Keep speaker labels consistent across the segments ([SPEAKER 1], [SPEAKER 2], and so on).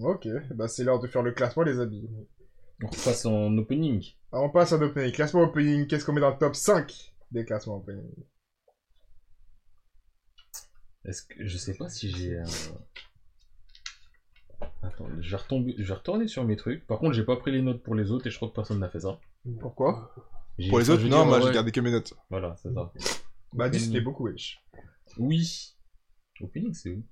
[SPEAKER 1] Ok, bah c'est l'heure de faire le classement des habits.
[SPEAKER 2] On passe en opening.
[SPEAKER 1] Alors on passe à l'opening. Classement opening, qu'est-ce qu'on met dans le top 5 des classements opening
[SPEAKER 2] Est-ce que je sais pas si j'ai. un- Attends, je vais, retomber- je vais retourner sur mes trucs. Par contre, j'ai pas pris les notes pour les autres et je crois que personne n'a fait ça.
[SPEAKER 1] Pourquoi
[SPEAKER 2] J'ai-
[SPEAKER 3] Pour les
[SPEAKER 2] enfin,
[SPEAKER 3] autres,
[SPEAKER 2] je veux
[SPEAKER 3] non,
[SPEAKER 2] Euh, dire,
[SPEAKER 3] moi
[SPEAKER 2] ouais,
[SPEAKER 3] j'ai gardé que mes notes.
[SPEAKER 2] Voilà, c'est ça.
[SPEAKER 1] Bah 10
[SPEAKER 2] Opening.
[SPEAKER 1] c'était beaucoup, wesh.
[SPEAKER 2] Oui. Opening, c'est où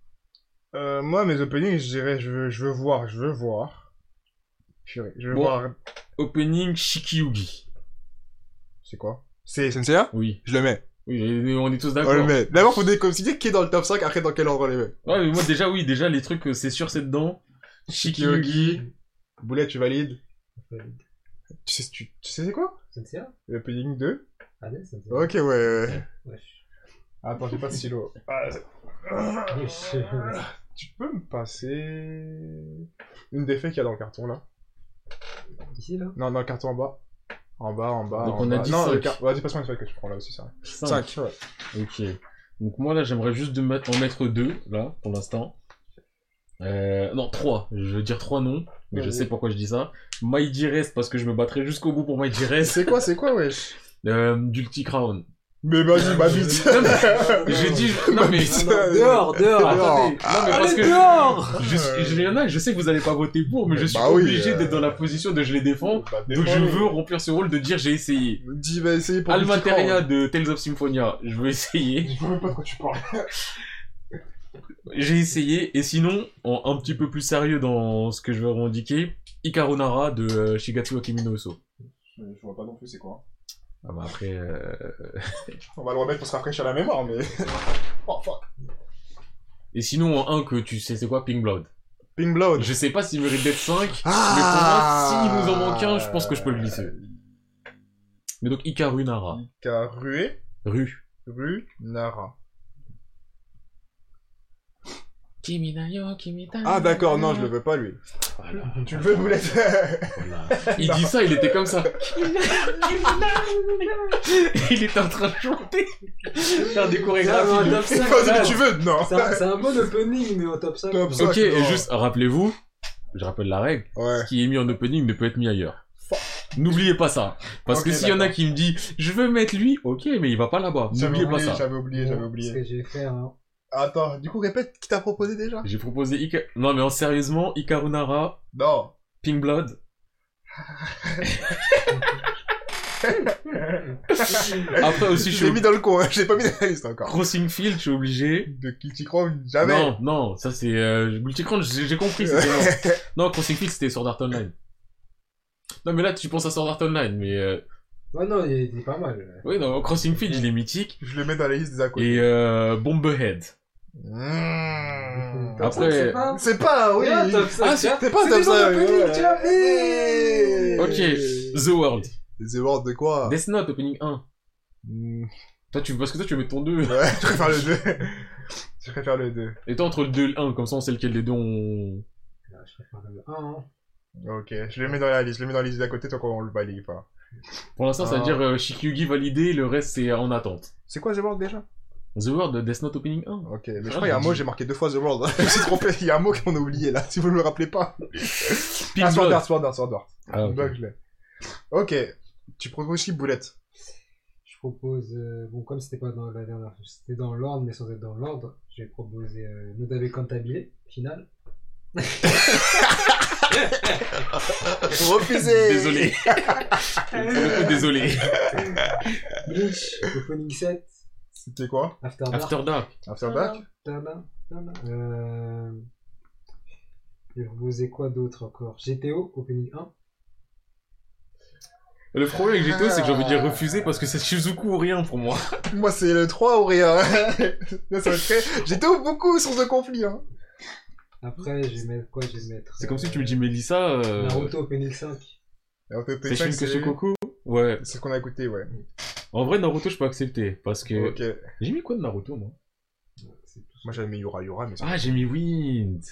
[SPEAKER 1] Euh, moi, mes openings, je dirais, je veux, je veux voir, je veux voir. Purée, je veux
[SPEAKER 2] Bon.
[SPEAKER 1] voir.
[SPEAKER 2] Opening Shikiugi.
[SPEAKER 1] C'est quoi C'est.
[SPEAKER 3] SNCA
[SPEAKER 2] Oui.
[SPEAKER 3] Je le mets.
[SPEAKER 2] Oui, mais on est tous
[SPEAKER 3] On
[SPEAKER 2] d'accord.
[SPEAKER 3] le met. D'abord, faut déconsidérer qui est dans le top 5, après dans quel ordre on les met.
[SPEAKER 2] Ouais, mais moi déjà, oui, déjà les trucs, euh, c'est sûr, c'est dedans. Shikiugi.
[SPEAKER 1] Shikiyogi. Boulet, tu valides Tu sais, tu, tu sais c'est quoi
[SPEAKER 4] SNCA
[SPEAKER 1] L'opening 2
[SPEAKER 4] Ah non, SNCA.
[SPEAKER 3] Ok, ouais, ouais.
[SPEAKER 4] Wesh.
[SPEAKER 1] Attends, j'ai pas de stylo. Ah, c'est-
[SPEAKER 4] Wesh. Euh,
[SPEAKER 1] tu peux me passer. Une des fées qu'il y a dans le carton là
[SPEAKER 4] Ici, là
[SPEAKER 1] Non, dans le carton en bas. En bas, en bas.
[SPEAKER 2] Donc
[SPEAKER 1] en
[SPEAKER 2] on a
[SPEAKER 1] bas.
[SPEAKER 2] dit
[SPEAKER 1] Non, le
[SPEAKER 2] cinq.
[SPEAKER 1] carton. Vas-y, passe-moi une feuille que je prends là aussi, ça.
[SPEAKER 2] Cinq.
[SPEAKER 1] 5, ouais.
[SPEAKER 2] Ok. Donc moi là, j'aimerais juste de mettre- en mettre deux, là, pour l'instant. Euh, non, trois. Je veux dire trois noms, mais je
[SPEAKER 1] Vas-y.
[SPEAKER 2] sais pourquoi je dis ça. Mighty Rest, parce que je me battrai jusqu'au bout pour Mighty Rest.
[SPEAKER 1] C'est quoi, c'est quoi, wesh
[SPEAKER 2] Euh, Dulti Crown.
[SPEAKER 1] Mais vas-y, ma bite
[SPEAKER 2] Non, mais- J'ai dit... Non, mais...
[SPEAKER 3] putain.
[SPEAKER 4] Ah non, dehors, dehors.
[SPEAKER 3] Dehors.
[SPEAKER 2] Attendez, non, mais
[SPEAKER 1] ah,
[SPEAKER 2] parce
[SPEAKER 4] Allez,
[SPEAKER 2] que
[SPEAKER 4] dehors
[SPEAKER 2] je, suis- je- il y en a, je sais que vous allez pas voter pour, mais je suis
[SPEAKER 3] Bah oui,
[SPEAKER 2] obligé
[SPEAKER 3] euh.
[SPEAKER 2] d'être dans la position de je les défends.
[SPEAKER 1] Bah,
[SPEAKER 2] Donc je
[SPEAKER 1] défends-les.
[SPEAKER 2] veux remplir ce rôle de dire j'ai essayé.
[SPEAKER 3] Dis, va essayer pour
[SPEAKER 2] Alma
[SPEAKER 3] le petit cran.
[SPEAKER 2] Materia de Tales of Symphonia, je veux essayer.
[SPEAKER 1] Je vois même pas de quoi tu parles.
[SPEAKER 2] J'ai essayé, et sinon, en un petit peu plus sérieux dans ce que je veux revendiquer, Ikarunara de euh, Shigatsu Akemi no Uso.
[SPEAKER 1] Je vois pas non plus c'est quoi.
[SPEAKER 2] Ah bah après, euh,
[SPEAKER 1] On va le remettre pour se rafraîchir la mémoire, mais. oh fuck.
[SPEAKER 2] Et sinon, en un que tu sais, c'est quoi Pink Blood
[SPEAKER 1] Pink Blood.
[SPEAKER 2] Je sais pas s'il mérite d'être 5,
[SPEAKER 3] Ah.
[SPEAKER 2] mais pour moi, s'il nous en manque un, je pense que je peux le glisser. Mais donc Ikarunara,
[SPEAKER 1] Icarue,
[SPEAKER 2] Rue.
[SPEAKER 1] Rue, Nara.
[SPEAKER 2] Kiminayo, Kimita.
[SPEAKER 3] Ah, d'accord, non, je le veux pas lui.
[SPEAKER 2] Voilà,
[SPEAKER 1] Tu le veux, Boulette
[SPEAKER 2] voilà. Il dit ça, il était comme ça. il était en train de chanter, faire des
[SPEAKER 4] Non,
[SPEAKER 2] chorégraphies.
[SPEAKER 4] mais
[SPEAKER 2] de-
[SPEAKER 4] top
[SPEAKER 1] Fais
[SPEAKER 4] 5,
[SPEAKER 1] ce que tu veux, non
[SPEAKER 4] C'est un- c'est un bon opening, mais au top 5.
[SPEAKER 3] Top 5.
[SPEAKER 2] Ok, et juste rappelez-vous, je rappelle la règle,
[SPEAKER 3] Ouais.
[SPEAKER 2] ce qui est mis en opening ne peut être mis ailleurs. N'oubliez pas ça. Parce
[SPEAKER 1] Ok,
[SPEAKER 2] que s'il y en a qui me dit je veux mettre lui, ok, mais il va pas là-bas.
[SPEAKER 1] J'avais
[SPEAKER 2] N'oubliez pas
[SPEAKER 1] oublié,
[SPEAKER 2] ça.
[SPEAKER 1] j'avais oublié,
[SPEAKER 3] Oh,
[SPEAKER 1] j'avais oublié.
[SPEAKER 4] Parce que j'ai fait hein. un.
[SPEAKER 1] Attends, du coup, répète, qui t'a proposé déjà
[SPEAKER 2] J'ai proposé Ika... Non mais en sérieusement, Ikarunara,
[SPEAKER 1] Non.
[SPEAKER 2] Pink Blood. Après aussi je
[SPEAKER 3] Je l'ai
[SPEAKER 2] suis
[SPEAKER 3] mis dans le coin, je l'ai pas mis dans la liste encore.
[SPEAKER 2] Crossing Field, je suis obligé.
[SPEAKER 1] De qui tu crois jamais
[SPEAKER 2] Non, non, ça c'est euh, Multicron, j'ai j'ai compris, c'était non. Non, Crossing Field c'était Sword Art Online. Non mais là tu penses à Sword Art Online, mais euh,
[SPEAKER 4] Ouais, non, il est, il est pas mal.
[SPEAKER 2] oui non, Crossing Field il est mythique
[SPEAKER 1] Je le mets dans la liste des à côté.
[SPEAKER 2] et euh, Bomberhead.
[SPEAKER 1] Mmh.
[SPEAKER 4] Top
[SPEAKER 2] Après-
[SPEAKER 4] cinq, c'est pas-
[SPEAKER 3] C'est pas, oui.
[SPEAKER 4] Ouais, top
[SPEAKER 2] Ah,
[SPEAKER 4] 5.
[SPEAKER 2] c'est-
[SPEAKER 3] C'est pas un
[SPEAKER 4] C'est
[SPEAKER 3] top
[SPEAKER 4] des ordres
[SPEAKER 3] 5.
[SPEAKER 4] opening,
[SPEAKER 3] ouais.
[SPEAKER 4] tu vois. Hey.
[SPEAKER 2] Ok, The World.
[SPEAKER 3] The World de
[SPEAKER 1] Ah.
[SPEAKER 3] quoi
[SPEAKER 2] Death Note opening 1.
[SPEAKER 3] Hmm,
[SPEAKER 2] Toi tu parce que toi tu mets ton 2
[SPEAKER 3] Ouais.
[SPEAKER 1] Je préfère le 2. Je préfère le 2.
[SPEAKER 2] et toi entre le 2 et le 1 comme ça on sait lequel des deux on
[SPEAKER 4] Ah, Je préfère le 1. hein.
[SPEAKER 1] Ok, je le mets dans la liste, je le mets dans la liste d'à côté tant qu'on le valide pas.
[SPEAKER 2] Pour l'instant, ça veut
[SPEAKER 1] Ah.
[SPEAKER 2] dire euh, Shikiyugi validé, le reste c'est en attente.
[SPEAKER 1] C'est quoi The World déjà
[SPEAKER 2] The World Death Note Opening 1.
[SPEAKER 3] Ok, mais je
[SPEAKER 2] Ah,
[SPEAKER 3] crois qu'il y a un
[SPEAKER 2] j'ai
[SPEAKER 3] mot,
[SPEAKER 2] dit.
[SPEAKER 3] j'ai marqué deux fois The World. je me suis trompé, il y a un mot qu'on a oublié là, si vous me le rappelez pas.
[SPEAKER 2] Pink
[SPEAKER 1] ah, Sword
[SPEAKER 2] Blood.
[SPEAKER 1] Art, Sword Art, Sword Art.
[SPEAKER 2] Ah, ok.
[SPEAKER 1] Bah, je l'ai. Ok, tu proposes aussi Boulette.
[SPEAKER 4] Je propose, euh, bon, comme c'était pas dans la dernière, c'était dans l'ordre, mais sans être dans l'ordre, j'ai proposé euh, Nodave Cantabile, finale.
[SPEAKER 3] Refusé
[SPEAKER 2] Désolé. Pour le coup, Désolé.
[SPEAKER 4] Bleach, Opening 7,
[SPEAKER 1] C'était quoi
[SPEAKER 4] After Dark,
[SPEAKER 2] After Dark.
[SPEAKER 1] After Dark
[SPEAKER 4] Tana, Tana. Euh, J'ai proposé quoi d'autre encore GTO, Opening 1.
[SPEAKER 2] Le problème avec Geto, c'est que j'ai envie de dire refuser parce que c'est Shizuku ou rien pour moi.
[SPEAKER 3] Moi, c'est le 3 ou rien. Là, ça va être très... J'étais au beaucoup source de conflit, hein.
[SPEAKER 4] Après, je vais mettre quoi Je vais mettre.
[SPEAKER 2] C'est comme si
[SPEAKER 4] euh,
[SPEAKER 2] tu me dis Melissa. euh,
[SPEAKER 4] Naruto, Opening 5.
[SPEAKER 1] Alors, t'es- t'es
[SPEAKER 2] C'est
[SPEAKER 1] cinq,
[SPEAKER 2] Shin
[SPEAKER 1] c'est-
[SPEAKER 2] Koku Ouais.
[SPEAKER 1] C'est ce qu'on a écouté, ouais.
[SPEAKER 2] En vrai, Naruto, je peux accepter parce que.
[SPEAKER 1] Ok.
[SPEAKER 2] J'ai mis quoi de Naruto moi
[SPEAKER 4] C'est tout.
[SPEAKER 3] Moi, j'avais mis Yura Yura, mais ça...
[SPEAKER 2] Ah, j'ai mis Wind.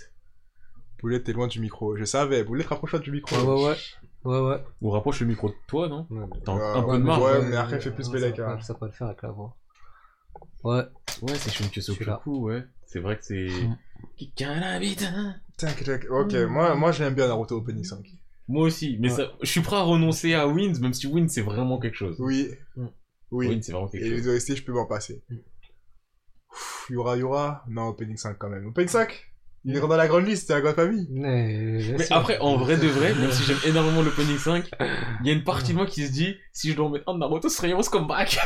[SPEAKER 3] Boulette, t'es loin du micro. Je savais, Boulette, rapproche-toi du micro.
[SPEAKER 4] Ah ouais. Ouais, ouais.
[SPEAKER 2] Ou rapproche le micro de toi, non
[SPEAKER 4] Ouais, mais-
[SPEAKER 2] T'as
[SPEAKER 3] Euh,
[SPEAKER 2] un peu de
[SPEAKER 3] ouais,
[SPEAKER 2] marre.
[SPEAKER 3] mais après, fais plus
[SPEAKER 4] ça
[SPEAKER 3] Bellec,
[SPEAKER 4] va
[SPEAKER 3] hein.
[SPEAKER 4] pas- Ça peut le faire avec la voix. Ouais.
[SPEAKER 2] Ouais, c'est Shunke
[SPEAKER 4] Celui-là.
[SPEAKER 2] Sokuku, ouais. C'est vrai que c'est.
[SPEAKER 4] Mm.
[SPEAKER 2] Quelqu'un l'invite, hein
[SPEAKER 3] Tac, tac. Ok,
[SPEAKER 2] Mm.
[SPEAKER 3] moi, moi j'aime bien Naruto Opening 5.
[SPEAKER 2] Moi aussi, mais
[SPEAKER 4] Ouais.
[SPEAKER 2] ça- je suis prêt à renoncer à Wins, même si Wins c'est vraiment quelque chose.
[SPEAKER 3] Oui.
[SPEAKER 4] Mm.
[SPEAKER 3] Oui.
[SPEAKER 2] Wins c'est vraiment quelque
[SPEAKER 3] Et
[SPEAKER 2] chose.
[SPEAKER 3] les OST, je peux m'en passer.
[SPEAKER 4] Mm.
[SPEAKER 3] Ouf, Yura Yura Non, Opening 5 quand même. Opening 5 Il est dans la grande liste, c'est la grande famille.
[SPEAKER 4] Mais,
[SPEAKER 2] Mais après, en vrai de vrai, même si j'aime énormément le Pony 5, il y a une partie de moi qui se dit si je dois en mettre un de Naruto, ce serait Heroes Comeback.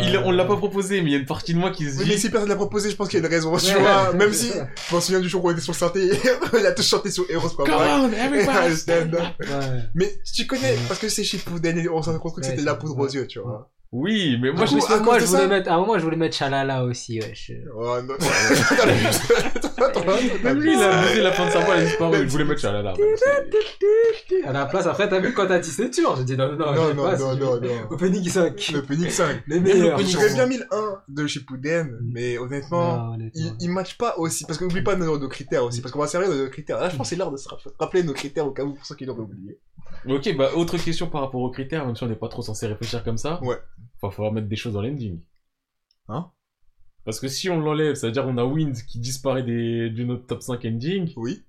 [SPEAKER 2] Il, on l'a pas proposé, mais il y a une partie de moi qui se
[SPEAKER 3] Oui, mais
[SPEAKER 2] dit
[SPEAKER 3] si personne l'a proposé, je pense qu'il y a une raison. Oh, Tu vois, même si je m'en souviens du jour où on était sur le synthé, il a tous chanté sur Heroes.
[SPEAKER 2] Come on, everybody!
[SPEAKER 3] Stand
[SPEAKER 2] stand
[SPEAKER 3] up.
[SPEAKER 2] up.
[SPEAKER 4] Ouais.
[SPEAKER 3] Mais tu connais, parce que E c'est chez Pouden, on s'est compte que
[SPEAKER 4] Mm. Ouais,
[SPEAKER 3] c'était de la
[SPEAKER 4] c'est-
[SPEAKER 3] poudre aux
[SPEAKER 4] ouais.
[SPEAKER 3] yeux, tu vois.
[SPEAKER 2] Oui, mais
[SPEAKER 3] Du
[SPEAKER 2] moi je
[SPEAKER 3] coup,
[SPEAKER 2] me suis-
[SPEAKER 3] à cause
[SPEAKER 4] Moi, je
[SPEAKER 3] de ça.
[SPEAKER 4] voulais mettre, à un moment, je voulais mettre Chalala aussi, wesh.
[SPEAKER 3] Oh, non. Attends, attends, attends, attends.
[SPEAKER 2] Même lui, il a abusé la fin de sa voix, elle a disparu.
[SPEAKER 3] Même
[SPEAKER 2] Il voulait mettre Chalala.
[SPEAKER 4] À la place, après, t'as vu quand t'as dit c'est dur, j'ai dit non, non,
[SPEAKER 3] Non,
[SPEAKER 4] je
[SPEAKER 3] non,
[SPEAKER 4] sais
[SPEAKER 3] non,
[SPEAKER 4] pas si-
[SPEAKER 3] non, non.
[SPEAKER 4] Opening 5.
[SPEAKER 3] Opening 5.
[SPEAKER 4] Les meilleurs.
[SPEAKER 2] l'opening,
[SPEAKER 3] J'aurais bien mis le 1 de chez Pouden,
[SPEAKER 4] Mm.
[SPEAKER 3] mais honnêtement.
[SPEAKER 4] Non,
[SPEAKER 3] il,
[SPEAKER 4] honnêtement.
[SPEAKER 3] il match pas aussi, parce que oublie pas nos, nos critères aussi, parce qu'on va servir de nos critères. Là, je pense que c'est l'heure de se rapp- rappeler nos critères au cas où, pour ceux qui l'auraient oublié.
[SPEAKER 2] Ok, bah autre question par rapport aux critères, même si on n'est pas trop censé réfléchir comme ça.
[SPEAKER 3] Ouais.
[SPEAKER 2] Va falloir mettre des choses dans l'ending.
[SPEAKER 3] Hein
[SPEAKER 2] Parce que si on l'enlève, ça veut dire qu'on a Wind qui disparaît des... de notre top 5 ending.
[SPEAKER 3] Oui,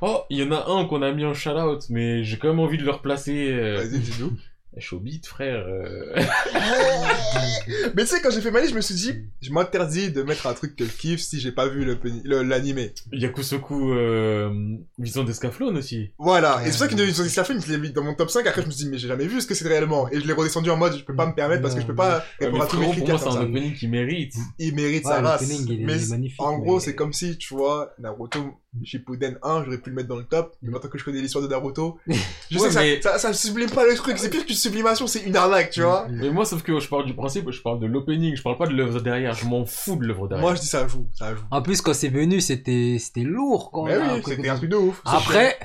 [SPEAKER 2] Oh, il y en a un qu'on a mis en shout-out, mais j'ai quand même envie de le replacer. Euh...
[SPEAKER 3] vas-y, dis-nous.
[SPEAKER 2] Showbit, frère. euh.
[SPEAKER 3] Mais tu sais, quand j'ai fait ma liste, je me suis dit, je m'interdis de mettre un truc que je kiffe si j'ai pas vu le peni- le- l'animé.
[SPEAKER 2] Yakusoku, euh... Vision d'Escaflowne aussi.
[SPEAKER 3] Voilà, et c'est pour ça qu'il devait sur film, je l'ai mis dans mon top 5, après je me suis dit, mais j'ai jamais vu ce que c'est réellement. Et je l'ai redescendu en mode, je peux pas me permettre parce que je peux pas
[SPEAKER 2] Ouais, Ah, mais
[SPEAKER 3] répondre à tous mes
[SPEAKER 2] frérot, pour
[SPEAKER 3] critères
[SPEAKER 2] moi, c'est
[SPEAKER 3] comme
[SPEAKER 2] un
[SPEAKER 3] ça.
[SPEAKER 2] opening qui mérite.
[SPEAKER 3] Il mérite
[SPEAKER 4] Ouais,
[SPEAKER 3] sa race.
[SPEAKER 4] l'opening, il est-
[SPEAKER 3] Mais
[SPEAKER 4] il est magnifique.
[SPEAKER 3] en gros,
[SPEAKER 2] euh,
[SPEAKER 4] mais-
[SPEAKER 3] c'est comme si, tu vois, Naruto, Shippuden 1, j'aurais pu le mettre dans le top, mais maintenant que je connais l'histoire de Naruto, je
[SPEAKER 2] Ouais,
[SPEAKER 3] sais que ça-
[SPEAKER 2] mais-
[SPEAKER 3] ça, ça, sublime pas le truc, c'est plus qu'une sublimation, c'est une arnaque, tu vois.
[SPEAKER 2] Mais moi, sauf que je parle du principe, je parle de l'opening, je parle pas de l'œuvre derrière, je m'en fous de l'œuvre derrière.
[SPEAKER 3] Moi, je dis ça joue, ça joue.
[SPEAKER 4] En plus, quand c'est venu, c'était c'était lourd. Quand
[SPEAKER 3] Mais
[SPEAKER 4] on a-
[SPEAKER 3] oui,
[SPEAKER 4] quand-
[SPEAKER 3] c'était un truc de ouf.
[SPEAKER 4] Après,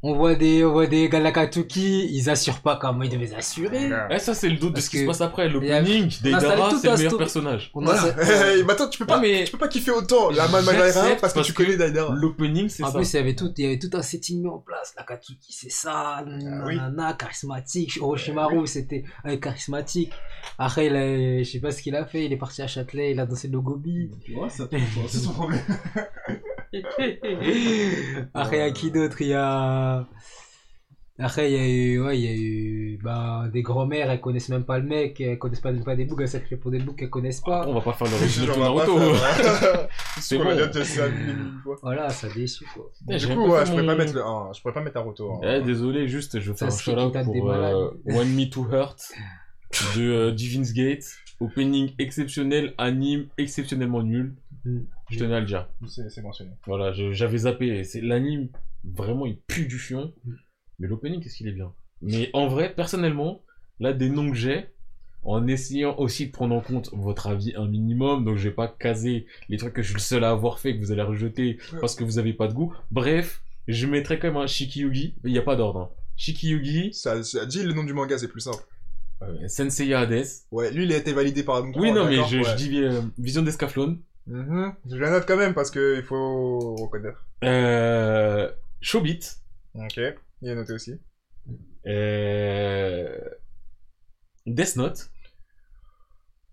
[SPEAKER 4] on voit des, on voit des Galakatuki, ils assurent pas comment ils devaient assurer.
[SPEAKER 2] Eh, ça, c'est le doute de
[SPEAKER 4] Parce
[SPEAKER 2] ce qui se
[SPEAKER 4] que
[SPEAKER 2] passe après.
[SPEAKER 4] il y a-
[SPEAKER 2] L'opening,
[SPEAKER 4] on a installé
[SPEAKER 2] Deidara,
[SPEAKER 4] toute
[SPEAKER 2] c'est le
[SPEAKER 4] la
[SPEAKER 2] meilleur
[SPEAKER 4] story.
[SPEAKER 2] personnage.
[SPEAKER 4] On a
[SPEAKER 3] Voilà.
[SPEAKER 4] ce-
[SPEAKER 3] Maintenant, tu peux
[SPEAKER 2] Non,
[SPEAKER 3] pas,
[SPEAKER 2] mais
[SPEAKER 3] tu peux pas kiffer autant la main de Magaira
[SPEAKER 2] J'accepte
[SPEAKER 3] parce que
[SPEAKER 2] parce
[SPEAKER 3] tu
[SPEAKER 2] que-
[SPEAKER 3] connais Daidara.
[SPEAKER 2] l'opening, c'est
[SPEAKER 4] En
[SPEAKER 2] ça.
[SPEAKER 4] plus, il y avait tout, il y avait tout un setting mis en place. Nakatsuki, c'est ça.
[SPEAKER 2] Ah
[SPEAKER 4] Nanana, charismatique. Orochimaru, c'était euh, charismatique. Après, il a- je sais pas ce qu'il a fait. Il est parti à Châtelet, il a dansé le gobi.
[SPEAKER 3] C'est son problème.
[SPEAKER 4] Après, il y a qui d'autre Il y a. Après, il y a eu, ouais, il y a eu bah, des grands-mères, elles connaissent même pas le mec, elles connaissent pas, pas des boucs, elles s'accrivent pour des boucs qu'elles connaissent pas.
[SPEAKER 2] Ah, On va pas faire le
[SPEAKER 3] Je
[SPEAKER 2] résumé de
[SPEAKER 3] vais
[SPEAKER 2] tout
[SPEAKER 3] pas
[SPEAKER 2] Naruto.
[SPEAKER 3] faire, hein.
[SPEAKER 2] C'est
[SPEAKER 3] On va dire
[SPEAKER 2] bon.
[SPEAKER 3] que c'est un mille fois.
[SPEAKER 4] Voilà, ça déçu quoi.
[SPEAKER 2] Eh,
[SPEAKER 3] Du
[SPEAKER 2] j'ai
[SPEAKER 3] coup,
[SPEAKER 2] pas
[SPEAKER 3] ouais,
[SPEAKER 2] fait
[SPEAKER 3] je pourrais
[SPEAKER 2] mon-
[SPEAKER 3] pas mettre le 1, je pourrais pas mettre Naruto. hein.
[SPEAKER 2] Eh, désolé, juste, je vais faire un
[SPEAKER 4] Sasuke qui
[SPEAKER 2] shout-out
[SPEAKER 4] tape des
[SPEAKER 2] pour euh, One Me To Hurt de euh, Divin's Gate. Opening exceptionnel, anime exceptionnellement nul.
[SPEAKER 4] Mm.
[SPEAKER 2] Je tenais à le dire.
[SPEAKER 3] C'est c'est mentionné.
[SPEAKER 2] Voilà, je- j'avais zappé. C'est l'anime, vraiment, il pue du fion. Mais l'opening, qu'est-ce qu'il est bien. Mais en vrai, personnellement, là, des noms que j'ai, en essayant aussi de prendre en compte votre avis un minimum, donc je vais pas caser les trucs que je suis le seul à avoir fait, que vous allez rejeter parce que vous avez pas de goût. Bref, je mettrais quand même un Shikiyugi. Il n'y a pas d'ordre. hein. Shikiyugi,
[SPEAKER 3] Ça, ça dit le nom du manga, c'est plus simple.
[SPEAKER 2] euh, Senseiya Hades.
[SPEAKER 3] Ouais, lui, il a été validé par un
[SPEAKER 2] Oui, non, mais je, je dis euh, Vision d'Escaflowne.
[SPEAKER 3] Mhm. Je la note quand même parce qu'il faut reconnaître.
[SPEAKER 2] Euh, Shobit.
[SPEAKER 3] Ok, il a noté aussi.
[SPEAKER 2] Euh... Death Note.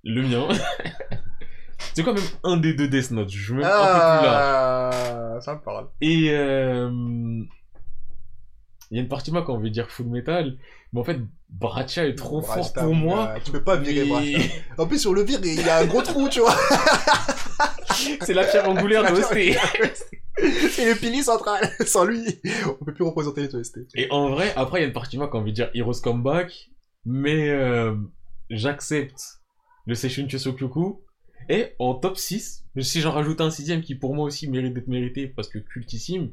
[SPEAKER 2] Le mien. C'est quand même un des deux Death Note. Je suis même un peu plus large.
[SPEAKER 3] Ah, ça me parle.
[SPEAKER 2] Et euh, il y a une partie de moi quand on veut dire Full Metal, mais en fait Bracha est trop fort
[SPEAKER 3] Brasta,
[SPEAKER 2] pour moi.
[SPEAKER 3] euh, Tu peux pas virer
[SPEAKER 2] mais-
[SPEAKER 3] Brasta. En plus, sur le vire, il y a un gros trou, tu vois.
[SPEAKER 2] C'est la pierre angulaire de OST.
[SPEAKER 3] C'est le pilier central. Sans lui, on peut plus représenter les OST.
[SPEAKER 2] Et en vrai, après il y a une partie de moi quand on veut dire Heroes Comeback, mais euh, j'accepte le Seishun Kyosokyoku. Et en top 6, si j'en rajoute un sixième qui pour moi aussi mérite d'être mérité parce que cultissime,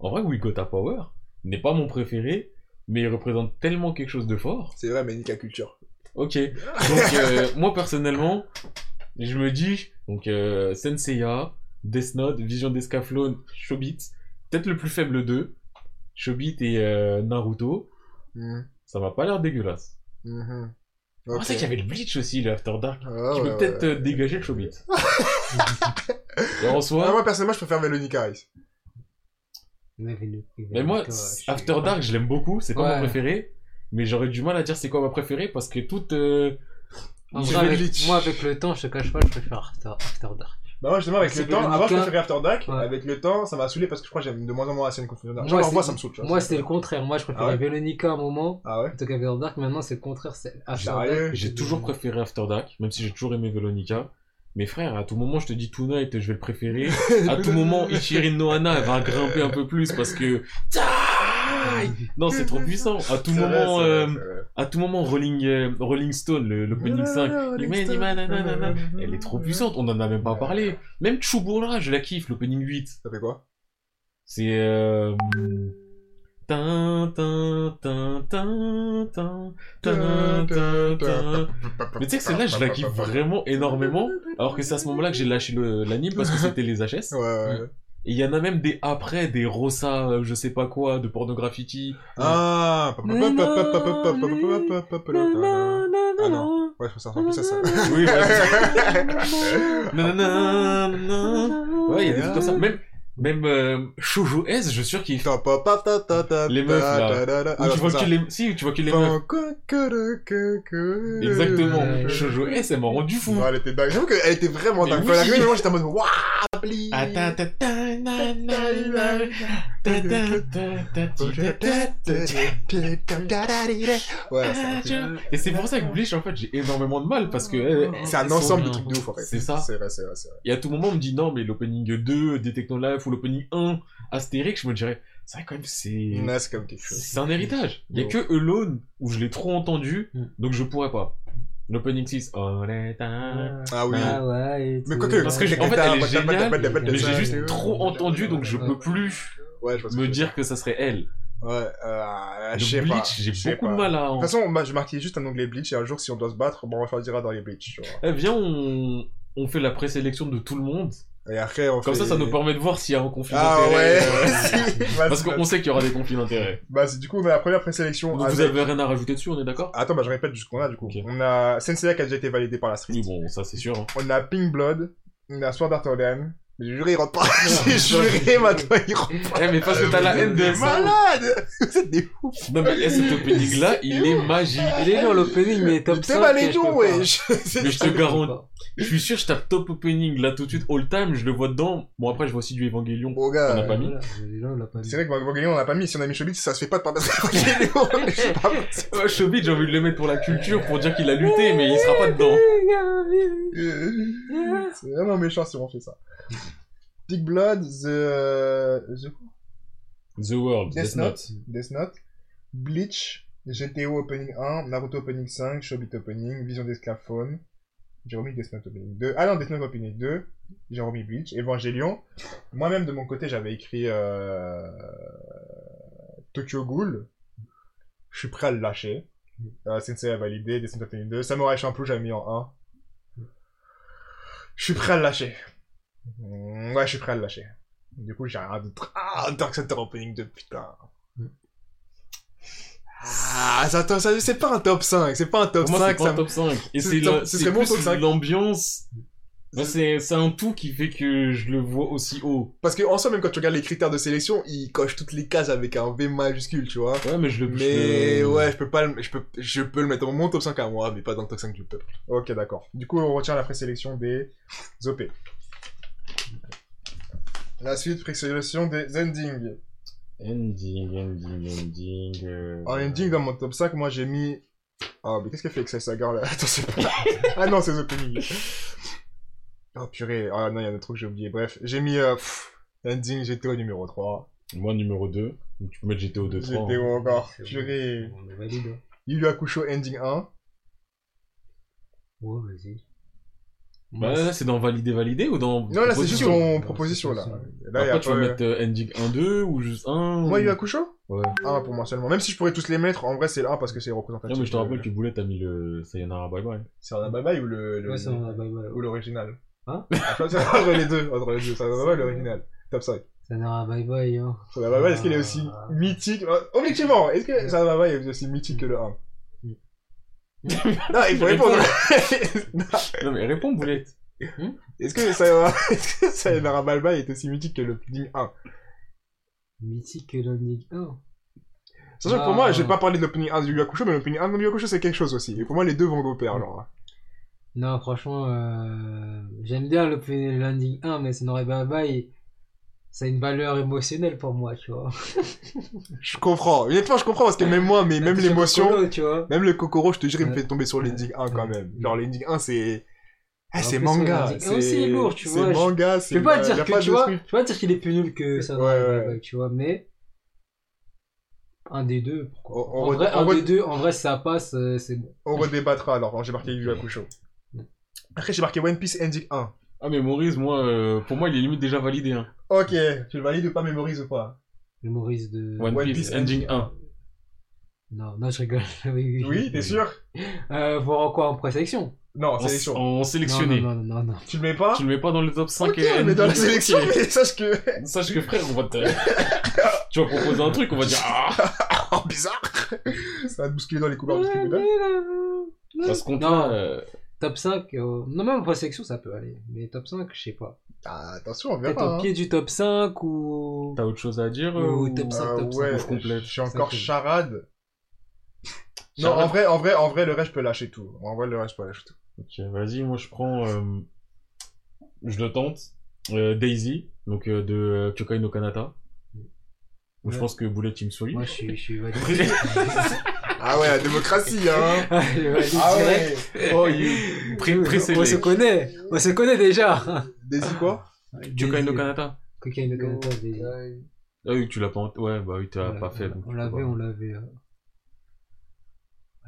[SPEAKER 2] en vrai We Got a Power n'est pas mon préféré, mais il représente tellement quelque chose de fort.
[SPEAKER 3] C'est vrai, mais nique la culture.
[SPEAKER 2] Ok, donc euh, moi personnellement, je me dis, donc euh, Senseiya, Death Note, Vision d'Escaflowne, Shobit, peut-être le plus faible d'eux, Shobit et euh, Naruto,
[SPEAKER 3] Mhm.
[SPEAKER 2] ça m'a pas l'air dégueulasse.
[SPEAKER 3] Mhm.
[SPEAKER 2] Ah,
[SPEAKER 3] Ok.
[SPEAKER 2] c'est qu'il y avait le Bleach aussi, le After Dark.
[SPEAKER 3] Ah, ouais,
[SPEAKER 2] Je peux
[SPEAKER 3] ouais.
[SPEAKER 2] peut-être euh, dégager le Shobit. Et en
[SPEAKER 3] Ah,
[SPEAKER 2] soi,
[SPEAKER 3] moi, personnellement, je préfère Veronica Rice.
[SPEAKER 2] mais moi,
[SPEAKER 3] Oh,
[SPEAKER 2] After Dark, je l'aime beaucoup, c'est quoi
[SPEAKER 4] Ouais.
[SPEAKER 2] mon préféré, mais j'aurais du mal à dire c'est quoi ma préférée parce que toute, euh,
[SPEAKER 4] En
[SPEAKER 3] C'est
[SPEAKER 4] vrai, avec-
[SPEAKER 3] Village.
[SPEAKER 4] Ah, moi, avec le temps, je te cache pas, je préfère After, After Dark.
[SPEAKER 3] Bah, moi, justement, avec
[SPEAKER 4] C'est
[SPEAKER 3] le temps,
[SPEAKER 4] le
[SPEAKER 3] avant, je
[SPEAKER 4] bouquin.
[SPEAKER 3] préférais After Dark.
[SPEAKER 4] Ouais.
[SPEAKER 3] Avec le temps, ça m'a saoulé parce que je crois que j'aime de moins en moins la scène confessionnelle. Genre,
[SPEAKER 4] Moi,
[SPEAKER 3] alors, moi,
[SPEAKER 4] c'est-
[SPEAKER 3] ça me saoule. tu vois,
[SPEAKER 4] Moi,
[SPEAKER 3] ça me
[SPEAKER 4] c'était le
[SPEAKER 3] saoule.
[SPEAKER 4] contraire. Moi, je préfère
[SPEAKER 3] Ah ouais
[SPEAKER 4] Véronica à un moment
[SPEAKER 3] Ah ouais
[SPEAKER 4] plutôt qu'After Dark. Maintenant, c'est le contraire. C'est After Dark.
[SPEAKER 3] Sérieux
[SPEAKER 2] J'ai toujours préféré After Dark, même si j'ai toujours aimé Veronica. Mais frère, à tout moment, je te dis Tonight, je vais le préférer. À tout moment, Ichirin Nohana elle va grimper un peu plus parce que. Taille Non, c'est trop puissant. À tout
[SPEAKER 3] C'est vrai,
[SPEAKER 2] moment,
[SPEAKER 3] c'est vrai,
[SPEAKER 2] euh,
[SPEAKER 3] c'est vrai.
[SPEAKER 2] à tout moment, Rolling, euh, Rolling Stone, le- l'opening 5. Elle est
[SPEAKER 3] Mmh,
[SPEAKER 2] trop puissante, on en a même pas parlé. Même Chouboura, je la kiffe, l'opening 8.
[SPEAKER 3] Ça fait quoi
[SPEAKER 2] C'est euh... tin, tin, tin, tin, tin, tin, tin, tin. Mais tu sais que celle-là, je la kiffe vraiment énormément. Alors que c'est à ce moment-là que j'ai lâché le- l'anime parce que c'était les HS.
[SPEAKER 3] Ouais, ouais. ouais.
[SPEAKER 2] Et il y en a même des après, des Rosa, euh, je sais pas quoi, de pornographie.
[SPEAKER 3] Ah
[SPEAKER 2] hein.
[SPEAKER 3] Ah non. Ouais, je me sens un peu ça, ça.
[SPEAKER 2] Oui, voilà.
[SPEAKER 4] Ah
[SPEAKER 2] Nanana. Ouais, il y a des trucs comme ça. Même, même euh, Shoujo S, je suis sûr qu'il. Les meufs, là.
[SPEAKER 3] Ah,
[SPEAKER 2] Ou tu vois que les... Si, tu vois que les meufs.
[SPEAKER 3] euh,
[SPEAKER 2] Exactement. Shoujo S, elle m'a rendu fou.
[SPEAKER 3] Ouais, elle était dingue. J'avoue qu'elle était vraiment
[SPEAKER 2] Mais
[SPEAKER 3] dingue. Quand
[SPEAKER 2] oui.
[SPEAKER 3] elle est arrivée, moi, j'étais en mode Waouh, please.
[SPEAKER 2] Ah, ta, ta, ta, na, na, na, ta, ta, ta, ta, ti, ta, ta, ta, ti.
[SPEAKER 3] Ouais, c'est-
[SPEAKER 2] Et c'est pour ça que Bleach, en fait, j'ai énormément de mal parce que euh,
[SPEAKER 3] c'est un
[SPEAKER 4] Ils sont
[SPEAKER 3] ensemble de
[SPEAKER 4] bien.
[SPEAKER 3] trucs de ouf en fait.
[SPEAKER 2] C'est ça.
[SPEAKER 3] C'est vrai, c'est vrai, c'est vrai.
[SPEAKER 2] Et à tout moment, on me dit non, mais l'opening 2 des Technolife ou l'opening 1 Astérix, je me dirais, ça quand même, c'est.
[SPEAKER 3] Ouais, c'est comme quelque chose.
[SPEAKER 2] C'est un héritage. Il n'y a que Alone où je l'ai trop entendu,
[SPEAKER 4] Mm.
[SPEAKER 2] donc je pourrais pas. L'opening 6. oh, les ta-
[SPEAKER 3] Ah oui.
[SPEAKER 4] Ah ouais. et
[SPEAKER 3] Mais
[SPEAKER 4] tout.
[SPEAKER 3] quoi que-
[SPEAKER 2] Parce que j'ai- en fait, elle est géniale, mais j'ai
[SPEAKER 3] Ouais.
[SPEAKER 2] juste trop entendu, donc je peux plus
[SPEAKER 3] Ouais, je pense que
[SPEAKER 2] me
[SPEAKER 3] je-
[SPEAKER 2] dire que Ah, ça serait elle.
[SPEAKER 3] Ouais, euh, je sais
[SPEAKER 2] Donc
[SPEAKER 3] pas.
[SPEAKER 2] Bleach,
[SPEAKER 3] je sais
[SPEAKER 2] j'ai beaucoup
[SPEAKER 3] pas.
[SPEAKER 2] de mal à. en-
[SPEAKER 3] De toute façon, moi, je marquais juste un onglet Bleach et un jour, si on doit se battre, bon, on va faire dira dans les Bleach. tu vois.
[SPEAKER 2] Eh, viens, on... on fait la présélection de tout le monde.
[SPEAKER 3] Et après, on
[SPEAKER 2] Comme
[SPEAKER 3] fait-
[SPEAKER 2] ça, ça nous permet de voir s'il y a un conflit
[SPEAKER 3] Ah ouais!
[SPEAKER 2] d'intérêts. euh,
[SPEAKER 3] Si. Bah,
[SPEAKER 2] Parce
[SPEAKER 3] c'est-
[SPEAKER 2] qu'on sait qu'il y aura des conflits d'intérêts.
[SPEAKER 3] Bah, c'est- du coup, on a la première présélection.
[SPEAKER 2] Donc,
[SPEAKER 3] avec-
[SPEAKER 2] Vous avez rien à rajouter dessus, on est d'accord
[SPEAKER 3] Attends, bah, je répète juste ce qu'on a du coup.
[SPEAKER 2] Ok.
[SPEAKER 3] On a Senseiya qui a déjà été validé par la Street.
[SPEAKER 2] Oui, bon, ça c'est sûr. hein.
[SPEAKER 3] On a Pink Blood. On a Sword Art Online. J'ai juré, il rentre pas. J'ai
[SPEAKER 4] putain,
[SPEAKER 3] juré,
[SPEAKER 4] j'ai-
[SPEAKER 3] maintenant, il rentre pas.
[SPEAKER 2] Eh, mais parce que t'as la haine de
[SPEAKER 3] Vous êtes
[SPEAKER 2] ça.
[SPEAKER 3] malade! Vous êtes des
[SPEAKER 2] Non, mais eh, cet opening là, il est magique.
[SPEAKER 4] Il est lourd l'opening, mais top 5.
[SPEAKER 3] T'es mal les
[SPEAKER 4] et je peux
[SPEAKER 3] noms,
[SPEAKER 4] pas.
[SPEAKER 3] wesh!
[SPEAKER 2] Mais je te garantis, je suis sûr, je tape top opening là tout de suite, all time, je le vois dedans. Bon, après, je vois aussi du Evangelion.
[SPEAKER 3] Bon,
[SPEAKER 2] On a
[SPEAKER 3] gars.
[SPEAKER 2] pas mis.
[SPEAKER 4] Voilà, les gens, on l'a pas mis.
[SPEAKER 3] C'est vrai que Evangelion, on l'a pas mis. Si on a mis Shobit, ça se fait pas de pas passer Evangelion. Je sais pas.
[SPEAKER 2] Ouais, Shobit, j'ai envie de le mettre pour la culture, pour dire qu'il a lutté, mais il sera pas dedans.
[SPEAKER 3] Euh, C'est vraiment méchant si on fait ça. Big Blood, The... The...
[SPEAKER 2] The World,
[SPEAKER 3] Death
[SPEAKER 2] Death Note.
[SPEAKER 3] Death Note, Bleach, GTO Opening 1, Naruto Opening 5, Shobit Opening, Vision d'Esclaphone. J'ai remis Death Note Opening 2. Ah non, Death Note Opening 2. J'ai remis Bleach, Evangelion. Moi-même, de mon côté, j'avais écrit euh, Tokyo Ghoul. Je suis prêt à le lâcher. Euh, Sensei a validé, Death Note Opening 2. Samurai Champloo, j'avais mis en 1. Je suis prêt à le lâcher. Mm, Ouais, je suis prêt à le lâcher. Du coup, j'ai rien d'autre. Ah, Dark Center Opening 2, putain.
[SPEAKER 2] Mm.
[SPEAKER 3] Ah, ça, ça, ça- c'est pas un top 5, c'est pas un top
[SPEAKER 2] Pour moi,
[SPEAKER 3] 5.
[SPEAKER 2] c'est pas
[SPEAKER 3] Ça...
[SPEAKER 2] un top 5. Et
[SPEAKER 3] C'est
[SPEAKER 2] c'est
[SPEAKER 3] top- ce
[SPEAKER 2] la- c'est
[SPEAKER 3] serait mon
[SPEAKER 2] plus
[SPEAKER 3] top 5.
[SPEAKER 2] l'ambiance. Moi, Bah, C'est c'est un tout qui fait que je le vois aussi haut.
[SPEAKER 3] Parce que, en soi, même quand tu regardes les critères de sélection, ils cochent toutes les cases avec un V majuscule, tu vois.
[SPEAKER 2] Ouais, mais je le. je
[SPEAKER 3] Mais
[SPEAKER 2] le-
[SPEAKER 3] ouais, je peux pas le, je peux, je peux le mettre dans mon top 5 à moi, mais pas dans le top 5 du peuple. Ok, d'accord. Du coup, on retient la présélection des OP. La suite, présélection des endings.
[SPEAKER 2] Ending, ending, ending. euh,
[SPEAKER 3] En ending, dans mon top 5, moi j'ai mis. Ah, mais qu'est-ce qu'elle fait avec sa saga là Attends, c'est pas. ah non, c'est les openings. Oh purée, ah non, il y a un truc que j'ai oublié. Bref, j'ai mis euh, pff, ending GTO numéro 3.
[SPEAKER 2] Moi, numéro 2. Donc, tu peux mettre GTO 2 3.
[SPEAKER 3] GTO encore,
[SPEAKER 4] C'est bon.
[SPEAKER 3] purée.
[SPEAKER 4] On est valide. hein.
[SPEAKER 3] Yu Yu Hakusho ending 1.
[SPEAKER 4] Ouais, vas-y.
[SPEAKER 2] Bah, là, c'est dans valider, valider ou dans.
[SPEAKER 3] Non, là c'est juste
[SPEAKER 2] proposition
[SPEAKER 3] ton proposition là. Là, y a
[SPEAKER 2] Après, tu
[SPEAKER 3] pas-
[SPEAKER 2] vas mettre euh, ending 1, 2 ou juste 1.
[SPEAKER 3] Moi,
[SPEAKER 2] ou...
[SPEAKER 3] Yu Yu Hakusho
[SPEAKER 2] Ouais.
[SPEAKER 3] Ah, pour moi seulement. Même si je pourrais tous les mettre, en vrai c'est le 1 parce que c'est représentatif.
[SPEAKER 2] Non, mais je te
[SPEAKER 3] de-
[SPEAKER 2] rappelle que Boulet t'as mis le Sayonara Bye Bye.
[SPEAKER 3] C'est un bye bye ou le. le-
[SPEAKER 4] Ouais, c'est un bye bye.
[SPEAKER 3] Ou l'original
[SPEAKER 4] Hein
[SPEAKER 3] Enfin, c'est entre les deux. Entre les deux. C'est un bye bye l'original. Top 5.
[SPEAKER 4] Ça n'aura bye bye, hein.
[SPEAKER 3] Sada Baba, est-ce qu'elle est aussi
[SPEAKER 4] Ah.
[SPEAKER 3] mythique Euh, Objectivement, est-ce que Sada Baba est aussi mythique que le 1
[SPEAKER 4] Mm.
[SPEAKER 3] Non, il faut répondre.
[SPEAKER 2] Non, mais réponds, Boulet.
[SPEAKER 3] est-ce que Sayonara est-ce que Sayonara Balba est aussi mythique que le Pudding 1
[SPEAKER 4] Mythique que l'Omnic 1.
[SPEAKER 3] Sachant que
[SPEAKER 4] Ah.
[SPEAKER 3] pour moi, j'ai pas parlé de l'opening 1 du Yakusho, mais l'opening 1 du Yakusho c'est quelque chose aussi. Et pour moi, les deux vont au pair, genre.
[SPEAKER 4] Non, franchement, euh, j'aime bien le Final Landing 1, mais Sonore Bye Bye, ça a une valeur émotionnelle pour moi, tu vois.
[SPEAKER 3] Je comprends. Honnêtement, je comprends parce que même moi, mais même
[SPEAKER 4] Sur le
[SPEAKER 3] l'émotion,
[SPEAKER 4] colo, tu vois.
[SPEAKER 3] même le Kokoro, je te jure, il me
[SPEAKER 4] Ouais.
[SPEAKER 3] fait tomber sur l'ending 1 quand
[SPEAKER 4] Ouais.
[SPEAKER 3] même. Genre, l'ending 1, c'est. Ah,
[SPEAKER 4] En
[SPEAKER 3] c'est
[SPEAKER 4] plus,
[SPEAKER 3] manga.
[SPEAKER 4] l'ending 1, c'est lourd, tu vois,
[SPEAKER 3] C'est
[SPEAKER 4] je-
[SPEAKER 3] manga, c'est.
[SPEAKER 4] Je peux pas
[SPEAKER 3] euh, y
[SPEAKER 4] dire
[SPEAKER 3] a
[SPEAKER 4] que,
[SPEAKER 3] pas
[SPEAKER 4] tu
[SPEAKER 3] de
[SPEAKER 4] vois,
[SPEAKER 3] truc.
[SPEAKER 4] je peux pas dire qu'il est plus nul que Sonore
[SPEAKER 3] Ouais,
[SPEAKER 4] Bye
[SPEAKER 3] ouais.
[SPEAKER 4] Bye, tu vois, mais un des deux, pourquoi
[SPEAKER 3] On, on
[SPEAKER 4] en
[SPEAKER 3] re-
[SPEAKER 4] vrai,
[SPEAKER 3] on
[SPEAKER 4] un
[SPEAKER 3] re-
[SPEAKER 4] des deux, en vrai, si ça passe, euh, c'est bon.
[SPEAKER 3] on redébattra alors. J'ai marqué Yu Hakusho. Après, j'ai marqué One Piece Ending 1.
[SPEAKER 2] Ah, mais Maurice, moi, euh, pour moi, il est limite déjà validé. Hein.
[SPEAKER 3] Ok, tu le valides ou pas, mémorise ou pas
[SPEAKER 4] Le Maurice de.
[SPEAKER 2] One,
[SPEAKER 3] One
[SPEAKER 2] Piece,
[SPEAKER 3] Piece
[SPEAKER 2] Ending 1.
[SPEAKER 4] Non, non, je rigole. oui, oui.
[SPEAKER 3] Oui, t'es sûr
[SPEAKER 4] Euh, pour en quoi en présélection
[SPEAKER 3] Non,
[SPEAKER 2] En,
[SPEAKER 3] sélection.
[SPEAKER 2] en sélectionné.
[SPEAKER 4] Non, non, non, non, non.
[SPEAKER 3] Tu le mets pas
[SPEAKER 2] Tu le mets pas dans le top 5
[SPEAKER 3] Ah. Ok, mais dans la sélection, mais sache que.
[SPEAKER 2] Sache que frère, on va te. tu vas proposer un truc, on va dire. Ah
[SPEAKER 3] Oh, bizarre Ça va te bousculer dans les couloirs du tribunal.
[SPEAKER 2] Parce qu'on
[SPEAKER 4] Non.
[SPEAKER 2] euh,
[SPEAKER 4] Top 5, euh, non, même en présélection, ça peut aller. Mais top 5, je sais pas.
[SPEAKER 3] Ah, attention, on
[SPEAKER 4] Peut-être
[SPEAKER 3] verra.
[SPEAKER 4] au
[SPEAKER 3] hein.
[SPEAKER 4] pied du top 5 ou.
[SPEAKER 2] T'as autre chose à dire
[SPEAKER 4] Ou
[SPEAKER 2] euh, ou-
[SPEAKER 4] top 5,
[SPEAKER 3] Ah
[SPEAKER 4] top 5.
[SPEAKER 3] ouais,
[SPEAKER 2] Ouf, complète.
[SPEAKER 3] je suis encore
[SPEAKER 4] Ça, c'est-
[SPEAKER 3] charade. Non,
[SPEAKER 2] Charade.
[SPEAKER 3] en vrai, en vrai, en vrai, le reste, je peux lâcher tout. En vrai, le reste, je peux lâcher tout.
[SPEAKER 2] Ok, vas-y, moi je prends. euh, Je le tente. Euh, Daisy, donc euh, de euh, Kyokai no Kanata. Donc, Je
[SPEAKER 4] Ouais.
[SPEAKER 2] pense que Bullet Team Souli.
[SPEAKER 4] Moi, je suis, je suis valide.
[SPEAKER 3] Ah ouais, la démocratie, hein
[SPEAKER 4] Ah, je suis valide
[SPEAKER 3] Ah
[SPEAKER 4] direct.
[SPEAKER 3] ouais
[SPEAKER 2] Oh, you. Pré-
[SPEAKER 4] on
[SPEAKER 2] Précédé.
[SPEAKER 4] se connaît, on se connaît déjà.
[SPEAKER 3] Daisy quoi
[SPEAKER 2] Kyokai no
[SPEAKER 4] Daisy.
[SPEAKER 2] Kanata.
[SPEAKER 4] Cocaine no Canada, Daisy.
[SPEAKER 2] Ah oui, tu l'as pas. en- Ouais, bah oui, tu l'as
[SPEAKER 4] On
[SPEAKER 2] pas
[SPEAKER 4] l'a-
[SPEAKER 2] fait. donc
[SPEAKER 4] On
[SPEAKER 2] tu peux
[SPEAKER 4] l'avait,
[SPEAKER 2] pas.
[SPEAKER 4] on l'avait. euh,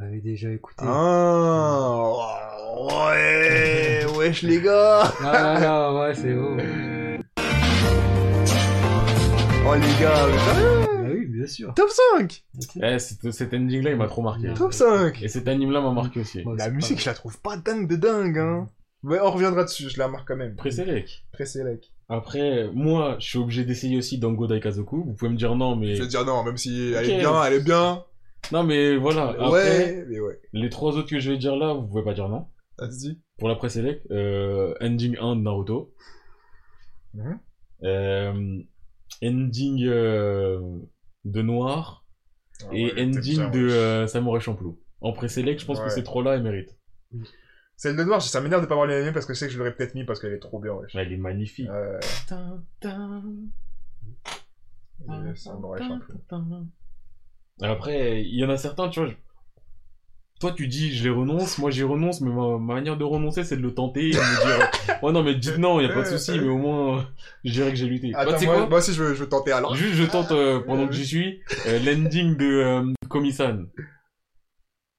[SPEAKER 4] On l'avait déjà écouté.
[SPEAKER 3] Hein Ah Ouais Wesh les gars
[SPEAKER 4] Ah non, non, ouais, c'est beau.
[SPEAKER 3] Oh les gars putain.
[SPEAKER 4] Bah oui, bien sûr.
[SPEAKER 3] Top 5
[SPEAKER 2] Eh, cet cet ending-là, il m'a trop marqué.
[SPEAKER 4] Non.
[SPEAKER 3] Top 5
[SPEAKER 2] Et cet anime-là m'a marqué aussi.
[SPEAKER 4] Bon, c'est
[SPEAKER 3] La
[SPEAKER 4] pas
[SPEAKER 3] musique, je la trouve pas dingue de dingue, hein Ouais, on reviendra dessus, je la marque quand même.
[SPEAKER 2] Préselec.
[SPEAKER 3] Très sélect.
[SPEAKER 2] Après, moi, je suis obligé d'essayer aussi Dango Daikazoku. Vous pouvez me dire non, mais.
[SPEAKER 3] Je vais dire non, même si
[SPEAKER 2] Ok.
[SPEAKER 3] elle est bien, elle est bien.
[SPEAKER 2] Non, mais voilà. Après,
[SPEAKER 3] Ouais, mais ouais.
[SPEAKER 2] les trois autres que je vais dire là, vous pouvez pas dire non.
[SPEAKER 3] Ça se dit.
[SPEAKER 2] Pour la préselec, euh, Ending 1 de Naruto.
[SPEAKER 3] Mhm.
[SPEAKER 2] Euh, ending euh, de Noir.
[SPEAKER 3] Ah
[SPEAKER 2] et Ending de euh, Samurai Champloo. En préselec, je pense
[SPEAKER 3] Ouais.
[SPEAKER 2] que ces trois-là, ils méritent.
[SPEAKER 3] Celle de noir, ça m'énerve de pas avoir les mêmes parce que je sais que je l'aurais peut-être mis parce qu'elle est trop bien, wesh.
[SPEAKER 2] Ouais, elle est magnifique.
[SPEAKER 3] Euh,
[SPEAKER 2] Tin, tin.
[SPEAKER 3] et ça m'aurait champion.
[SPEAKER 2] Après, il y en a certains, tu vois. je- Toi, tu dis, je les renonce. Moi, j'y renonce, mais ma, ma manière de renoncer, c'est de le tenter et de me dire, oh non, mais dites non, il n'y a pas de souci, mais au moins, euh, je dirais que j'ai lutté. Bah, tu
[SPEAKER 3] Attends,
[SPEAKER 2] sais
[SPEAKER 3] moi,
[SPEAKER 2] quoi
[SPEAKER 3] moi aussi je veux, je veux tenter alors.
[SPEAKER 2] Juste, je tente euh, pendant que j'y suis euh, l'ending de euh, Komi-san.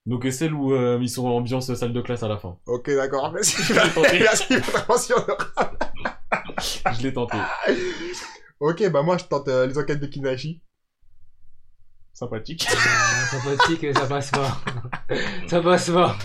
[SPEAKER 2] Donc, euh, celle où euh, ils sont en ambiance salle de classe à la fin.
[SPEAKER 3] Ok, d'accord. Merci.
[SPEAKER 2] Je l'ai tenté.
[SPEAKER 3] Merci pour ta mention.
[SPEAKER 2] Je l'ai tenté.
[SPEAKER 3] Ok, bah moi je tente euh, les enquêtes de Kinashi.
[SPEAKER 2] Sympathique.
[SPEAKER 4] Ah, Sympathique, ça passe pas. ça passe pas.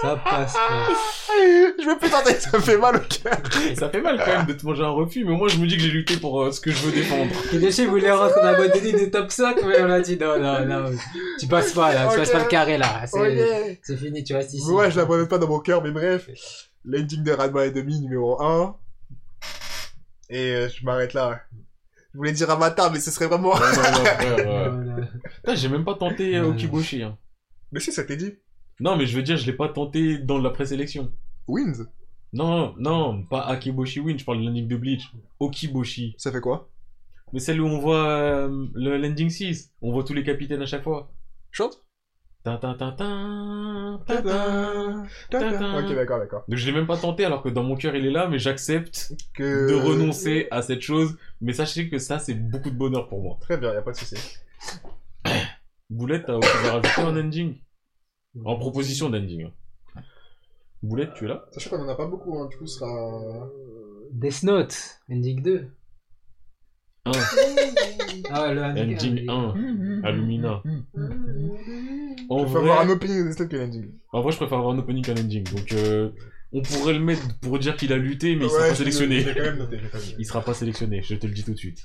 [SPEAKER 4] ça passe pas.
[SPEAKER 3] je vais plus tenter, ça me fait mal au cœur.
[SPEAKER 2] Et ça fait mal quand même de te manger un refus, mais moi, je me dis que j'ai lutté pour euh, ce que je veux défendre.
[SPEAKER 4] Kineshi voulait rentrer dans la bonne ligne des top 5, mais on a dit non, non, non. Tu passes pas là, tu
[SPEAKER 3] Ok.
[SPEAKER 4] passes pas le carré là. C'est
[SPEAKER 3] Ok.
[SPEAKER 4] c'est fini, tu restes ici.
[SPEAKER 3] Ouais, je la prenais pas dans mon cœur, mais bref. L'ending de Radma et demi numéro 1. Et euh, je m'arrête là. Je voulais dire Avatar, mais ce serait vraiment.
[SPEAKER 2] Ouais, non, non, frère, euh,
[SPEAKER 4] Non, non.
[SPEAKER 2] Putain, j'ai même pas tenté euh,
[SPEAKER 4] Ouais.
[SPEAKER 2] Okiboshi. Hein.
[SPEAKER 3] Mais si, ça t'est dit.
[SPEAKER 2] Non, mais je veux dire, je l'ai pas tenté dans la présélection.
[SPEAKER 3] Wins.
[SPEAKER 2] Non, non, pas Akiboshi Win, je parle de l'ending de Bleach. Okiboshi.
[SPEAKER 3] Ça fait quoi
[SPEAKER 2] Mais celle où on voit euh, le l'ending 6, on voit tous les capitaines à chaque fois.
[SPEAKER 3] Chante
[SPEAKER 2] Tin, tin, tin, tin, tin, tin. Tadam.
[SPEAKER 3] Ok, d'accord, d'accord.
[SPEAKER 2] Donc je l'ai même pas tenté alors que dans mon cœur il est là, mais j'accepte
[SPEAKER 3] Que...
[SPEAKER 2] de renoncer à cette chose. Mais sachez que ça, c'est beaucoup de bonheur pour moi.
[SPEAKER 3] Très bien, y a pas de souci.
[SPEAKER 2] Boulette, t'as aussi rajouté un ending En proposition d'ending. hein. Boulette, tu es là
[SPEAKER 3] Sachant qu'on en a pas beaucoup, hein, du coup, ce sera.
[SPEAKER 4] Euh, Death Note, Ending 2.
[SPEAKER 2] Un.
[SPEAKER 4] Ah, le Ending,
[SPEAKER 2] Ending 1. Alumina. En
[SPEAKER 3] Hmm. Il faut
[SPEAKER 2] vrai,
[SPEAKER 3] avoir un opening des que l'ending.
[SPEAKER 2] en vrai, je préfère avoir un opening qu'un ending. Donc, euh, on pourrait le mettre pour dire qu'il a lutté, mais il sera
[SPEAKER 3] Ouais,
[SPEAKER 2] pas
[SPEAKER 3] je- je l'ai
[SPEAKER 2] sélectionné.
[SPEAKER 3] quand même noté, je l'ai quand même noté.
[SPEAKER 2] Il sera pas sélectionné, je te le dis tout de suite.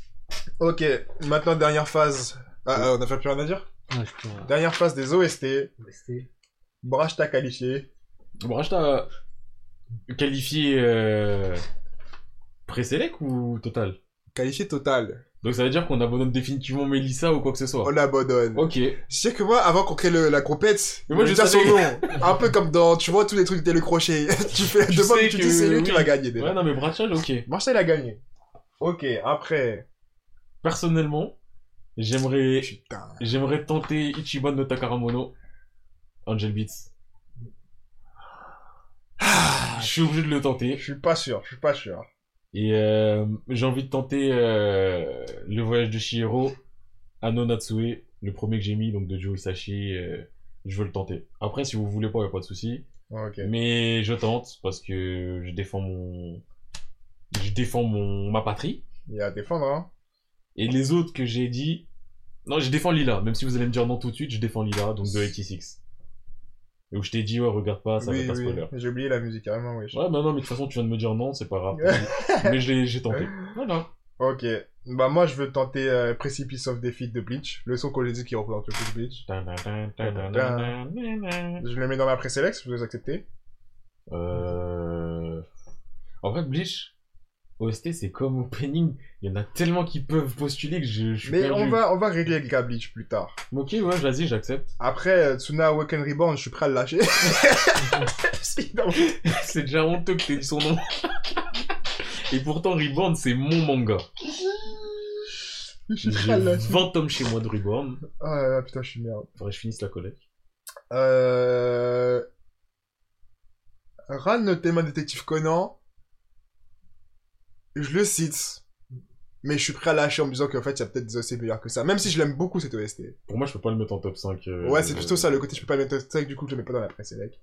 [SPEAKER 3] Ok, maintenant, dernière phase. Ah, ah, on a fait plus rien à dire
[SPEAKER 4] Ah, je peux
[SPEAKER 3] Dernière phase des OST.
[SPEAKER 4] rester.
[SPEAKER 3] Brach t'a qualifié.
[SPEAKER 2] Bon, t'as qualifié euh... pré-sélec ou total
[SPEAKER 3] Qualifié total.
[SPEAKER 2] Donc ça veut dire qu'on abandonne définitivement Mélissa ou quoi que ce
[SPEAKER 3] Oh,
[SPEAKER 2] soit.
[SPEAKER 5] On l'abandonne.
[SPEAKER 2] Ok. Mais
[SPEAKER 5] C'est que moi, avant qu'on crée le- la compète,
[SPEAKER 2] moi,
[SPEAKER 5] je
[SPEAKER 2] je
[SPEAKER 5] déjà son
[SPEAKER 2] savais-
[SPEAKER 5] nom. Un peu comme dans, tu vois, tous les trucs télécrochet. tu fais la
[SPEAKER 2] Tu
[SPEAKER 5] demande,
[SPEAKER 2] sais
[SPEAKER 5] tu
[SPEAKER 2] que
[SPEAKER 5] dis c'est lui, tu
[SPEAKER 2] oui.
[SPEAKER 5] vas gagner déjà.
[SPEAKER 2] Ouais, non, mais Brachage, ok.
[SPEAKER 3] Marseille a gagné. Ok, après.
[SPEAKER 2] Personnellement, j'aimerais
[SPEAKER 5] Putain.
[SPEAKER 2] j'aimerais tenter Ichiban no Takaramono, Angel Beats. Ah, Je suis obligé de le tenter.
[SPEAKER 3] Je suis pas sûr, je suis pas sûr.
[SPEAKER 2] Et euh, j'ai envie de tenter euh, le voyage de Shihiro, Ano Natsue, le premier que j'ai mis, donc de Joe Isashi. euh, je veux le tenter. Après, si vous voulez pas, y a pas de souci.
[SPEAKER 3] Ok.
[SPEAKER 2] Mais je tente parce que je défends mon, je défends mon ma patrie.
[SPEAKER 3] Il y a à défendre, hein.
[SPEAKER 2] Et les autres que j'ai dit, non, je défends Lila. Même si vous allez me dire non tout de suite, je défends Lila, donc de 86. Et où je t'ai dit ouais, regarde pas, Ah, ça
[SPEAKER 3] oui,
[SPEAKER 2] va pas
[SPEAKER 3] oui.
[SPEAKER 2] spoiler.
[SPEAKER 3] J'ai oublié la musique, carrément, oui.
[SPEAKER 2] Ouais, bah non, mais de toute façon, tu viens de me dire non, c'est pas grave. mais je l'ai- j'ai tenté. Voilà.
[SPEAKER 3] Ok. Bah, moi, je veux tenter euh, Precipice of Defeat de Bleach. Le son qu'on a dit qui représente le plus Bleach. Je le mets dans ma présélection, si vous acceptez.
[SPEAKER 2] Euh... En fait, Bleach, OST, c'est comme opening. Il y en a tellement qui peuvent postuler que je, je suis
[SPEAKER 3] Mais
[SPEAKER 2] perdu.
[SPEAKER 3] on va, on va régler le cas Bleach plus tard.
[SPEAKER 2] Ok, ouais, vas-y, j'accepte.
[SPEAKER 3] Après, euh, Tsuna Awaken Reborn, je suis prêt à le lâcher. Si, non.
[SPEAKER 2] c'est déjà honteux que t'aies dit son nom. Et pourtant, Reborn, c'est mon manga.
[SPEAKER 3] je suis prêt à
[SPEAKER 2] J'ai
[SPEAKER 3] le lâcher.
[SPEAKER 2] 20 tomes chez moi de Reborn.
[SPEAKER 3] Ah là là, putain, je suis merde.
[SPEAKER 2] Faudrait que je finisse la collecte.
[SPEAKER 3] Euh... Ran le thème détective Conan,
[SPEAKER 5] Je le cite. Mais je suis prêt à lâcher en me disant qu'en fait, il y a peut-être des OC meilleurs que ça. Même si je l'aime beaucoup, cette OST.
[SPEAKER 2] Pour moi, je peux pas le mettre en top 5. euh,
[SPEAKER 5] Ouais, c'est plutôt ça, le
[SPEAKER 2] euh,
[SPEAKER 5] côté je peux pas mettre un stack, du coup, je le mets pas dans la préselect.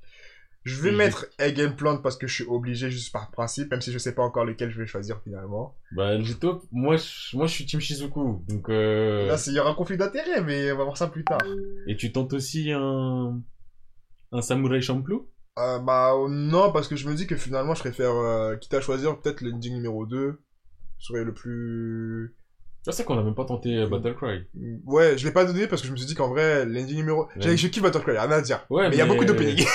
[SPEAKER 3] je vais
[SPEAKER 2] Oui.
[SPEAKER 3] mettre Egg and Plant parce que je suis obligé juste par principe, même si je sais pas encore lequel je vais choisir finalement.
[SPEAKER 2] Bah, le top, moi, je, moi, je suis Team Shizuku. Donc, euh...
[SPEAKER 3] Là, c'est- il y aura un conflit d'intérêt, mais on va voir ça plus tard.
[SPEAKER 2] Et tu tentes aussi un. Un Samurai Champloo
[SPEAKER 3] Euh, bah euh, non, parce que je me dis que finalement, je préfère, euh, quitte à choisir peut-être l'ending numéro 2, serait le plus...
[SPEAKER 2] Ah, c'est qu'on a même pas tenté euh, Battle Cry.
[SPEAKER 3] Ouais, je l'ai pas donné parce que je me suis dit qu'en vrai, l'ending numéro. J'ai
[SPEAKER 2] Ouais.
[SPEAKER 3] Je kiffe Battlecry, rien à dire.
[SPEAKER 2] Ouais,
[SPEAKER 3] mais il y a
[SPEAKER 2] mais- euh,
[SPEAKER 3] beaucoup d'openings.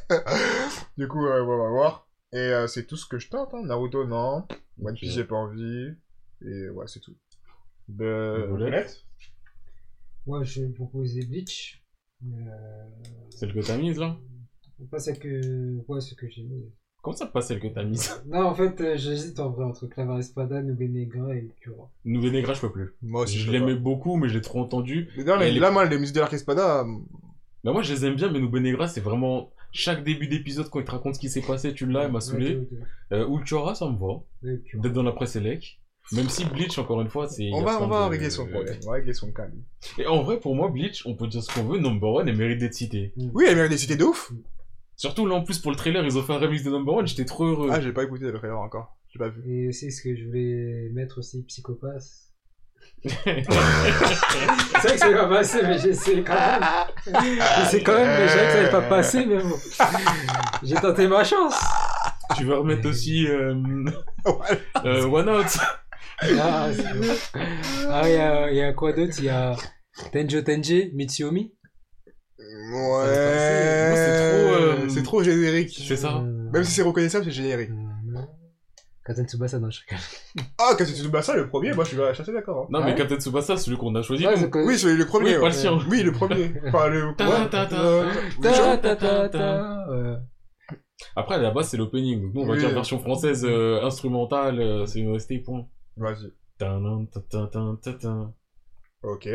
[SPEAKER 3] du coup, euh, on va voir. Et euh, c'est tout ce que je tente. hein. Naruto, non. One
[SPEAKER 2] Ok.
[SPEAKER 3] Piece, j'ai pas envie. Et ouais, c'est tout. Bah, De...
[SPEAKER 2] Boulette.
[SPEAKER 3] Boulette
[SPEAKER 4] Ouais, je vais proposer Bleach. Euh,
[SPEAKER 2] Celle que t'as mise là
[SPEAKER 4] pas celle que. Ouais, ce que j'ai mis.
[SPEAKER 2] Comment ça, pas celle que t'as mise
[SPEAKER 4] Non, en fait, euh, j'hésite en vrai entre Clavar Espada, Nubenegra et Cura.
[SPEAKER 2] Nouvelle Negra, je peux plus.
[SPEAKER 3] Moi
[SPEAKER 2] je l'aimais beaucoup, mais je l'ai trop entendu.
[SPEAKER 3] Mais non, mais
[SPEAKER 2] Elle est-
[SPEAKER 3] là, moi, les musiques de l'Arcespada.
[SPEAKER 2] Bah, moi, je les aime bien, mais Nouvelle Negra, c'est vraiment. Chaque début d'épisode, quand il te raconte ce qui s'est passé, tu l'as, elle m'a saoulé. Euh, Ulchora, ça me va. D'être dans la presse élec. Même si Bleach, encore une fois,
[SPEAKER 3] On
[SPEAKER 2] c'est. il y a
[SPEAKER 3] va,
[SPEAKER 2] plein
[SPEAKER 3] on va
[SPEAKER 2] de-
[SPEAKER 3] régler son problème. On va régler son calme.
[SPEAKER 2] Et en vrai, pour moi, Bleach, on peut dire ce qu'on veut, Number One, elle mérite d'être citée.
[SPEAKER 3] Oui, elle mérite des cités de ouf.
[SPEAKER 2] Surtout là, en plus, pour le trailer, ils ont fait un remix de Number One, j'étais trop heureux.
[SPEAKER 3] Ah, j'ai pas écouté le trailer encore. J'ai pas vu.
[SPEAKER 4] Et aussi, ce que je voulais mettre aussi, Psychopath. c'est vrai que ça va pas passer, mais j'essaie quand même. J'essaie quand même, mais je savais que ça va pas passer, mais bon. J'ai tenté ma chance.
[SPEAKER 3] Ah,
[SPEAKER 2] tu vas remettre aussi. euh,
[SPEAKER 3] Ouais.
[SPEAKER 2] euh, One Out.
[SPEAKER 4] Ah, c'est bon. Ah, il y a- il y, a quoi d'autre Il y a Tenjo Tenji, Mitsuomi.
[SPEAKER 3] Ouais.
[SPEAKER 2] Moi, c'est trop, euh,
[SPEAKER 3] C'est trop générique.
[SPEAKER 2] C'est ça.
[SPEAKER 4] Euh,
[SPEAKER 3] Même si c'est reconnaissable, c'est générique.
[SPEAKER 4] euh, Katen Tsubasa, non, je rigole.
[SPEAKER 3] Ah, quand tu ça le premier, moi je suis assez d'accord. hein.
[SPEAKER 2] Non, mais
[SPEAKER 4] Ouais.
[SPEAKER 2] Captain Tsubasa, celui qu'on a choisi.
[SPEAKER 4] Ouais,
[SPEAKER 2] nous.
[SPEAKER 4] c'est que-
[SPEAKER 3] Oui, c'est le
[SPEAKER 2] Oui,
[SPEAKER 3] premier.
[SPEAKER 2] pas
[SPEAKER 3] ouais.
[SPEAKER 2] le sien.
[SPEAKER 3] Oui, le premier. Enfin, le.
[SPEAKER 2] Ta,
[SPEAKER 3] ouais.
[SPEAKER 2] ta, ta.
[SPEAKER 3] Euh,
[SPEAKER 4] Ta, ta, ta, ta, euh,
[SPEAKER 2] Après, à la base, c'est l'opening. Donc, nous, on va
[SPEAKER 3] Oui.
[SPEAKER 2] dire version française euh, instrumentale, euh, c'est une OST, point.
[SPEAKER 3] Vas-y.
[SPEAKER 2] Tadam, tadam, tadam, tadam.
[SPEAKER 3] Ok.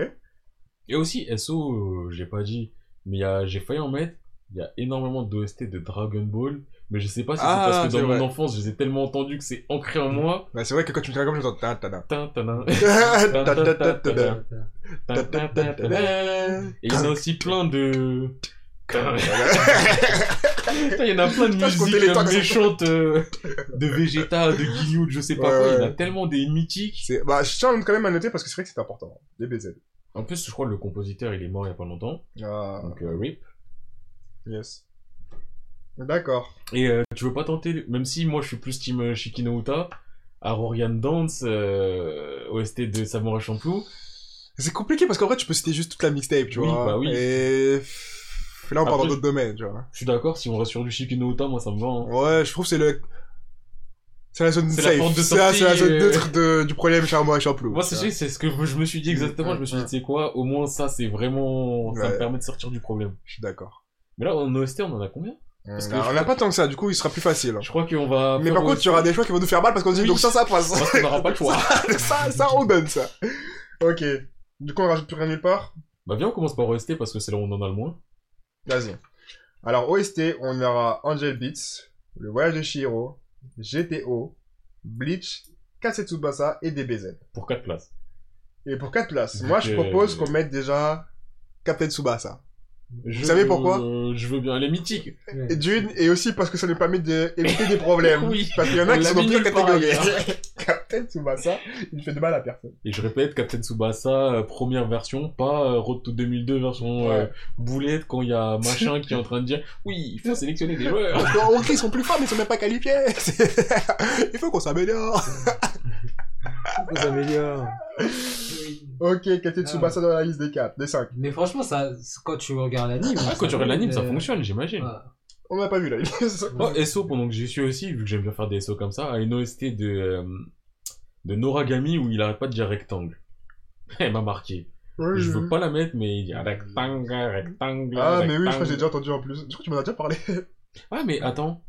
[SPEAKER 2] Et aussi, SO, euh, j'ai pas dit, mais il y a- j'ai failli en mettre. Il y a énormément d'OST de Dragon Ball, mais je sais pas si
[SPEAKER 3] Ah,
[SPEAKER 2] c'est parce que
[SPEAKER 3] c'est
[SPEAKER 2] dans
[SPEAKER 3] vrai.
[SPEAKER 2] mon enfance, je les ai tellement entendus que c'est ancré en moi.
[SPEAKER 3] Bah, c'est vrai que quand tu me fais comme je t'entends. ta, ta, ta.
[SPEAKER 2] Tin, tadam.
[SPEAKER 3] Ta, ta, ta, ta, ta, ta.
[SPEAKER 4] ta,
[SPEAKER 2] Tin,
[SPEAKER 4] ta.
[SPEAKER 2] tin, tin, tin. Et il y en a aussi plein de. Tin. Putain, Il y en a plein de
[SPEAKER 3] Putain, je comptais les
[SPEAKER 2] musiques
[SPEAKER 3] temps
[SPEAKER 2] là,
[SPEAKER 3] que ça-
[SPEAKER 2] méchantes euh, de Vegeta, de Guillou, de je sais pas
[SPEAKER 3] Ouais,
[SPEAKER 2] quoi. Il y en a
[SPEAKER 3] ouais.
[SPEAKER 2] tellement des mythiques.
[SPEAKER 3] C'est- Bah, je tiens quand même à noter parce que c'est vrai que c'est important. Les BZ.
[SPEAKER 2] En plus, je crois que le compositeur, il est mort il y a pas longtemps.
[SPEAKER 3] Ah,
[SPEAKER 2] Donc, euh, RIP.
[SPEAKER 3] yes. D'accord.
[SPEAKER 2] Et euh, tu veux pas tenter, même si moi je suis plus team euh, Shikino Uta, Arorian Dance, euh, OST de Samurai Champloo.
[SPEAKER 3] C'est compliqué parce qu'en vrai, tu peux citer juste toute la mixtape, tu
[SPEAKER 2] Oui,
[SPEAKER 3] vois.
[SPEAKER 2] bah oui.
[SPEAKER 3] Et. Là, on part dans
[SPEAKER 2] Après, je-
[SPEAKER 3] d'autres domaines, tu vois.
[SPEAKER 2] Je suis d'accord, si on reste sur du Shikino Uta, moi ça me va. hein.
[SPEAKER 3] Ouais, je trouve que c'est le. C'est la zone
[SPEAKER 2] C'est la
[SPEAKER 3] safe.
[SPEAKER 2] porte de
[SPEAKER 3] C'est la- c'est la
[SPEAKER 2] sortie,
[SPEAKER 3] zone
[SPEAKER 2] euh.
[SPEAKER 3] neutre de- du problème Charbon et Champlou.
[SPEAKER 2] Moi, c'est c'est ce que je me suis dit exactement. Je me suis dit, c'est quoi Au moins, ça, c'est vraiment. Ça
[SPEAKER 3] Ouais.
[SPEAKER 2] me permet de sortir du problème.
[SPEAKER 3] Je suis d'accord.
[SPEAKER 2] Mais là, en OST, on en a combien
[SPEAKER 3] Parce
[SPEAKER 2] que
[SPEAKER 3] que on
[SPEAKER 2] je-
[SPEAKER 3] n'a pas tant que ça, du coup, il sera plus facile.
[SPEAKER 2] Je crois qu'on va.
[SPEAKER 3] Mais
[SPEAKER 2] faire
[SPEAKER 3] par contre,
[SPEAKER 2] OST,
[SPEAKER 3] tu auras des choix qui vont nous faire mal parce qu'on dit
[SPEAKER 2] Oui.
[SPEAKER 3] donc ça, ça passe.
[SPEAKER 2] Parce qu'on n'aura pas le choix.
[SPEAKER 3] ça, ça, on donne ça.
[SPEAKER 1] Ok. Du coup, on rajoute plus rien nulle part
[SPEAKER 2] Bah, viens, on commence par OST parce que c'est là où on en a le moins.
[SPEAKER 1] Vas-y. Alors, OST, on aura Angel Beats, Le Voyage de Shihiro, GTO, Bleach, Katsetsubasa et DBZ.
[SPEAKER 2] Pour 4 places.
[SPEAKER 1] Et pour 4 places,
[SPEAKER 2] Vu
[SPEAKER 1] moi, je
[SPEAKER 2] que-
[SPEAKER 1] propose qu'on mette déjà
[SPEAKER 3] Captain Tsubasa.
[SPEAKER 2] Vous
[SPEAKER 3] savez pourquoi
[SPEAKER 2] Je veux bien. Elle est mythique.
[SPEAKER 1] Et D'une, et aussi parce que ça nous permet d'éviter des problèmes.
[SPEAKER 2] Oui.
[SPEAKER 1] Parce qu'il y en a
[SPEAKER 2] On
[SPEAKER 1] qui
[SPEAKER 2] l'a
[SPEAKER 1] sont dans
[SPEAKER 2] mis
[SPEAKER 1] plusieurs
[SPEAKER 2] nulle part
[SPEAKER 1] catégories.
[SPEAKER 2] ailleurs.
[SPEAKER 1] Captain Tsubasa, il fait de mal à personne.
[SPEAKER 2] Et je répète, Captain Tsubasa, euh, première version, pas euh, Road to 2002 version
[SPEAKER 1] Ouais.
[SPEAKER 2] euh, boulette quand il y a machin qui est en train de dire Oui, il faut sélectionner des joueurs.
[SPEAKER 3] Parce qu'en Hongrie, ils sont plus forts, mais ils sont même pas qualifiés. il faut qu'on s'améliore.
[SPEAKER 4] On s'améliore.
[SPEAKER 1] Ok,
[SPEAKER 2] Ah.
[SPEAKER 1] Captain Tsubasa dans la liste des 4, des 5.
[SPEAKER 4] Mais franchement, ça, quand tu regardes l'anime.
[SPEAKER 2] Ah, quand tu regardes l'anime, ça fonctionne, j'imagine.
[SPEAKER 1] On n'a pas vu la liste.
[SPEAKER 2] Oh, SO, pendant que j'y suis aussi, vu que j'aime bien faire des SO comme ça, à une OST de, euh, de Noragami où il arrête pas de dire rectangle. Elle m'a marqué. Je veux pas la mettre, mais il dit ah, rectangle, rectangle.
[SPEAKER 1] Ah, mais oui, je crois que j'ai
[SPEAKER 2] rectangle.
[SPEAKER 1] déjà entendu en plus. Je crois que tu m'en as déjà parlé.
[SPEAKER 2] Ah, mais attends.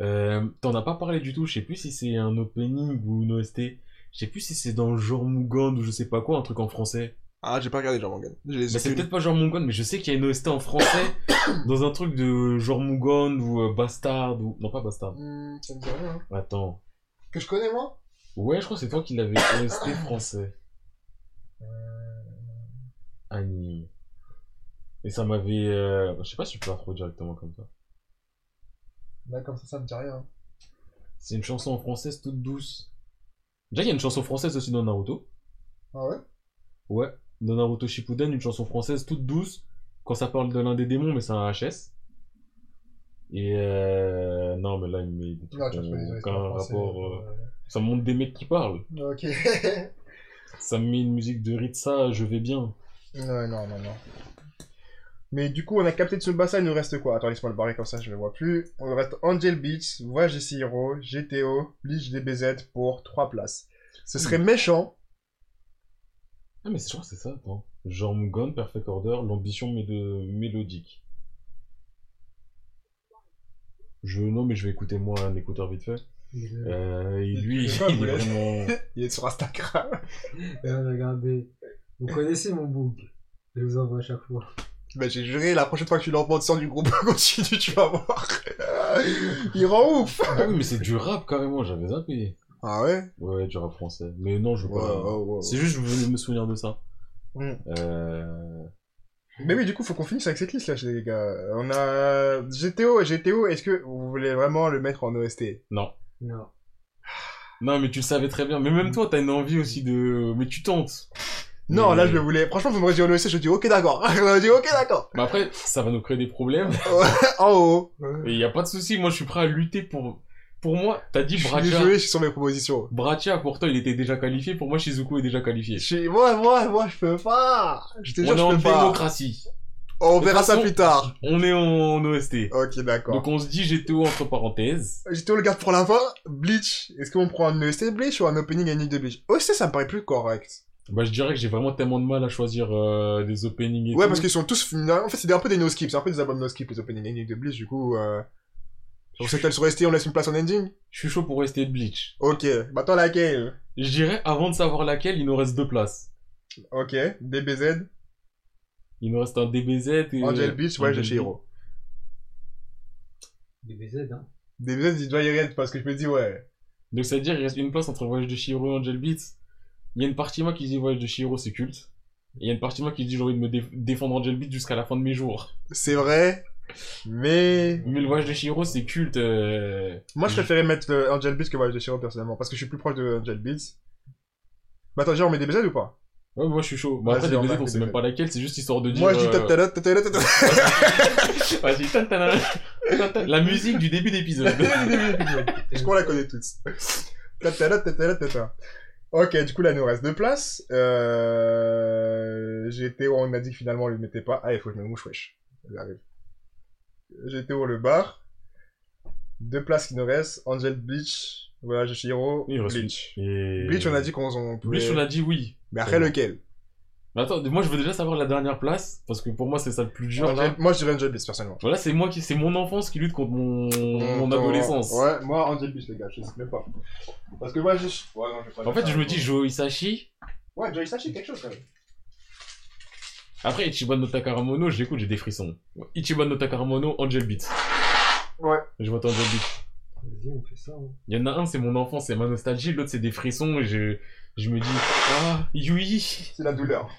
[SPEAKER 2] Euh, T'en as pas parlé du tout, je sais plus si c'est un opening ou une OST. Je sais plus si c'est dans le genre Mugan ou je sais pas quoi, un truc en français.
[SPEAKER 3] Ah, j'ai pas regardé Jean Mangan. J'ai les
[SPEAKER 2] Bah, c'est
[SPEAKER 3] yeux
[SPEAKER 2] peut-être pas genre Mugan, mais je sais qu'il y a une OST en français dans un truc de genre Mugan ou euh, Bastard ou. Non, pas Bastard.
[SPEAKER 1] Hmm, ça me dit rien. hein.
[SPEAKER 2] Attends.
[SPEAKER 1] Que je connais, moi
[SPEAKER 2] Ouais, je crois que c'est toi qui l'avais OST français. Euh, Anime. Et ça m'avait. euh, Je sais pas si je peux la retrouver directement comme ça.
[SPEAKER 4] Bah,
[SPEAKER 1] Là, comme ça, ça me dit rien.
[SPEAKER 2] C'est une chanson française toute douce. Déjà, il y a une chanson française aussi dans Naruto.
[SPEAKER 1] Ah ouais
[SPEAKER 2] Ouais, dans Naruto Shippuden, une chanson française toute douce. Quand ça parle de l'un des démons, mais c'est un HS. Et euh... non, mais là, il met des trucs
[SPEAKER 1] Non, tu
[SPEAKER 2] qui
[SPEAKER 1] vois, je connais
[SPEAKER 2] ont
[SPEAKER 1] les histoires
[SPEAKER 2] aucun
[SPEAKER 1] françaises,
[SPEAKER 2] Euh, rapport. euh, Ça montre des mecs qui parlent.
[SPEAKER 1] euh, Ok.
[SPEAKER 2] Ça me met une musique de Ritza, je vais bien.
[SPEAKER 1] non, non, non, non. Mais du coup, on a capté Tsubasa, il nous reste quoi Attends, laisse-moi le barrer comme ça, je le vois plus. On nous reste Angel Beats, Voyage ici Hero, GTO, Bleach DBZ pour 3 places. Ce serait
[SPEAKER 3] Hmm.
[SPEAKER 1] méchant.
[SPEAKER 2] Ah, mais je crois que c'est ça, attends. Genre Mugon, Perfect Order, l'ambition mélo- mélodique. Je... Non, mais je vais écouter moi un écouteur vite fait. Euh, et lui,
[SPEAKER 1] Je sais pas,
[SPEAKER 2] il
[SPEAKER 1] vous
[SPEAKER 2] est
[SPEAKER 1] laissez.
[SPEAKER 2] vraiment.
[SPEAKER 1] Il est sur Instagram.
[SPEAKER 4] Regardez. Vous connaissez mon book. Je vous envoie à chaque fois.
[SPEAKER 3] Bah, j'ai juré, la prochaine fois que tu l'entends, sors du groupe, continue, tu vas voir.
[SPEAKER 1] Il rend ouf
[SPEAKER 2] Ah oui, mais c'est du rap carrément, j'avais zappé.
[SPEAKER 3] Ah ouais?
[SPEAKER 2] Ouais, du rap français. Mais non, je veux pas. C'est juste, je voulais me souvenir de ça.
[SPEAKER 1] Mm.
[SPEAKER 2] Euh...
[SPEAKER 1] Mais oui, du coup, faut qu'on finisse avec cette liste là, les gars. On a GTO, GTO, est-ce que vous voulez vraiment le mettre en OST
[SPEAKER 4] Non.
[SPEAKER 2] Non, mais tu le savais très bien. Mais même toi, t'as une envie aussi de. Mais tu tentes.
[SPEAKER 1] Non,
[SPEAKER 2] Mais-
[SPEAKER 1] là, je le voulais. Franchement, vous m'auriez dit en OST, je dis ok, d'accord.
[SPEAKER 3] On a dit, ok, d'accord.
[SPEAKER 2] Mais après, ça va nous créer des problèmes.
[SPEAKER 3] En haut.
[SPEAKER 2] Et y a pas de souci. Moi, je suis prêt à lutter pour. Pour moi, t'as dit
[SPEAKER 3] Je suis
[SPEAKER 2] Bratia.
[SPEAKER 3] désolé, je suis sur mes propositions.
[SPEAKER 2] Bratia, pour toi, il était déjà qualifié. Pour moi, Shizuku est déjà qualifié.
[SPEAKER 3] Je suis- Moi, moi, moi, je peux pas. Je te
[SPEAKER 2] On
[SPEAKER 3] jure,
[SPEAKER 2] est en
[SPEAKER 3] je peux pas.
[SPEAKER 2] démocratie.
[SPEAKER 3] On
[SPEAKER 2] De
[SPEAKER 3] verra
[SPEAKER 2] toute
[SPEAKER 3] ça
[SPEAKER 2] façon-
[SPEAKER 3] plus tard.
[SPEAKER 2] On est en OST.
[SPEAKER 3] Ok, d'accord.
[SPEAKER 2] Donc, on se dit GTO entre parenthèses.
[SPEAKER 3] J'étais le garde pour la fin. Bleach. Est-ce qu'on prend un E OST Bleach ou un opening unique de Bleach OST, ça me paraît plus correct.
[SPEAKER 2] Bah, je dirais que j'ai vraiment tellement de mal à choisir euh, des openings et
[SPEAKER 3] Ouais,
[SPEAKER 2] tout.
[SPEAKER 3] parce qu'ils sont tous. En fait, c'est un peu des no-skips. C'est un peu des albums no-skips, les openings uniques de Bleach, du coup. Euh... On sait qu'elles sont restées, on laisse une place en ending
[SPEAKER 2] Je suis chaud pour rester de Bleach.
[SPEAKER 3] Ok, bah attends laquelle
[SPEAKER 2] Je dirais, avant de savoir laquelle, il nous reste deux places.
[SPEAKER 1] Ok, DBZ,
[SPEAKER 2] Il nous reste un DBZ et...
[SPEAKER 1] Angel Beach, ouais, j'ai
[SPEAKER 2] Angel
[SPEAKER 1] chez Hero.
[SPEAKER 4] Des BZ, hein.
[SPEAKER 1] DBZ, il doit y être parce que je me dis, ouais.
[SPEAKER 2] Beat. Donc, c'est-à-dire, il reste une place entre Voyage de Shiro et Angel Beats. Il y a une partie de moi qui dit Voyage de Shiro, c'est culte. Et il y a une partie de moi qui dit j'ai envie de me dé- défendre Angel Beats jusqu'à la fin de mes jours.
[SPEAKER 3] C'est vrai, mais...
[SPEAKER 2] Mais le Voyage de Shiro, c'est culte. euh,
[SPEAKER 1] Moi, je préférais mettre euh, Angel Beats que Voyage de Shiro, personnellement, parce que je suis plus proche de Angel Beats. Bah, attends, déjà, on met DBZ ou pas
[SPEAKER 2] Ouais, moi, je suis chaud. Bah, après,
[SPEAKER 1] Vas-y, on
[SPEAKER 2] DBZ,
[SPEAKER 1] marque
[SPEAKER 2] on sait
[SPEAKER 1] DBZ.
[SPEAKER 2] même pas laquelle, c'est juste histoire de dire...
[SPEAKER 3] Moi je dis
[SPEAKER 2] euh,
[SPEAKER 3] tatala, tatala, tatala.
[SPEAKER 2] vas-y, tatana, tatana. La musique du début d'épisode.
[SPEAKER 3] Parce qu'on la connaît tous.
[SPEAKER 1] Tatala, tatala, tatala. Ok, du coup, là, il nous reste deux places. Euh... GTO, on a dit que finalement, on le mettait pas. Ah, il faut que je me mouche, wesh. J'arrive. GTO, le bar. Deux places qui nous restent. Angel Beach,
[SPEAKER 3] Voilà, Jashiro,
[SPEAKER 2] Il reste-
[SPEAKER 3] Bleach.
[SPEAKER 2] Et...
[SPEAKER 3] Bleach, on a dit qu'on on pouvait...
[SPEAKER 2] Bleach, on a dit oui.
[SPEAKER 3] Mais après
[SPEAKER 2] Ouais.
[SPEAKER 3] lequel
[SPEAKER 2] Mais attends, moi je veux déjà savoir la dernière place, parce que pour moi c'est ça le plus dur.
[SPEAKER 3] Angel-
[SPEAKER 2] Là.
[SPEAKER 3] Moi, je dirais Angel Beats, personnellement.
[SPEAKER 2] Voilà, c'est moi qui, c'est mon enfance qui lutte contre mon, mon
[SPEAKER 3] Ton-
[SPEAKER 2] adolescence.
[SPEAKER 3] Ouais, moi, Angel Beats, les gars, je sais même pas. Parce que moi, je... Ouais, non, je vais pas
[SPEAKER 2] En fait,
[SPEAKER 3] dire ça.
[SPEAKER 2] je me dis Joe Isashi,
[SPEAKER 3] Ouais, Joy Sashi, quelque chose, quand même.
[SPEAKER 2] après Ichiban no Takaramono, j'écoute, j'ai des frissons. Ichiban no Takaramono, Angel Beat.
[SPEAKER 3] Ouais.
[SPEAKER 2] Je vote Angel Beat.
[SPEAKER 4] Vas-y, on fait ça. hein.
[SPEAKER 2] Il y en a un, c'est mon enfance, c'est ma nostalgie, l'autre c'est des frissons, et je, je me dis, ah, Yui
[SPEAKER 3] C'est la douleur.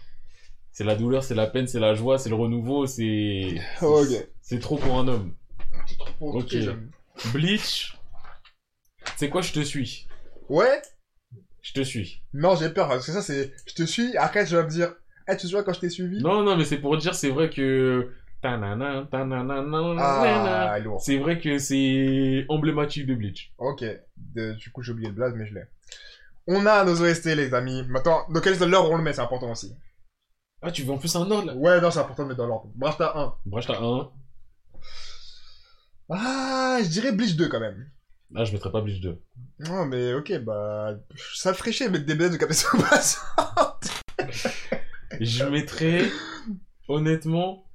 [SPEAKER 2] C'est la douleur, c'est la peine, c'est la joie, c'est le renouveau, c'est.
[SPEAKER 3] Ok.
[SPEAKER 2] C'est trop pour un homme.
[SPEAKER 3] Pour
[SPEAKER 2] Ok.
[SPEAKER 3] tous les jeunes.
[SPEAKER 2] Bleach, c'est quoi, je te suis
[SPEAKER 3] Ouais
[SPEAKER 2] Je te suis.
[SPEAKER 3] Non, j'ai peur, parce que ça, c'est... Je te suis, après, je vas me dire... Eh, tu te souviens quand je t'ai suivi
[SPEAKER 2] Non, non, mais c'est pour dire, c'est vrai que. Tanana, tanana, nanana.
[SPEAKER 3] Ah, lourd.
[SPEAKER 2] C'est vrai que c'est emblématique de Bleach.
[SPEAKER 3] Ok. De- Du coup, j'ai oublié le blaze, mais je l'ai. On a nos OST, les amis. Maintenant, dans quel ordre on le met, c'est important aussi.
[SPEAKER 2] Ah, tu veux en plus un ordre là
[SPEAKER 3] Ouais, non, c'est important de mettre dans l'ordre. Bref, t'as un.
[SPEAKER 2] Bref, t'as un.
[SPEAKER 3] Ah, je dirais Bleach 2, quand même.
[SPEAKER 2] Là, Ah, je mettrais pas Bleach 2.
[SPEAKER 3] Non, mais ok, bah... Ça fraîchait, mettre des blagues de Captain Tsubasa.
[SPEAKER 2] Je mettrais. Honnêtement,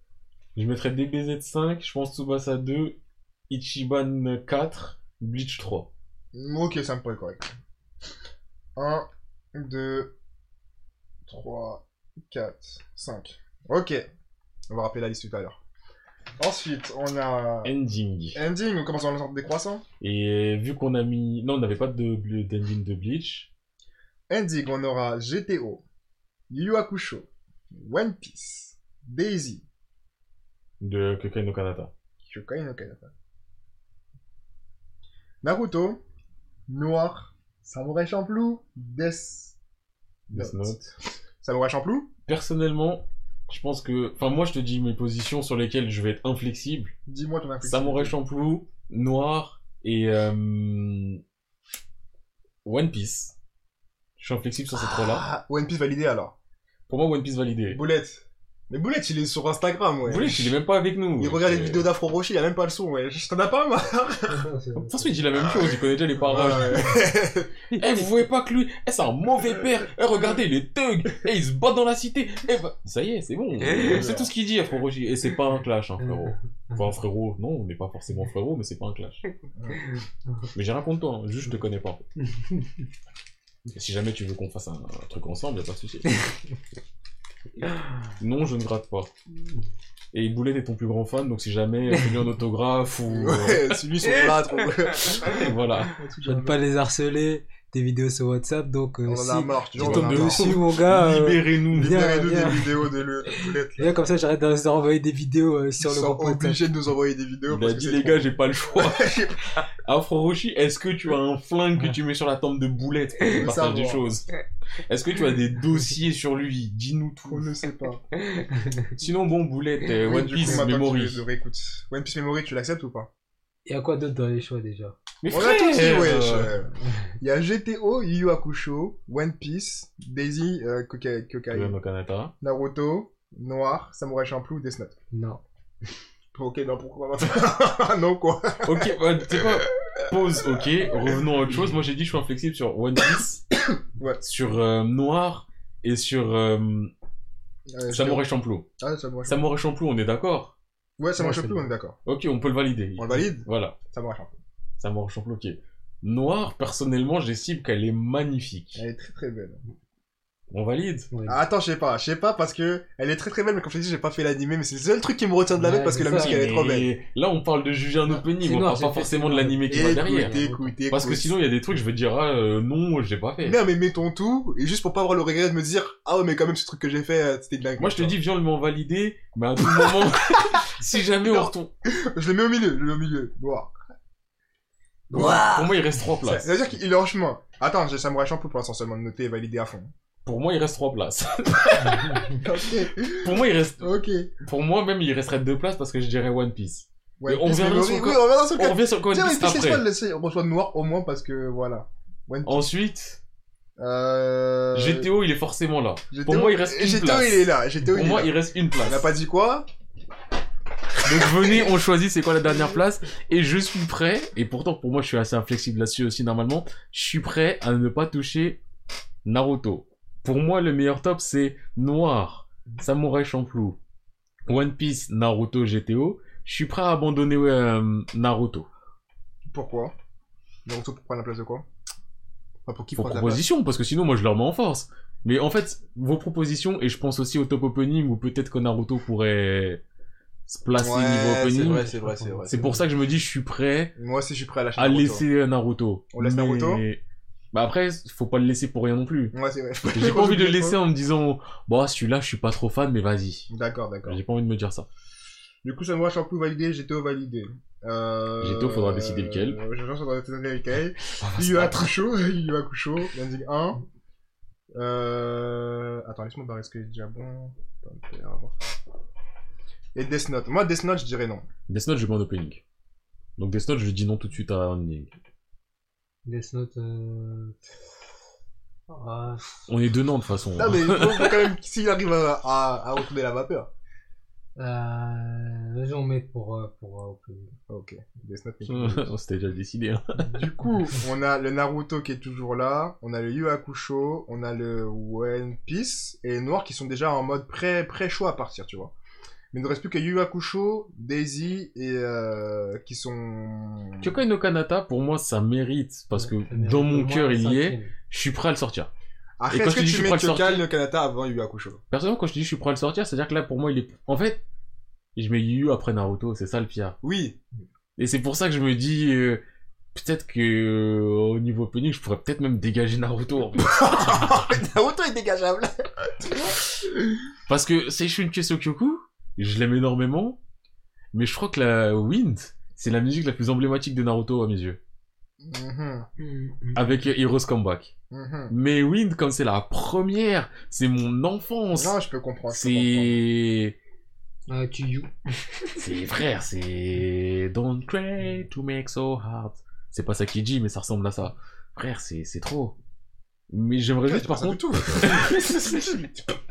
[SPEAKER 2] je mettrais DBZ 5, je pense Tsubasa 2, Ichiban 4, Bleach 3.
[SPEAKER 3] Ok, ça me paraît correct. 1, 2, 3, 4, 5. Ok. On va rappeler la liste tout à l'heure. Ensuite, on a...
[SPEAKER 2] Ending.
[SPEAKER 3] Ending, on commence dans l'ordre décroissant.
[SPEAKER 2] Et euh, vu qu'on a mis. Non, on n'avait pas de ble- d'ending de Bleach.
[SPEAKER 3] Ending, on aura GTO, Yu Yu Hakusho, One Piece, Daisy,
[SPEAKER 2] De Kokai no Kanata.
[SPEAKER 3] Kyokai no Kanata, Naruto, Noir, Samurai Champloo, Death,
[SPEAKER 2] Death
[SPEAKER 3] Note.
[SPEAKER 2] Note.
[SPEAKER 3] Samurai Champloo,
[SPEAKER 2] Personnellement, je pense que. Enfin, moi, je te dis mes positions sur lesquelles je vais être inflexible.
[SPEAKER 3] dis-moi ton impression.
[SPEAKER 2] Samurai Champloo, Noir et. euh, One Piece. Je suis inflexible sur ces trois-là.
[SPEAKER 3] Ah, One Piece validé alors.
[SPEAKER 2] Pour moi, One Piece validé.
[SPEAKER 3] Bullet. Mais Bullet, il est sur Instagram, ouais.
[SPEAKER 2] Vous voulez, il est même pas avec nous.
[SPEAKER 3] Il regarde les
[SPEAKER 2] Euh,
[SPEAKER 3] vidéos d'Afro Rocher, il a même pas le son, ouais. Je t'en as pas, moi
[SPEAKER 4] C'est-
[SPEAKER 2] De toute façon, il dit la même chose, il connaît déjà les paroles.
[SPEAKER 3] Ah. Ouais.
[SPEAKER 2] Eh, vous voyez pas que lui, eh, c'est un mauvais père. Eh, regardez, il est thug. Eh, il se bat dans la cité. Eh, va- ça y est, c'est bon. c'est tout ce qu'il dit, frérot. Et c'est pas un clash, hein, frérot. Enfin, frérot, non, on n'est pas forcément frérot, mais c'est pas un clash. mais j'ai rien contre toi, hein, juste je te connais pas. si jamais tu veux qu'on fasse un, un truc ensemble, y a pas de souci. non, je ne gratte pas. Et Boulet est ton plus grand fan, donc si jamais tu lui en autographe ou. euh,
[SPEAKER 3] ouais, celui sur plâtre.
[SPEAKER 2] voilà.
[SPEAKER 4] Je ne pas les harceler. Des vidéos sur WhatsApp, donc euh,
[SPEAKER 3] On en a
[SPEAKER 4] si
[SPEAKER 3] marre, tu
[SPEAKER 4] tu
[SPEAKER 3] vois, on en
[SPEAKER 4] tombes
[SPEAKER 3] a marre.
[SPEAKER 4] dessus, mon gars, euh,
[SPEAKER 2] Libérez-nous.
[SPEAKER 4] Viens,
[SPEAKER 3] Libérez-nous des
[SPEAKER 4] viens.
[SPEAKER 3] vidéos de le- de Bullet.
[SPEAKER 4] viens, comme ça, j'arrête de leur envoyer des vidéos euh,
[SPEAKER 3] Ils
[SPEAKER 4] sur le
[SPEAKER 3] sont
[SPEAKER 4] groupe WhatsApp.
[SPEAKER 3] obligés de nous envoyer des vidéos.
[SPEAKER 2] Il a
[SPEAKER 3] parce que
[SPEAKER 2] dit
[SPEAKER 3] c'est
[SPEAKER 2] les
[SPEAKER 3] trop-
[SPEAKER 2] gars, j'ai pas le choix. Afro Roshi, est-ce que tu as un flingue que tu mets sur la tempe de boulette pour
[SPEAKER 3] veut
[SPEAKER 2] qu'on partage des
[SPEAKER 3] savoir.
[SPEAKER 2] choses Est-ce que tu as des dossiers sur lui Dis-nous
[SPEAKER 3] On
[SPEAKER 2] tout.
[SPEAKER 3] ne sait pas.
[SPEAKER 2] Sinon, bon, boulette, euh,
[SPEAKER 3] Oui,
[SPEAKER 2] One
[SPEAKER 3] du
[SPEAKER 2] Piece,
[SPEAKER 3] coup, maintenant,
[SPEAKER 2] Memory.
[SPEAKER 3] tu le réécoutes. One Piece Memory, tu l'acceptes ou pas
[SPEAKER 4] Il y a quoi d'autre dans les choix déjà
[SPEAKER 2] Mais
[SPEAKER 3] On a tout dit,
[SPEAKER 2] frère,
[SPEAKER 3] wesh.
[SPEAKER 2] euh,
[SPEAKER 3] Il y a GTO, Yu Yu Hakusho, One Piece, Daisy, euh, Kokai, Kokai,
[SPEAKER 2] Koyama
[SPEAKER 3] hein.
[SPEAKER 2] Kanata.
[SPEAKER 3] Naruto, Noir, Samurai Champloo, Death Note.
[SPEAKER 4] Non.
[SPEAKER 3] Ok, non, pourquoi maintenant Non, quoi.
[SPEAKER 2] Ok, bah, tu sais quoi Pause, ok. Revenons à autre chose. Moi, j'ai dit je suis inflexible sur One Piece,
[SPEAKER 3] Ouais.
[SPEAKER 2] sur euh, Noir et sur euh,
[SPEAKER 3] Euh,
[SPEAKER 2] Samurai Champloo.
[SPEAKER 3] Ah, Samurai Champloo.
[SPEAKER 2] Samurai Champloo, on est d'accord
[SPEAKER 3] Ouais, Samurai
[SPEAKER 4] Ouais, c'est
[SPEAKER 3] Champloo,
[SPEAKER 4] bon.
[SPEAKER 3] on est d'accord.
[SPEAKER 2] Ok, on peut le valider.
[SPEAKER 3] On le valide
[SPEAKER 2] Voilà.
[SPEAKER 3] Samurai Champloo.
[SPEAKER 2] Ça marche en bloqué. Noire, personnellement, j'estime qu'elle est magnifique.
[SPEAKER 3] Elle est très très belle.
[SPEAKER 2] On valide
[SPEAKER 4] Ouais.
[SPEAKER 3] Ah, attends, je sais pas, je sais pas parce que elle est très très belle, mais comme je t'ai dit, j'ai pas fait l'animé, mais c'est le seul truc qui me retient de la
[SPEAKER 4] Ouais,
[SPEAKER 3] bête parce que
[SPEAKER 4] c'est
[SPEAKER 3] la musique
[SPEAKER 4] ça.
[SPEAKER 3] elle est trop
[SPEAKER 2] Mais
[SPEAKER 3] belle.
[SPEAKER 2] Là, on parle de juger un opening,
[SPEAKER 4] C'est
[SPEAKER 2] on
[SPEAKER 4] noir,
[SPEAKER 2] parle pas
[SPEAKER 4] j'ai fait,
[SPEAKER 2] forcément
[SPEAKER 4] c'est
[SPEAKER 2] de
[SPEAKER 4] noir.
[SPEAKER 2] l'animé qui va derrière.
[SPEAKER 3] Écoute, écoute, écoute.
[SPEAKER 2] Parce que sinon, il y a des trucs, je vais dire, ah, euh, non, j'ai pas fait.
[SPEAKER 3] Non, mais mettons tout, et juste pour pas avoir le regret de me dire, ah ouais, mais quand même, ce truc que j'ai fait, euh, c'était de la
[SPEAKER 2] Moi, je te dis, viens, on le met en validé, mais à tout moment, si jamais on retourne.
[SPEAKER 3] Je le mets au milieu, je le mets au milieu. Voilà.
[SPEAKER 2] Pour moi, il reste trois places.
[SPEAKER 3] C'est-à-dire qu'il est en chemin. Attends, j'ai Samurai Champloo pour l'instant seulement de noter et valider à fond.
[SPEAKER 2] Pour moi, il reste trois places.
[SPEAKER 3] ok,
[SPEAKER 2] Pour moi, il reste.
[SPEAKER 3] ok.
[SPEAKER 2] Pour moi, même, il resterait deux places parce que je dirais One Piece.
[SPEAKER 3] Ouais,
[SPEAKER 2] on
[SPEAKER 3] Piece
[SPEAKER 2] reviendra
[SPEAKER 3] Memory,
[SPEAKER 2] sur le
[SPEAKER 3] oui,
[SPEAKER 2] co-
[SPEAKER 3] on reviendra sur le
[SPEAKER 2] On
[SPEAKER 3] cas.
[SPEAKER 2] revient sur One
[SPEAKER 3] Tiens, mais
[SPEAKER 2] Piece
[SPEAKER 3] tu sais pas de
[SPEAKER 2] après.
[SPEAKER 3] laisser rejoindre noir au moins parce que voilà. One Piece.
[SPEAKER 2] Ensuite,
[SPEAKER 3] Euh...
[SPEAKER 2] GTO, il est forcément là.
[SPEAKER 3] GTO,
[SPEAKER 2] pour moi, il reste une
[SPEAKER 3] GTO,
[SPEAKER 2] place.
[SPEAKER 3] il est là. GTO,
[SPEAKER 2] Pour
[SPEAKER 3] il
[SPEAKER 2] moi,
[SPEAKER 3] est là.
[SPEAKER 2] il reste une place.
[SPEAKER 3] On a pas dit quoi
[SPEAKER 2] Donc venez, on choisit c'est quoi la dernière place. Et je suis prêt, et pourtant pour moi je suis assez inflexible là-dessus aussi normalement, je suis prêt à ne pas toucher Naruto. Pour moi le meilleur top c'est Noir, Samurai Champloo, One Piece, Naruto, GTO. Je suis prêt à abandonner euh, Naruto.
[SPEAKER 3] Pourquoi Naruto pour prendre la place de quoi Enfin, pour qui
[SPEAKER 2] vos
[SPEAKER 3] prendre la place
[SPEAKER 2] propositions, parce que sinon, moi, je leur mets en force. Mais en fait, vos propositions, et je pense aussi au top opening, où peut-être que Naruto pourrait se placer niveau
[SPEAKER 6] Ouais, c'est
[SPEAKER 2] opening.
[SPEAKER 6] vrai, c'est vrai, c'est vrai.
[SPEAKER 2] C'est pour ça que je me dis, je suis prêt
[SPEAKER 3] Moi aussi, je suis prêt à lâcher
[SPEAKER 2] à
[SPEAKER 3] Naruto.
[SPEAKER 2] laisser euh, Naruto.
[SPEAKER 3] On laisse Naruto
[SPEAKER 2] Bah après, faut pas le laisser pour rien non plus.
[SPEAKER 3] Ouais, c'est vrai.
[SPEAKER 2] J'ai pas envie de le laisser en me disant, bon, celui-là, je suis pas trop fan, mais vas-y.
[SPEAKER 3] D'accord, d'accord.
[SPEAKER 2] J'ai pas envie de me dire ça.
[SPEAKER 3] Du coup, Samurai Champloo validé, GTO validé. Euh...
[SPEAKER 2] GTO, faudra décider lequel. Ah,
[SPEAKER 3] Euh, GTO, faudra décider lequel. Yua Kusho, Yua Kusho, Landing 1. Euh... Attends, laisse-moi barrer ce que j'ai déjà bon. Attends, je vais avoir. Et Death Note. Moi, Death Note, je dirais non.
[SPEAKER 2] Death Note, je mets en opening. Donc Death Note, je dis non tout de suite à ending.
[SPEAKER 4] Death Note. euh, ah,
[SPEAKER 2] On est deux noms de toute façon.
[SPEAKER 3] Non, mais il faut, faut quand même, s'il arrive à, à, à retourner la vapeur.
[SPEAKER 4] euh, Vas-y, on met pour. euh, pour euh, opening.
[SPEAKER 3] Ok, Death Note. mais-
[SPEAKER 2] On s'était déjà décidé. hein.
[SPEAKER 3] Du coup, on a le Naruto qui est toujours là, on a le Yu Hakusho, on a le One Piece et les Noirs qui sont déjà en mode pré- pré-choix à partir, tu vois. Mais il ne reste plus que Yu Hakusho, Daisy et euh, qui sont.
[SPEAKER 2] Kyokai no Kanata, pour moi, ça mérite, parce que
[SPEAKER 4] Ça mérite
[SPEAKER 2] dans
[SPEAKER 4] au
[SPEAKER 2] mon
[SPEAKER 4] moins
[SPEAKER 2] cœur,
[SPEAKER 4] un
[SPEAKER 2] il y est,
[SPEAKER 4] cinquième.
[SPEAKER 2] je suis prêt à le sortir.
[SPEAKER 3] Après,
[SPEAKER 2] Et quand
[SPEAKER 3] Ah, est-ce
[SPEAKER 2] je
[SPEAKER 3] que
[SPEAKER 2] dis je
[SPEAKER 3] tu
[SPEAKER 2] suis
[SPEAKER 3] mets
[SPEAKER 2] prêt à le
[SPEAKER 3] Kyokai
[SPEAKER 2] sortir-
[SPEAKER 3] le Kanata avant Yu Hakusho
[SPEAKER 2] Personnellement, quand je dis je suis prêt à le sortir, c'est-à-dire que là, pour moi, il est... En fait, je mets Yu après Naruto, c'est ça le pire.
[SPEAKER 3] Oui,
[SPEAKER 2] Et c'est pour ça que je me dis... euh, Peut-être que euh, au niveau opening, je pourrais peut-être même dégager Naruto. en fait.
[SPEAKER 3] Naruto est dégageable.
[SPEAKER 2] Parce que Seishunke Sokyoku, je l'aime énormément, mais je crois que la Wind, c'est la musique la plus emblématique de Naruto à mes yeux.
[SPEAKER 3] Mhm,
[SPEAKER 2] Avec Heroes Comeback.
[SPEAKER 3] mhm.
[SPEAKER 2] Mais Wind, comme c'est la première, c'est mon enfance.
[SPEAKER 3] Non, Ah, je peux comprendre. je peux comprendre.
[SPEAKER 2] C'est.
[SPEAKER 4] Ah, tu you.
[SPEAKER 2] C'est frère, c'est. Don't cry to make so hard. C'est pas ça qu'il dit, mais ça ressemble à ça. Frère, c'est c'est trop. Mais j'aimerais
[SPEAKER 3] Ouais,
[SPEAKER 2] juste,
[SPEAKER 3] c'est pas
[SPEAKER 2] par
[SPEAKER 3] ça du
[SPEAKER 2] contre.
[SPEAKER 3] tout.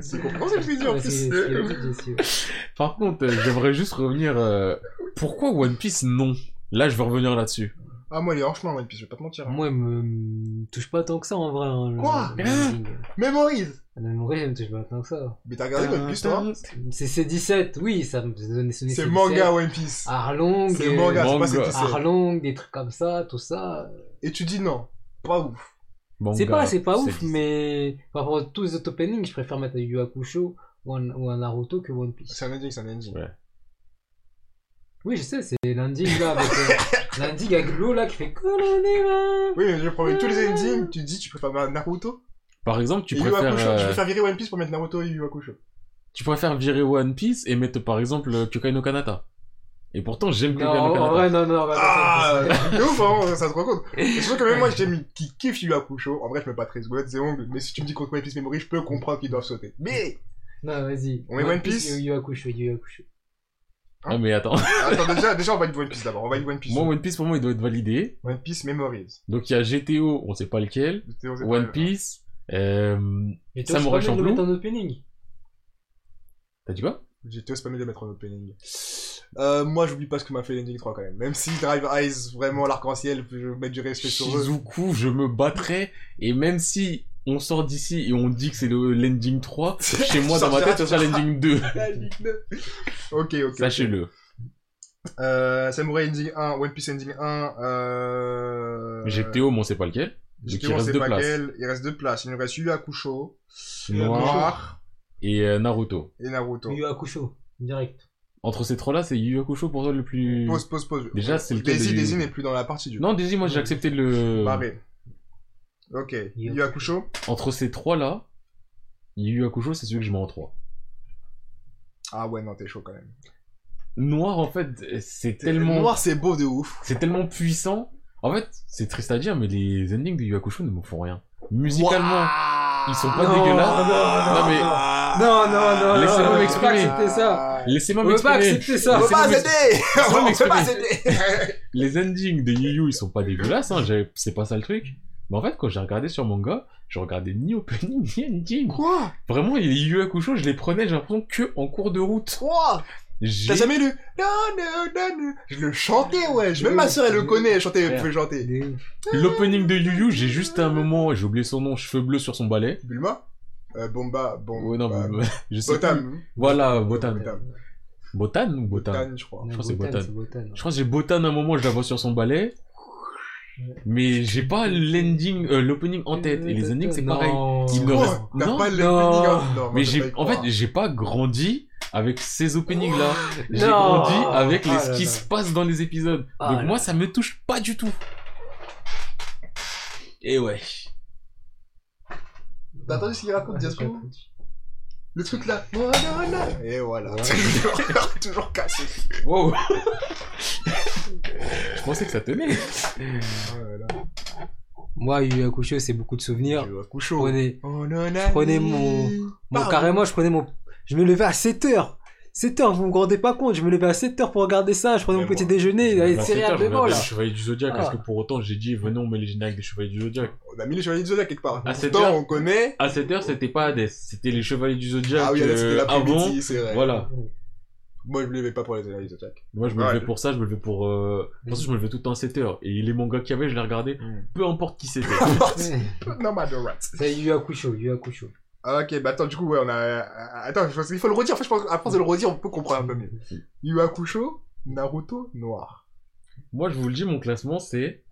[SPEAKER 3] C'est compréhensible ce que je dis en
[SPEAKER 4] Ouais, c'est- c'est-
[SPEAKER 3] plus.
[SPEAKER 4] c'est- c'est- c'est- c'est-
[SPEAKER 2] Par contre, euh, j'aimerais juste revenir. euh, Pourquoi One Piece non Là, je vais revenir là-dessus.
[SPEAKER 3] Ah, moi, il est hors chemin, One Piece, je vais pas te mentir. hein.
[SPEAKER 4] Moi, il me- me touche pas tant que ça en vrai. hein, le-
[SPEAKER 3] Quoi
[SPEAKER 4] le
[SPEAKER 2] Hein
[SPEAKER 4] opening.
[SPEAKER 3] Mémorise
[SPEAKER 4] Le Memory, il me touche pas tant que ça.
[SPEAKER 3] Mais t'as regardé One Piece, toi
[SPEAKER 4] C'est C17, oui, ça me donnait ce
[SPEAKER 3] C'est manga One Piece.
[SPEAKER 4] Arlong.
[SPEAKER 3] C'est
[SPEAKER 4] euh,
[SPEAKER 3] manga, c'est pas
[SPEAKER 2] manga.
[SPEAKER 3] ce que tu sais.
[SPEAKER 4] Arlong, des trucs comme ça, tout ça.
[SPEAKER 3] Et tu dis non. Pas ouf.
[SPEAKER 2] Manga,
[SPEAKER 4] C'est pas, c'est pas ouf,
[SPEAKER 2] c'est-
[SPEAKER 4] mais par rapport à tous les autres openings, je préfère mettre un Yu Hakusho ou un, ou un Naruto que One Piece.
[SPEAKER 3] C'est un ending, c'est un ending.
[SPEAKER 2] Ouais.
[SPEAKER 4] Oui, je sais, c'est l'ending là, avec euh, l'ending avec l'eau là qui fait Kolonema.
[SPEAKER 3] Oui, mais je promets tous les endings, tu dis tu préfères mettre Naruto
[SPEAKER 2] Par exemple, tu
[SPEAKER 3] et Yu
[SPEAKER 2] préfères,
[SPEAKER 3] Hakusho. Tu
[SPEAKER 2] euh,
[SPEAKER 3] préfères virer One Piece pour mettre Naruto et Yu Hakusho.
[SPEAKER 2] tu préfères virer One Piece et mettre par exemple euh, Kyokai no Kanata. Et pourtant, j'aime
[SPEAKER 4] Non,
[SPEAKER 2] Kyokai no
[SPEAKER 4] en, en
[SPEAKER 2] Kanata.
[SPEAKER 4] vrai, non, non, non,
[SPEAKER 3] Ah,
[SPEAKER 4] non, non,
[SPEAKER 3] de ouf, hein, ça se rend compte. Et surtout que même moi, j'ai mis qui kiffe Yu Hakusho. En vrai, je mets pas très God, c'est ongle. Mais si tu me dis contre One Piece Memory, je peux comprendre qu'ils doivent sauter. Mais
[SPEAKER 4] non, vas-y.
[SPEAKER 3] On met One Piece
[SPEAKER 4] Yu- Yu Hakusho, Yu Hakusho.
[SPEAKER 2] Ah, mais attends.
[SPEAKER 3] attends, déjà, déjà, on va One Piece d'abord. On va One Piece.
[SPEAKER 2] Moi, One Piece, pour moi, il doit être validé.
[SPEAKER 3] One Piece Memories.
[SPEAKER 2] Donc, il y a GTO, on sait pas lequel.
[SPEAKER 3] C'est- c'est-
[SPEAKER 2] One Piece. Euh...
[SPEAKER 4] Mais toi,
[SPEAKER 2] Samurai
[SPEAKER 4] je suis pas obligé de le
[SPEAKER 2] Champloo.
[SPEAKER 4] mettre en opening.
[SPEAKER 2] T'as dit quoi
[SPEAKER 3] J'étais pas mieux de mettre en opening. Euh, moi, j'oublie pas ce que m'a fait l'ending 3 quand même. Même si Drive Eyes, vraiment l'arc-en-ciel, je mets du respect sur eux.
[SPEAKER 2] Shizuku, je me battrais. Et même si on sort d'ici et on dit que c'est le l'ending 3, chez moi, dans ma tête, ce sera l'ending 2.
[SPEAKER 3] ok, ok.
[SPEAKER 2] Sachez-le.
[SPEAKER 3] Euh, Samurai Ending 1, One Piece Ending 1, euh...
[SPEAKER 2] GTO, mais on sait pas lequel.
[SPEAKER 3] GTO,
[SPEAKER 2] Donc, il reste
[SPEAKER 3] c'est
[SPEAKER 2] deux
[SPEAKER 3] pas
[SPEAKER 2] places.
[SPEAKER 3] quel. Il reste deux places. Il nous reste Yu Hakusho,
[SPEAKER 2] Noir
[SPEAKER 3] Noir
[SPEAKER 2] et euh, Naruto.
[SPEAKER 3] et Naruto.
[SPEAKER 4] Yu Hakusho, direct.
[SPEAKER 2] Entre ces trois-là, c'est Yu Yu Hakusho pour toi le plus.
[SPEAKER 3] Pause, pause, pause.
[SPEAKER 2] Déjà, c'est lequel
[SPEAKER 3] Daisy,
[SPEAKER 2] de Yu-
[SPEAKER 3] Daisy n'est plus dans la partie du coup.
[SPEAKER 2] Non, euh, Daisy, moi j'ai accepté de le.
[SPEAKER 3] Barré. Ok. Yu Hakusho.
[SPEAKER 2] Entre ces trois-là, Yu Yu Hakusho, c'est celui que je mets en 3.
[SPEAKER 3] Ah ouais, non, t'es chaud quand même.
[SPEAKER 2] Noir, en fait, c'est tellement.
[SPEAKER 3] Noir, c'est beau de ouf.
[SPEAKER 2] C'est tellement puissant. En fait, c'est triste à dire, mais les endings de Yu Hakusho ne me font rien. Musicalement, ils sont pas
[SPEAKER 4] Non,
[SPEAKER 2] dégueulasses.
[SPEAKER 4] non,
[SPEAKER 2] Non, mais
[SPEAKER 4] Non, non, non,
[SPEAKER 2] Laissez-moi
[SPEAKER 4] non, non,
[SPEAKER 2] m'exprimer.
[SPEAKER 4] faut pas accepter ça.
[SPEAKER 2] laissez-moi
[SPEAKER 4] On peut pas
[SPEAKER 2] m'exprimer.
[SPEAKER 4] accepter ça.
[SPEAKER 2] Mais
[SPEAKER 3] On peut
[SPEAKER 2] c'est
[SPEAKER 3] pas
[SPEAKER 2] bon, mais-
[SPEAKER 3] céder
[SPEAKER 2] bon,
[SPEAKER 3] On peut
[SPEAKER 2] m'exprimer.
[SPEAKER 3] pas céder
[SPEAKER 2] Les endings de Yu Yu, ils sont pas dégueulasses, hein, j'avais- c'est pas ça le truc. Mais en fait, quand j'ai regardé sur manga, je regardais ni opening ni ending.
[SPEAKER 3] Quoi
[SPEAKER 2] Vraiment, les Yu Yu Hakusho, je les prenais, j'ai l'impression que en cours de route.
[SPEAKER 3] Quoi
[SPEAKER 2] J'ai-
[SPEAKER 3] T'as jamais lu Non, non, non, non. Je le chantais, ouais. Même ma soeur, elle le connaît, elle chantait, elle pouvait chanter.
[SPEAKER 4] De ouf.
[SPEAKER 2] L'opening de Yu Yu, j'ai juste un moment, j'ai oublié son nom, cheveux bleus sur son balai.
[SPEAKER 3] Bulma euh, Bomba, Bom...
[SPEAKER 2] Ouais, non,
[SPEAKER 3] euh,
[SPEAKER 2] je sais
[SPEAKER 3] Botan.
[SPEAKER 2] plus. Voilà, Botan.
[SPEAKER 3] Botan.
[SPEAKER 2] Botan ou Botan
[SPEAKER 3] Botan, je crois.
[SPEAKER 2] Je crois que c'est Botan.
[SPEAKER 4] c'est Botan.
[SPEAKER 2] Je crois que j'ai Botan un moment, je la vois sur son balai. Mais j'ai pas l'ending, euh, l'opening en tête. Et les endings, c'est pareil.
[SPEAKER 4] Non.
[SPEAKER 2] Il me
[SPEAKER 3] Quoi
[SPEAKER 2] reste-
[SPEAKER 3] T'as
[SPEAKER 2] Non,
[SPEAKER 3] pas les
[SPEAKER 2] non.
[SPEAKER 3] Minions Non, moi,
[SPEAKER 2] Mais
[SPEAKER 3] je vais
[SPEAKER 2] j'ai,
[SPEAKER 3] y
[SPEAKER 2] en fait,
[SPEAKER 3] croire.
[SPEAKER 2] j'ai pas grandi avec ces openings là. J'ai
[SPEAKER 4] Non.
[SPEAKER 2] grandi avec les,
[SPEAKER 4] Ah
[SPEAKER 2] ce
[SPEAKER 4] là
[SPEAKER 2] qui
[SPEAKER 4] là.
[SPEAKER 2] se passe dans les épisodes.
[SPEAKER 4] Ah
[SPEAKER 2] Donc
[SPEAKER 4] là
[SPEAKER 2] moi,
[SPEAKER 4] là.
[SPEAKER 2] ça me touche pas du tout. Et ouais.
[SPEAKER 3] T'as entendu ce qu'il raconte, Diasco Le truc là. Non, non, non. Et voilà. Toujours- Toujours cassé.
[SPEAKER 2] Wow. Je pensais que ça tenait.
[SPEAKER 4] Moi, Yu Yu Hakusho, c'est beaucoup de souvenirs. Je
[SPEAKER 3] Couchon.
[SPEAKER 4] prenais,
[SPEAKER 3] Oh, non,
[SPEAKER 4] je prenais mon, mon- carrément, je prenais mon, je me levais à 7 h 7 h vous me rendez pas compte, je me levais à 7 h pour regarder ça, je prenais
[SPEAKER 3] Mais
[SPEAKER 4] mon
[SPEAKER 3] moi,
[SPEAKER 4] petit déjeuner, il y avait une
[SPEAKER 2] Bah,
[SPEAKER 4] série
[SPEAKER 2] c'est tard, je
[SPEAKER 4] devant
[SPEAKER 2] regardais
[SPEAKER 4] là.
[SPEAKER 2] les Chevaliers du Zodiac,
[SPEAKER 4] Ah.
[SPEAKER 2] parce que pour autant, j'ai dit, venez, on met les génériques des Chevaliers du Zodiac.
[SPEAKER 3] On a mis les chevaliers du Zodiac quelque part.
[SPEAKER 2] Ah, c'est
[SPEAKER 3] Pourtant,
[SPEAKER 2] bien.
[SPEAKER 3] on connaît.
[SPEAKER 2] À cette heure, c'était pas Hades, c'était les Chevaliers du Zodiac
[SPEAKER 3] Ah oui, là, c'était
[SPEAKER 2] euh, avant.
[SPEAKER 3] l'après-midi, c'est vrai.
[SPEAKER 2] Voilà.
[SPEAKER 3] Moi, je ne levais pas pour les chevaliers du Zodiac.
[SPEAKER 2] Moi, je me
[SPEAKER 3] Ouais.
[SPEAKER 2] levais pour ça, je me levais pour. Euh... De toute façon, je me levais tout le temps à 7 heures. Et les mangas qu'il y avait, je les regardais,
[SPEAKER 3] Mm.
[SPEAKER 2] peu importe qui c'était.
[SPEAKER 4] Ouais.
[SPEAKER 3] Non, ma de rat.
[SPEAKER 4] C'est Yu Yu Hakusho, Yu Yu Hakusho.
[SPEAKER 3] Ah, ok, bah attends, du coup, ouais, on a. Attends, je pense qu'il faut le redire. Enfin, je pense qu'à force de le redire, on peut comprendre un peu mieux. Yu Hakusho, Naruto, noir.
[SPEAKER 2] Moi, je vous le dis, mon classement, c'est.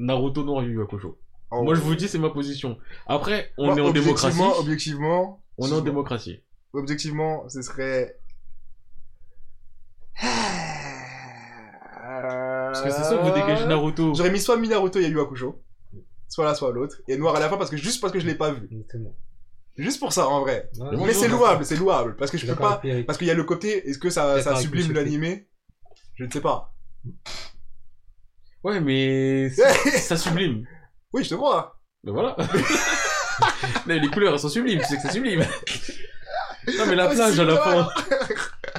[SPEAKER 2] Naruto Noir Yu Yu Hakusho.
[SPEAKER 3] Oh. Bah,
[SPEAKER 2] Moi, je vous le dis, c'est ma position. Après, on
[SPEAKER 3] Moi,
[SPEAKER 2] est en démocratie.
[SPEAKER 3] objectivement- Objectivement,
[SPEAKER 2] On est en démocratie.
[SPEAKER 3] objectivement, ce serait.
[SPEAKER 2] Parce
[SPEAKER 3] Parce
[SPEAKER 2] que c'est soit
[SPEAKER 3] Euh,
[SPEAKER 2] vous dégagez Naruto.
[SPEAKER 3] J'aurais mis soit Minaruto et Yu Hakusho, soit l'un, soit l'autre, et noir à la fin parce que juste parce que je l'ai pas vu.
[SPEAKER 4] Exactement.
[SPEAKER 3] Juste pour ça en vrai.
[SPEAKER 4] Ouais,
[SPEAKER 2] Mais moi,
[SPEAKER 3] Mais
[SPEAKER 2] je
[SPEAKER 3] c'est
[SPEAKER 2] vois.
[SPEAKER 3] louable, c'est louable parce que je peux
[SPEAKER 4] d'accord
[SPEAKER 3] pas
[SPEAKER 4] avec Pierrick.
[SPEAKER 3] parce qu'il y a le côté est-ce que ça,
[SPEAKER 4] D'accord
[SPEAKER 3] ça
[SPEAKER 4] avec
[SPEAKER 3] sublime
[SPEAKER 4] Monsieur P.
[SPEAKER 3] l'animé Je ne sais pas.
[SPEAKER 2] Ouais, mais. c'est- ça sublime.
[SPEAKER 3] Oui, je te crois.
[SPEAKER 2] Ben voilà. Mais les couleurs, elles sont sublimes, tu sais que c'est sublime. Non, mais la
[SPEAKER 3] Oh,
[SPEAKER 2] plage à la
[SPEAKER 3] c'est
[SPEAKER 2] fin.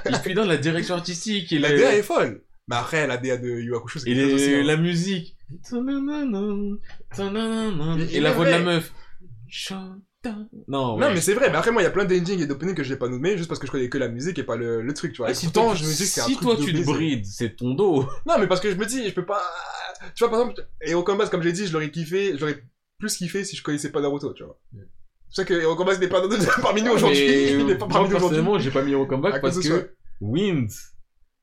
[SPEAKER 2] Et puis, dans la direction artistique et,
[SPEAKER 3] La
[SPEAKER 2] les-
[SPEAKER 3] DA est folle. Mais après la DA de Yu Hakusho c'est
[SPEAKER 2] et
[SPEAKER 3] quelque
[SPEAKER 2] les-
[SPEAKER 3] chose aussi, hein.
[SPEAKER 2] la musique. Tananana, tananana,
[SPEAKER 3] Mais
[SPEAKER 2] Et
[SPEAKER 3] il
[SPEAKER 2] la
[SPEAKER 3] est
[SPEAKER 2] voix de la
[SPEAKER 3] vrai.
[SPEAKER 2] meuf. Chantin. Non,
[SPEAKER 3] Non
[SPEAKER 2] ouais.
[SPEAKER 3] mais c'est vrai, mais après moi il y a plein d'endings et d'openings que je n'ai pas nommés juste parce que je connais que la musique et pas le, le truc, tu vois.
[SPEAKER 2] Ah,
[SPEAKER 3] Et
[SPEAKER 2] si
[SPEAKER 3] pourtant
[SPEAKER 2] toi,
[SPEAKER 3] je me dis que c'est un
[SPEAKER 2] si
[SPEAKER 3] truc
[SPEAKER 2] toi
[SPEAKER 3] de
[SPEAKER 2] tu te
[SPEAKER 3] baiser.
[SPEAKER 2] brides, c'est ton dos.
[SPEAKER 3] Non, mais parce que je me dis, je peux pas. Tu vois, par exemple, Hero Combat, comme j'ai dit, je l'aurais kiffé, j'aurais plus kiffé si je connaissais pas Naruto, tu vois. C'est pour ça que Hero Combat n'est pas parmi nous aujourd'hui.
[SPEAKER 2] Mais euh,
[SPEAKER 3] Il n'est pas
[SPEAKER 2] moi,
[SPEAKER 3] parmi nous aujourd'hui.
[SPEAKER 2] personnellement, j'ai pas mis au comeback
[SPEAKER 3] À cause
[SPEAKER 2] parce
[SPEAKER 3] de ça.
[SPEAKER 2] que Wind.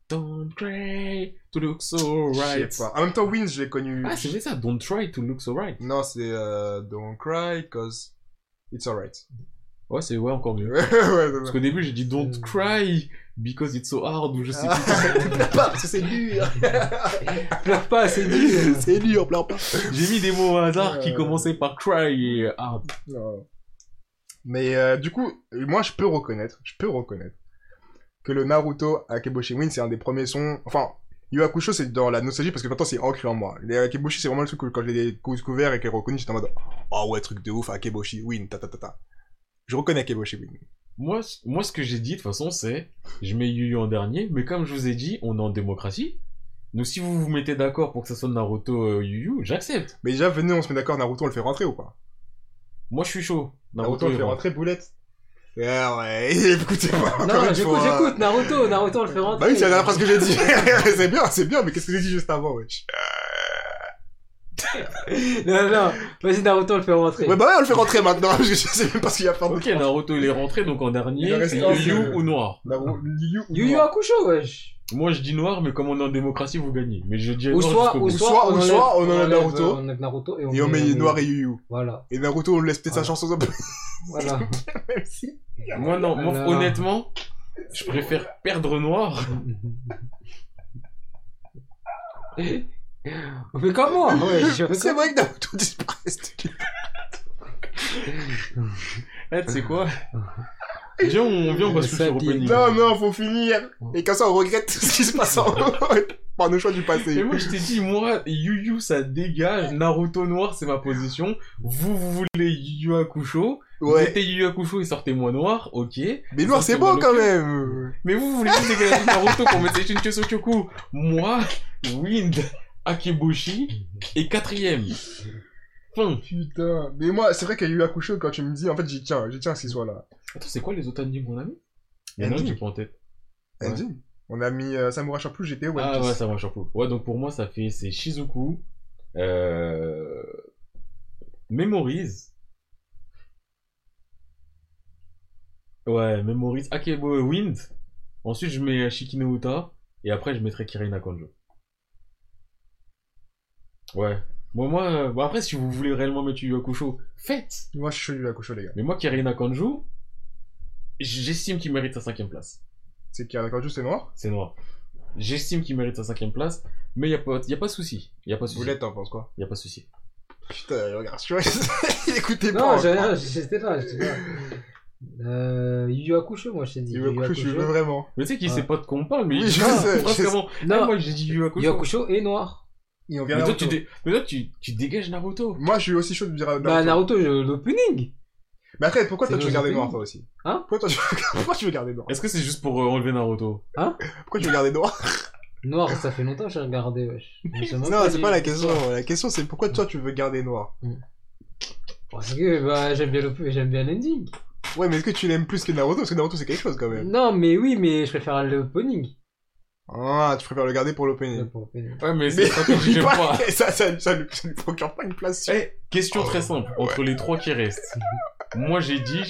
[SPEAKER 2] Don't try to look so
[SPEAKER 3] Je
[SPEAKER 2] right.
[SPEAKER 3] sais pas. En même temps, Wins, je l'ai connu.
[SPEAKER 2] Ah, c'est vrai ça, don't try to look so right.
[SPEAKER 3] Non, c'est euh, Don't Cry, cause it's alright.
[SPEAKER 2] Ouais, c'est ouais, encore mieux.
[SPEAKER 3] ouais, ouais,
[SPEAKER 2] Parce
[SPEAKER 3] ouais.
[SPEAKER 2] qu'au début, j'ai dit don't
[SPEAKER 4] Euh.
[SPEAKER 2] cry because it's so hard ou je sais
[SPEAKER 3] Ah.
[SPEAKER 2] plus.
[SPEAKER 3] Pleure pas, parce que c'est dur.
[SPEAKER 4] Pleure pas, c'est nul.
[SPEAKER 3] c'est hein. dur, pleure pas.
[SPEAKER 2] J'ai mis des mots au hasard qui
[SPEAKER 3] Euh.
[SPEAKER 2] commençaient par cry et euh, hard.
[SPEAKER 3] Non. Mais euh, du coup, moi je peux reconnaître, je peux reconnaître que le Naruto Akeboshi Win c'est un des premiers sons. Enfin, Yu Hakusho c'est dans la nostalgie parce que maintenant c'est ancré en moi. Les Akeboshi c'est vraiment le truc que quand je l'ai découvert et que j'ai reconnu, j'étais en mode Oh ouais, truc de ouf, Akeboshi Win, ta ta ta ta. Je reconnais Akeboshi Win.
[SPEAKER 2] Moi, c- moi, ce que j'ai dit de toute façon, c'est je mets Yu Yu en dernier, mais comme je vous ai dit, on est en démocratie. Donc, si vous vous mettez d'accord pour que ça soit Naruto euh, Yu Yu, j'accepte.
[SPEAKER 3] Mais déjà, venez, on se met d'accord, Naruto on le fait rentrer ou pas
[SPEAKER 2] Moi, je suis chaud.
[SPEAKER 3] Naruto,
[SPEAKER 2] Naruto,
[SPEAKER 3] on le
[SPEAKER 2] il
[SPEAKER 3] fait
[SPEAKER 2] rentre.
[SPEAKER 3] rentrer, boulette. Ah ouais, écoutez-moi. encore
[SPEAKER 4] Non,
[SPEAKER 3] une
[SPEAKER 4] j'écoute,
[SPEAKER 3] fois.
[SPEAKER 4] j'écoute, Naruto, Naruto, on le fait rentrer.
[SPEAKER 3] hein. Bah oui, c'est la dernière phrase que j'ai dit. c'est bien, c'est bien, mais qu'est-ce que j'ai dit juste avant, wesh
[SPEAKER 4] Non, non, vas-y, Naruto, on le fait rentrer.
[SPEAKER 3] Ouais, bah ouais, on le fait rentrer maintenant, parce que je sais même pas ce qu'il y a à faire
[SPEAKER 2] Ok, Naruto, il est rentré, donc en
[SPEAKER 3] Il
[SPEAKER 2] dernier,
[SPEAKER 3] reste
[SPEAKER 2] c'est
[SPEAKER 3] un,
[SPEAKER 2] Yu Yu
[SPEAKER 3] c'est-
[SPEAKER 2] ou Noir.
[SPEAKER 3] Naruto,
[SPEAKER 4] Yu Yu Hakusho, wesh.
[SPEAKER 2] Moi, je dis Noir, mais comme on est en démocratie, vous gagnez. Mais je dis
[SPEAKER 4] Ou
[SPEAKER 2] Noir
[SPEAKER 4] soit,
[SPEAKER 2] jusqu'au bout.
[SPEAKER 4] ou soit,
[SPEAKER 3] Ou soit, on enlève Naruto.
[SPEAKER 4] euh, On enlève Naruto et on,
[SPEAKER 3] Et on met Noir et Yu Yu.
[SPEAKER 4] Voilà,
[SPEAKER 3] Et Naruto, on laisse peut-être sa
[SPEAKER 4] Voilà.
[SPEAKER 3] chanson
[SPEAKER 4] voilà.
[SPEAKER 3] même si.
[SPEAKER 2] Moi, non, moi,
[SPEAKER 4] Alors.
[SPEAKER 2] honnêtement, je préfère perdre Noir.
[SPEAKER 4] Mais comment wesh
[SPEAKER 3] C'est vrai que Naruto disparaît.
[SPEAKER 2] Eh, tu sais quoi Viens, on, viens, on va
[SPEAKER 4] Le
[SPEAKER 2] se faire
[SPEAKER 4] sapin.
[SPEAKER 2] opening.
[SPEAKER 3] Non, non, faut finir. Et comme ça, on regrette ce qui se passe en par nos choix du
[SPEAKER 2] Et
[SPEAKER 3] passé.
[SPEAKER 2] moi, je t'ai dit, moi, Yu Yu, ça dégage. Naruto Noir, c'est ma position. Vous, vous voulez Yu Yu Hakusho.
[SPEAKER 3] Ouais.
[SPEAKER 2] Mettez Yu Yu Hakusho et sortez-moi Noir, ok.
[SPEAKER 3] Mais Noir, c'est bon quand même.
[SPEAKER 2] Mais vous, vous voulez juste dégager Naruto pour mettre Shinchu Sokyoku. Moi, Wind, Akeboshi et quatrième. Fin.
[SPEAKER 3] Putain. Mais moi, c'est vrai qu'il y a eu Akusho quand tu me dis, en fait, j'y tiens, j'y tiens à ce qu'il soit là.
[SPEAKER 2] Attends, c'est quoi les autres endings qu'on a mis Il y en a un que j'ai pas en tête.
[SPEAKER 7] Ending.
[SPEAKER 3] On a mis euh, Samurai Champloo, GT, One
[SPEAKER 2] Ah
[SPEAKER 3] Piece.
[SPEAKER 2] ouais, ça marche un peu. Ouais, donc pour moi, ça fait c'est Shizuku, euh... Memories. Ouais, Memories, Akebo Wind. Ensuite, je mets Shikino Uta. Et après, je mettrai Kirina Kanjo. Ouais. Bon, moi, euh, bon, après, si vous voulez réellement mettre Yu Yu Hakusho, faites!
[SPEAKER 3] Moi, je suis chaud du Hakusho, les gars.
[SPEAKER 2] Mais moi, Kirina Kanjo, j'estime qu'il mérite sa cinquième place.
[SPEAKER 3] C'est qu'il y a un Kanjo, c'est noir.
[SPEAKER 2] C'est noir. J'estime qu'il mérite sa cinquième place, mais il n'y a, pas- y a pas de souci. Il n'y a pas de souci.
[SPEAKER 3] Boulette, t'en penses quoi
[SPEAKER 2] Il a pas de souci.
[SPEAKER 3] Putain, regarde, tu vois, il écoutait
[SPEAKER 4] Non,
[SPEAKER 3] pas.
[SPEAKER 4] j'ai
[SPEAKER 3] encore.
[SPEAKER 4] rien, j'étais là, j'étais là. Euh, Yu Yu Hakusho, moi je t'ai dit.
[SPEAKER 3] Yu Hakusho, je veux vraiment.
[SPEAKER 2] Mais tu sais qu'il
[SPEAKER 4] Ouais.
[SPEAKER 2] sait pas de quoi on parle, mais
[SPEAKER 3] Oui,
[SPEAKER 2] il
[SPEAKER 3] je
[SPEAKER 2] Ah,
[SPEAKER 3] sais,
[SPEAKER 2] phrase
[SPEAKER 3] je
[SPEAKER 2] comment
[SPEAKER 4] Non.
[SPEAKER 2] Ah, moi j'ai dit Yu Hakusho.
[SPEAKER 4] Yu Hakusho est noir.
[SPEAKER 3] Et on vient
[SPEAKER 2] Mais toi,
[SPEAKER 3] Naruto.
[SPEAKER 2] tu dé- mais toi, tu, tu dégages Naruto.
[SPEAKER 3] Moi, je suis aussi chaud de dire Naruto.
[SPEAKER 4] Bah Naruto, je- l'opening.
[SPEAKER 3] Mais après, pourquoi
[SPEAKER 4] C'est
[SPEAKER 3] toi, tu veux
[SPEAKER 4] nos
[SPEAKER 3] garder
[SPEAKER 4] opinions.
[SPEAKER 3] noir, toi aussi
[SPEAKER 4] Hein
[SPEAKER 3] pourquoi, toi, tu... pourquoi tu veux garder noir
[SPEAKER 2] Est-ce que c'est juste pour euh, enlever Naruto
[SPEAKER 3] Pourquoi tu veux garder noir
[SPEAKER 4] Noir, ça fait longtemps que j'ai regardé, wesh. Je sais même
[SPEAKER 3] Non, c'est
[SPEAKER 4] dit-
[SPEAKER 3] pas la question. La question, c'est pourquoi toi, tu veux garder noir
[SPEAKER 4] Parce que bah, j'aime bien l'opening, j'aime bien l'ending.
[SPEAKER 3] Ouais, mais est-ce que tu l'aimes plus que Naruto Parce que Naruto, c'est quelque chose, quand même.
[SPEAKER 4] Non, mais oui, mais je préfère l'opening.
[SPEAKER 3] Ah, tu préfères le garder pour l'opening.
[SPEAKER 4] Pour l'opening.
[SPEAKER 2] Ouais,
[SPEAKER 3] Mais
[SPEAKER 2] mais c'est pas que
[SPEAKER 3] oublie
[SPEAKER 2] j'aime
[SPEAKER 3] pas,
[SPEAKER 2] pas.
[SPEAKER 3] que ça, ça, ça, lui- ça lui procure pas une place sur...
[SPEAKER 2] Eh, question très simple. Entre les trois qui restent, moi j'ai dit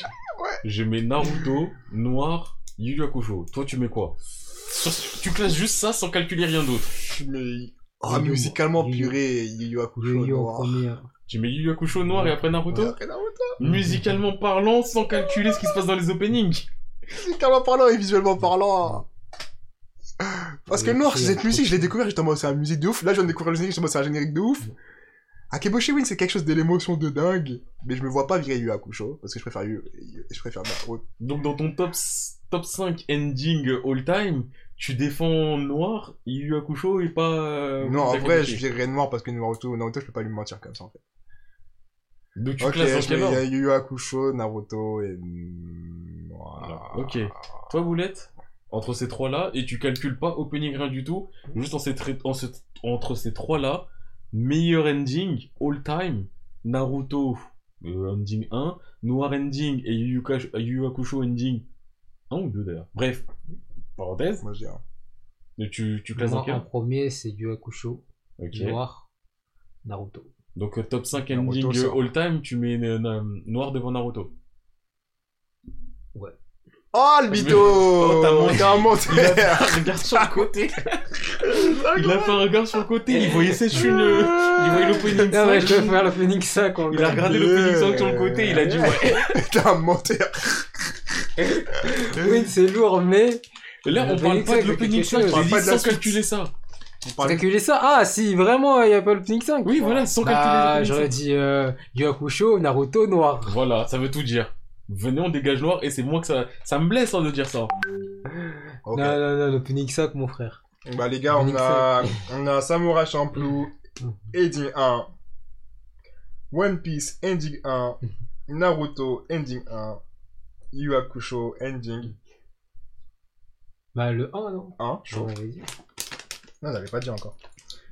[SPEAKER 2] je mets Naruto, Noir, Yu Yu Hakusho. Toi, tu mets quoi Sur- Tu classes juste ça sans calculer rien d'autre.
[SPEAKER 3] Mais... Ah,
[SPEAKER 4] Yu-Yu,
[SPEAKER 3] musicalement,
[SPEAKER 4] Yu-Yu.
[SPEAKER 3] purée, Yu Yu Hakusho,
[SPEAKER 4] Yu Yu en
[SPEAKER 3] noir.
[SPEAKER 4] premier.
[SPEAKER 2] Tu mets Yu Yu Hakusho, Noir et après Naruto
[SPEAKER 3] Après Naruto,
[SPEAKER 2] musicalement parlant, sans calculer ce qui se passe dans les openings.
[SPEAKER 3] musicalement parlant et visuellement parlant. hein. Parce que
[SPEAKER 4] Ouais,
[SPEAKER 3] noir,
[SPEAKER 4] c'est-
[SPEAKER 3] cette musique, je l'ai découvert, j'étais en mode c'est une musique de ouf. Là, je viens de découvrir le générique, j'étais en mode c'est un générique de ouf. Akeboshi Win, c'est quelque chose de l'émotion de dingue. Mais je me vois pas virer Yu Hakusho, parce que je préfère Yu, Yu- je préfère Naruto.
[SPEAKER 2] Donc dans ton top, s- top 5 ending all time, tu défends Noir, Yu Hakusho et pas... euh,
[SPEAKER 3] non, en
[SPEAKER 2] Takeuchi.
[SPEAKER 3] vrai, je virerais noir parce que Naruto, Naruto, je peux pas lui mentir comme ça, en fait.
[SPEAKER 2] Donc tu
[SPEAKER 3] ok,
[SPEAKER 2] classes dans
[SPEAKER 3] je
[SPEAKER 2] quel
[SPEAKER 3] mets
[SPEAKER 2] ordre
[SPEAKER 3] Yu Yu Hakusho, Naruto et noir.
[SPEAKER 2] Voilà. Ok. Toi, Boulette, entre ces trois-là, et tu calcules pas opening rien du tout, juste en ces tra- en ce- entre ces trois-là, meilleur ending all time, Naruto euh, ending 1, Noir ending et Yu Yu Kash- Yu Yu Hakusho ending 1 ou 2 d'ailleurs. Bref, parenthèse.
[SPEAKER 3] Moi, je dirais.
[SPEAKER 2] Mais tu, tu classes
[SPEAKER 4] Moi,
[SPEAKER 2] dans
[SPEAKER 4] en
[SPEAKER 2] quel
[SPEAKER 4] premier, c'est Yu Hakusho,
[SPEAKER 2] Ok.
[SPEAKER 4] noir, Naruto.
[SPEAKER 2] Donc euh, top 5
[SPEAKER 3] Naruto
[SPEAKER 2] ending euh,
[SPEAKER 3] sort.
[SPEAKER 2] all time, tu mets euh, na- noir devant Naruto.
[SPEAKER 3] Oh, le mytho
[SPEAKER 2] Oh, t'as menti.
[SPEAKER 3] T'es un
[SPEAKER 2] Il a fait
[SPEAKER 3] menteur
[SPEAKER 2] un regard sur le côté.
[SPEAKER 3] Ah,
[SPEAKER 2] Il a fait un regard sur le côté. Il voyait ses chune. euh, Il voyait l'opening
[SPEAKER 4] Ah ouais, je
[SPEAKER 2] cinq.
[SPEAKER 4] préfère l'opening 5 en
[SPEAKER 2] Il a regardé l'opening 5 sur le côté. Il a dit ouais.
[SPEAKER 3] T'es un menteur
[SPEAKER 4] Oui, c'est lourd, mais.
[SPEAKER 2] Et Là on parle
[SPEAKER 4] L'opening
[SPEAKER 2] pas
[SPEAKER 4] cinq,
[SPEAKER 2] de l'opening
[SPEAKER 4] quelque
[SPEAKER 2] 5.
[SPEAKER 4] chose.
[SPEAKER 2] J'ai
[SPEAKER 3] On
[SPEAKER 2] dit
[SPEAKER 3] parle de la
[SPEAKER 2] sans
[SPEAKER 3] suite.
[SPEAKER 2] calculer ça.
[SPEAKER 3] On
[SPEAKER 4] T'as
[SPEAKER 3] parle-
[SPEAKER 4] calculé ça Ah, si, vraiment, il n'y a pas l'opening 5.
[SPEAKER 2] Oui voilà, sans
[SPEAKER 4] Bah,
[SPEAKER 2] calculer
[SPEAKER 4] j'aurais
[SPEAKER 2] l'opening cinq.
[SPEAKER 4] dit euh, Yu Hakusho, Naruto, noir.
[SPEAKER 2] Voilà, ça veut tout dire. Venez on dégage noir et c'est moi que ça. Ça me blesse hein, de dire ça.
[SPEAKER 3] Ok.
[SPEAKER 4] Non, non, non, l'opening 5, mon frère.
[SPEAKER 3] Bah les gars, on
[SPEAKER 4] Nick
[SPEAKER 3] a, on a Samurai Champloo,
[SPEAKER 4] Mhm.
[SPEAKER 3] Ending 1, One Piece, Ending 1, Naruto, Ending 1, Yu Hakusho, Ending
[SPEAKER 4] Bah, le 1, non
[SPEAKER 3] 1.
[SPEAKER 4] J'en avais dit.
[SPEAKER 3] Non, j'avais pas dit encore.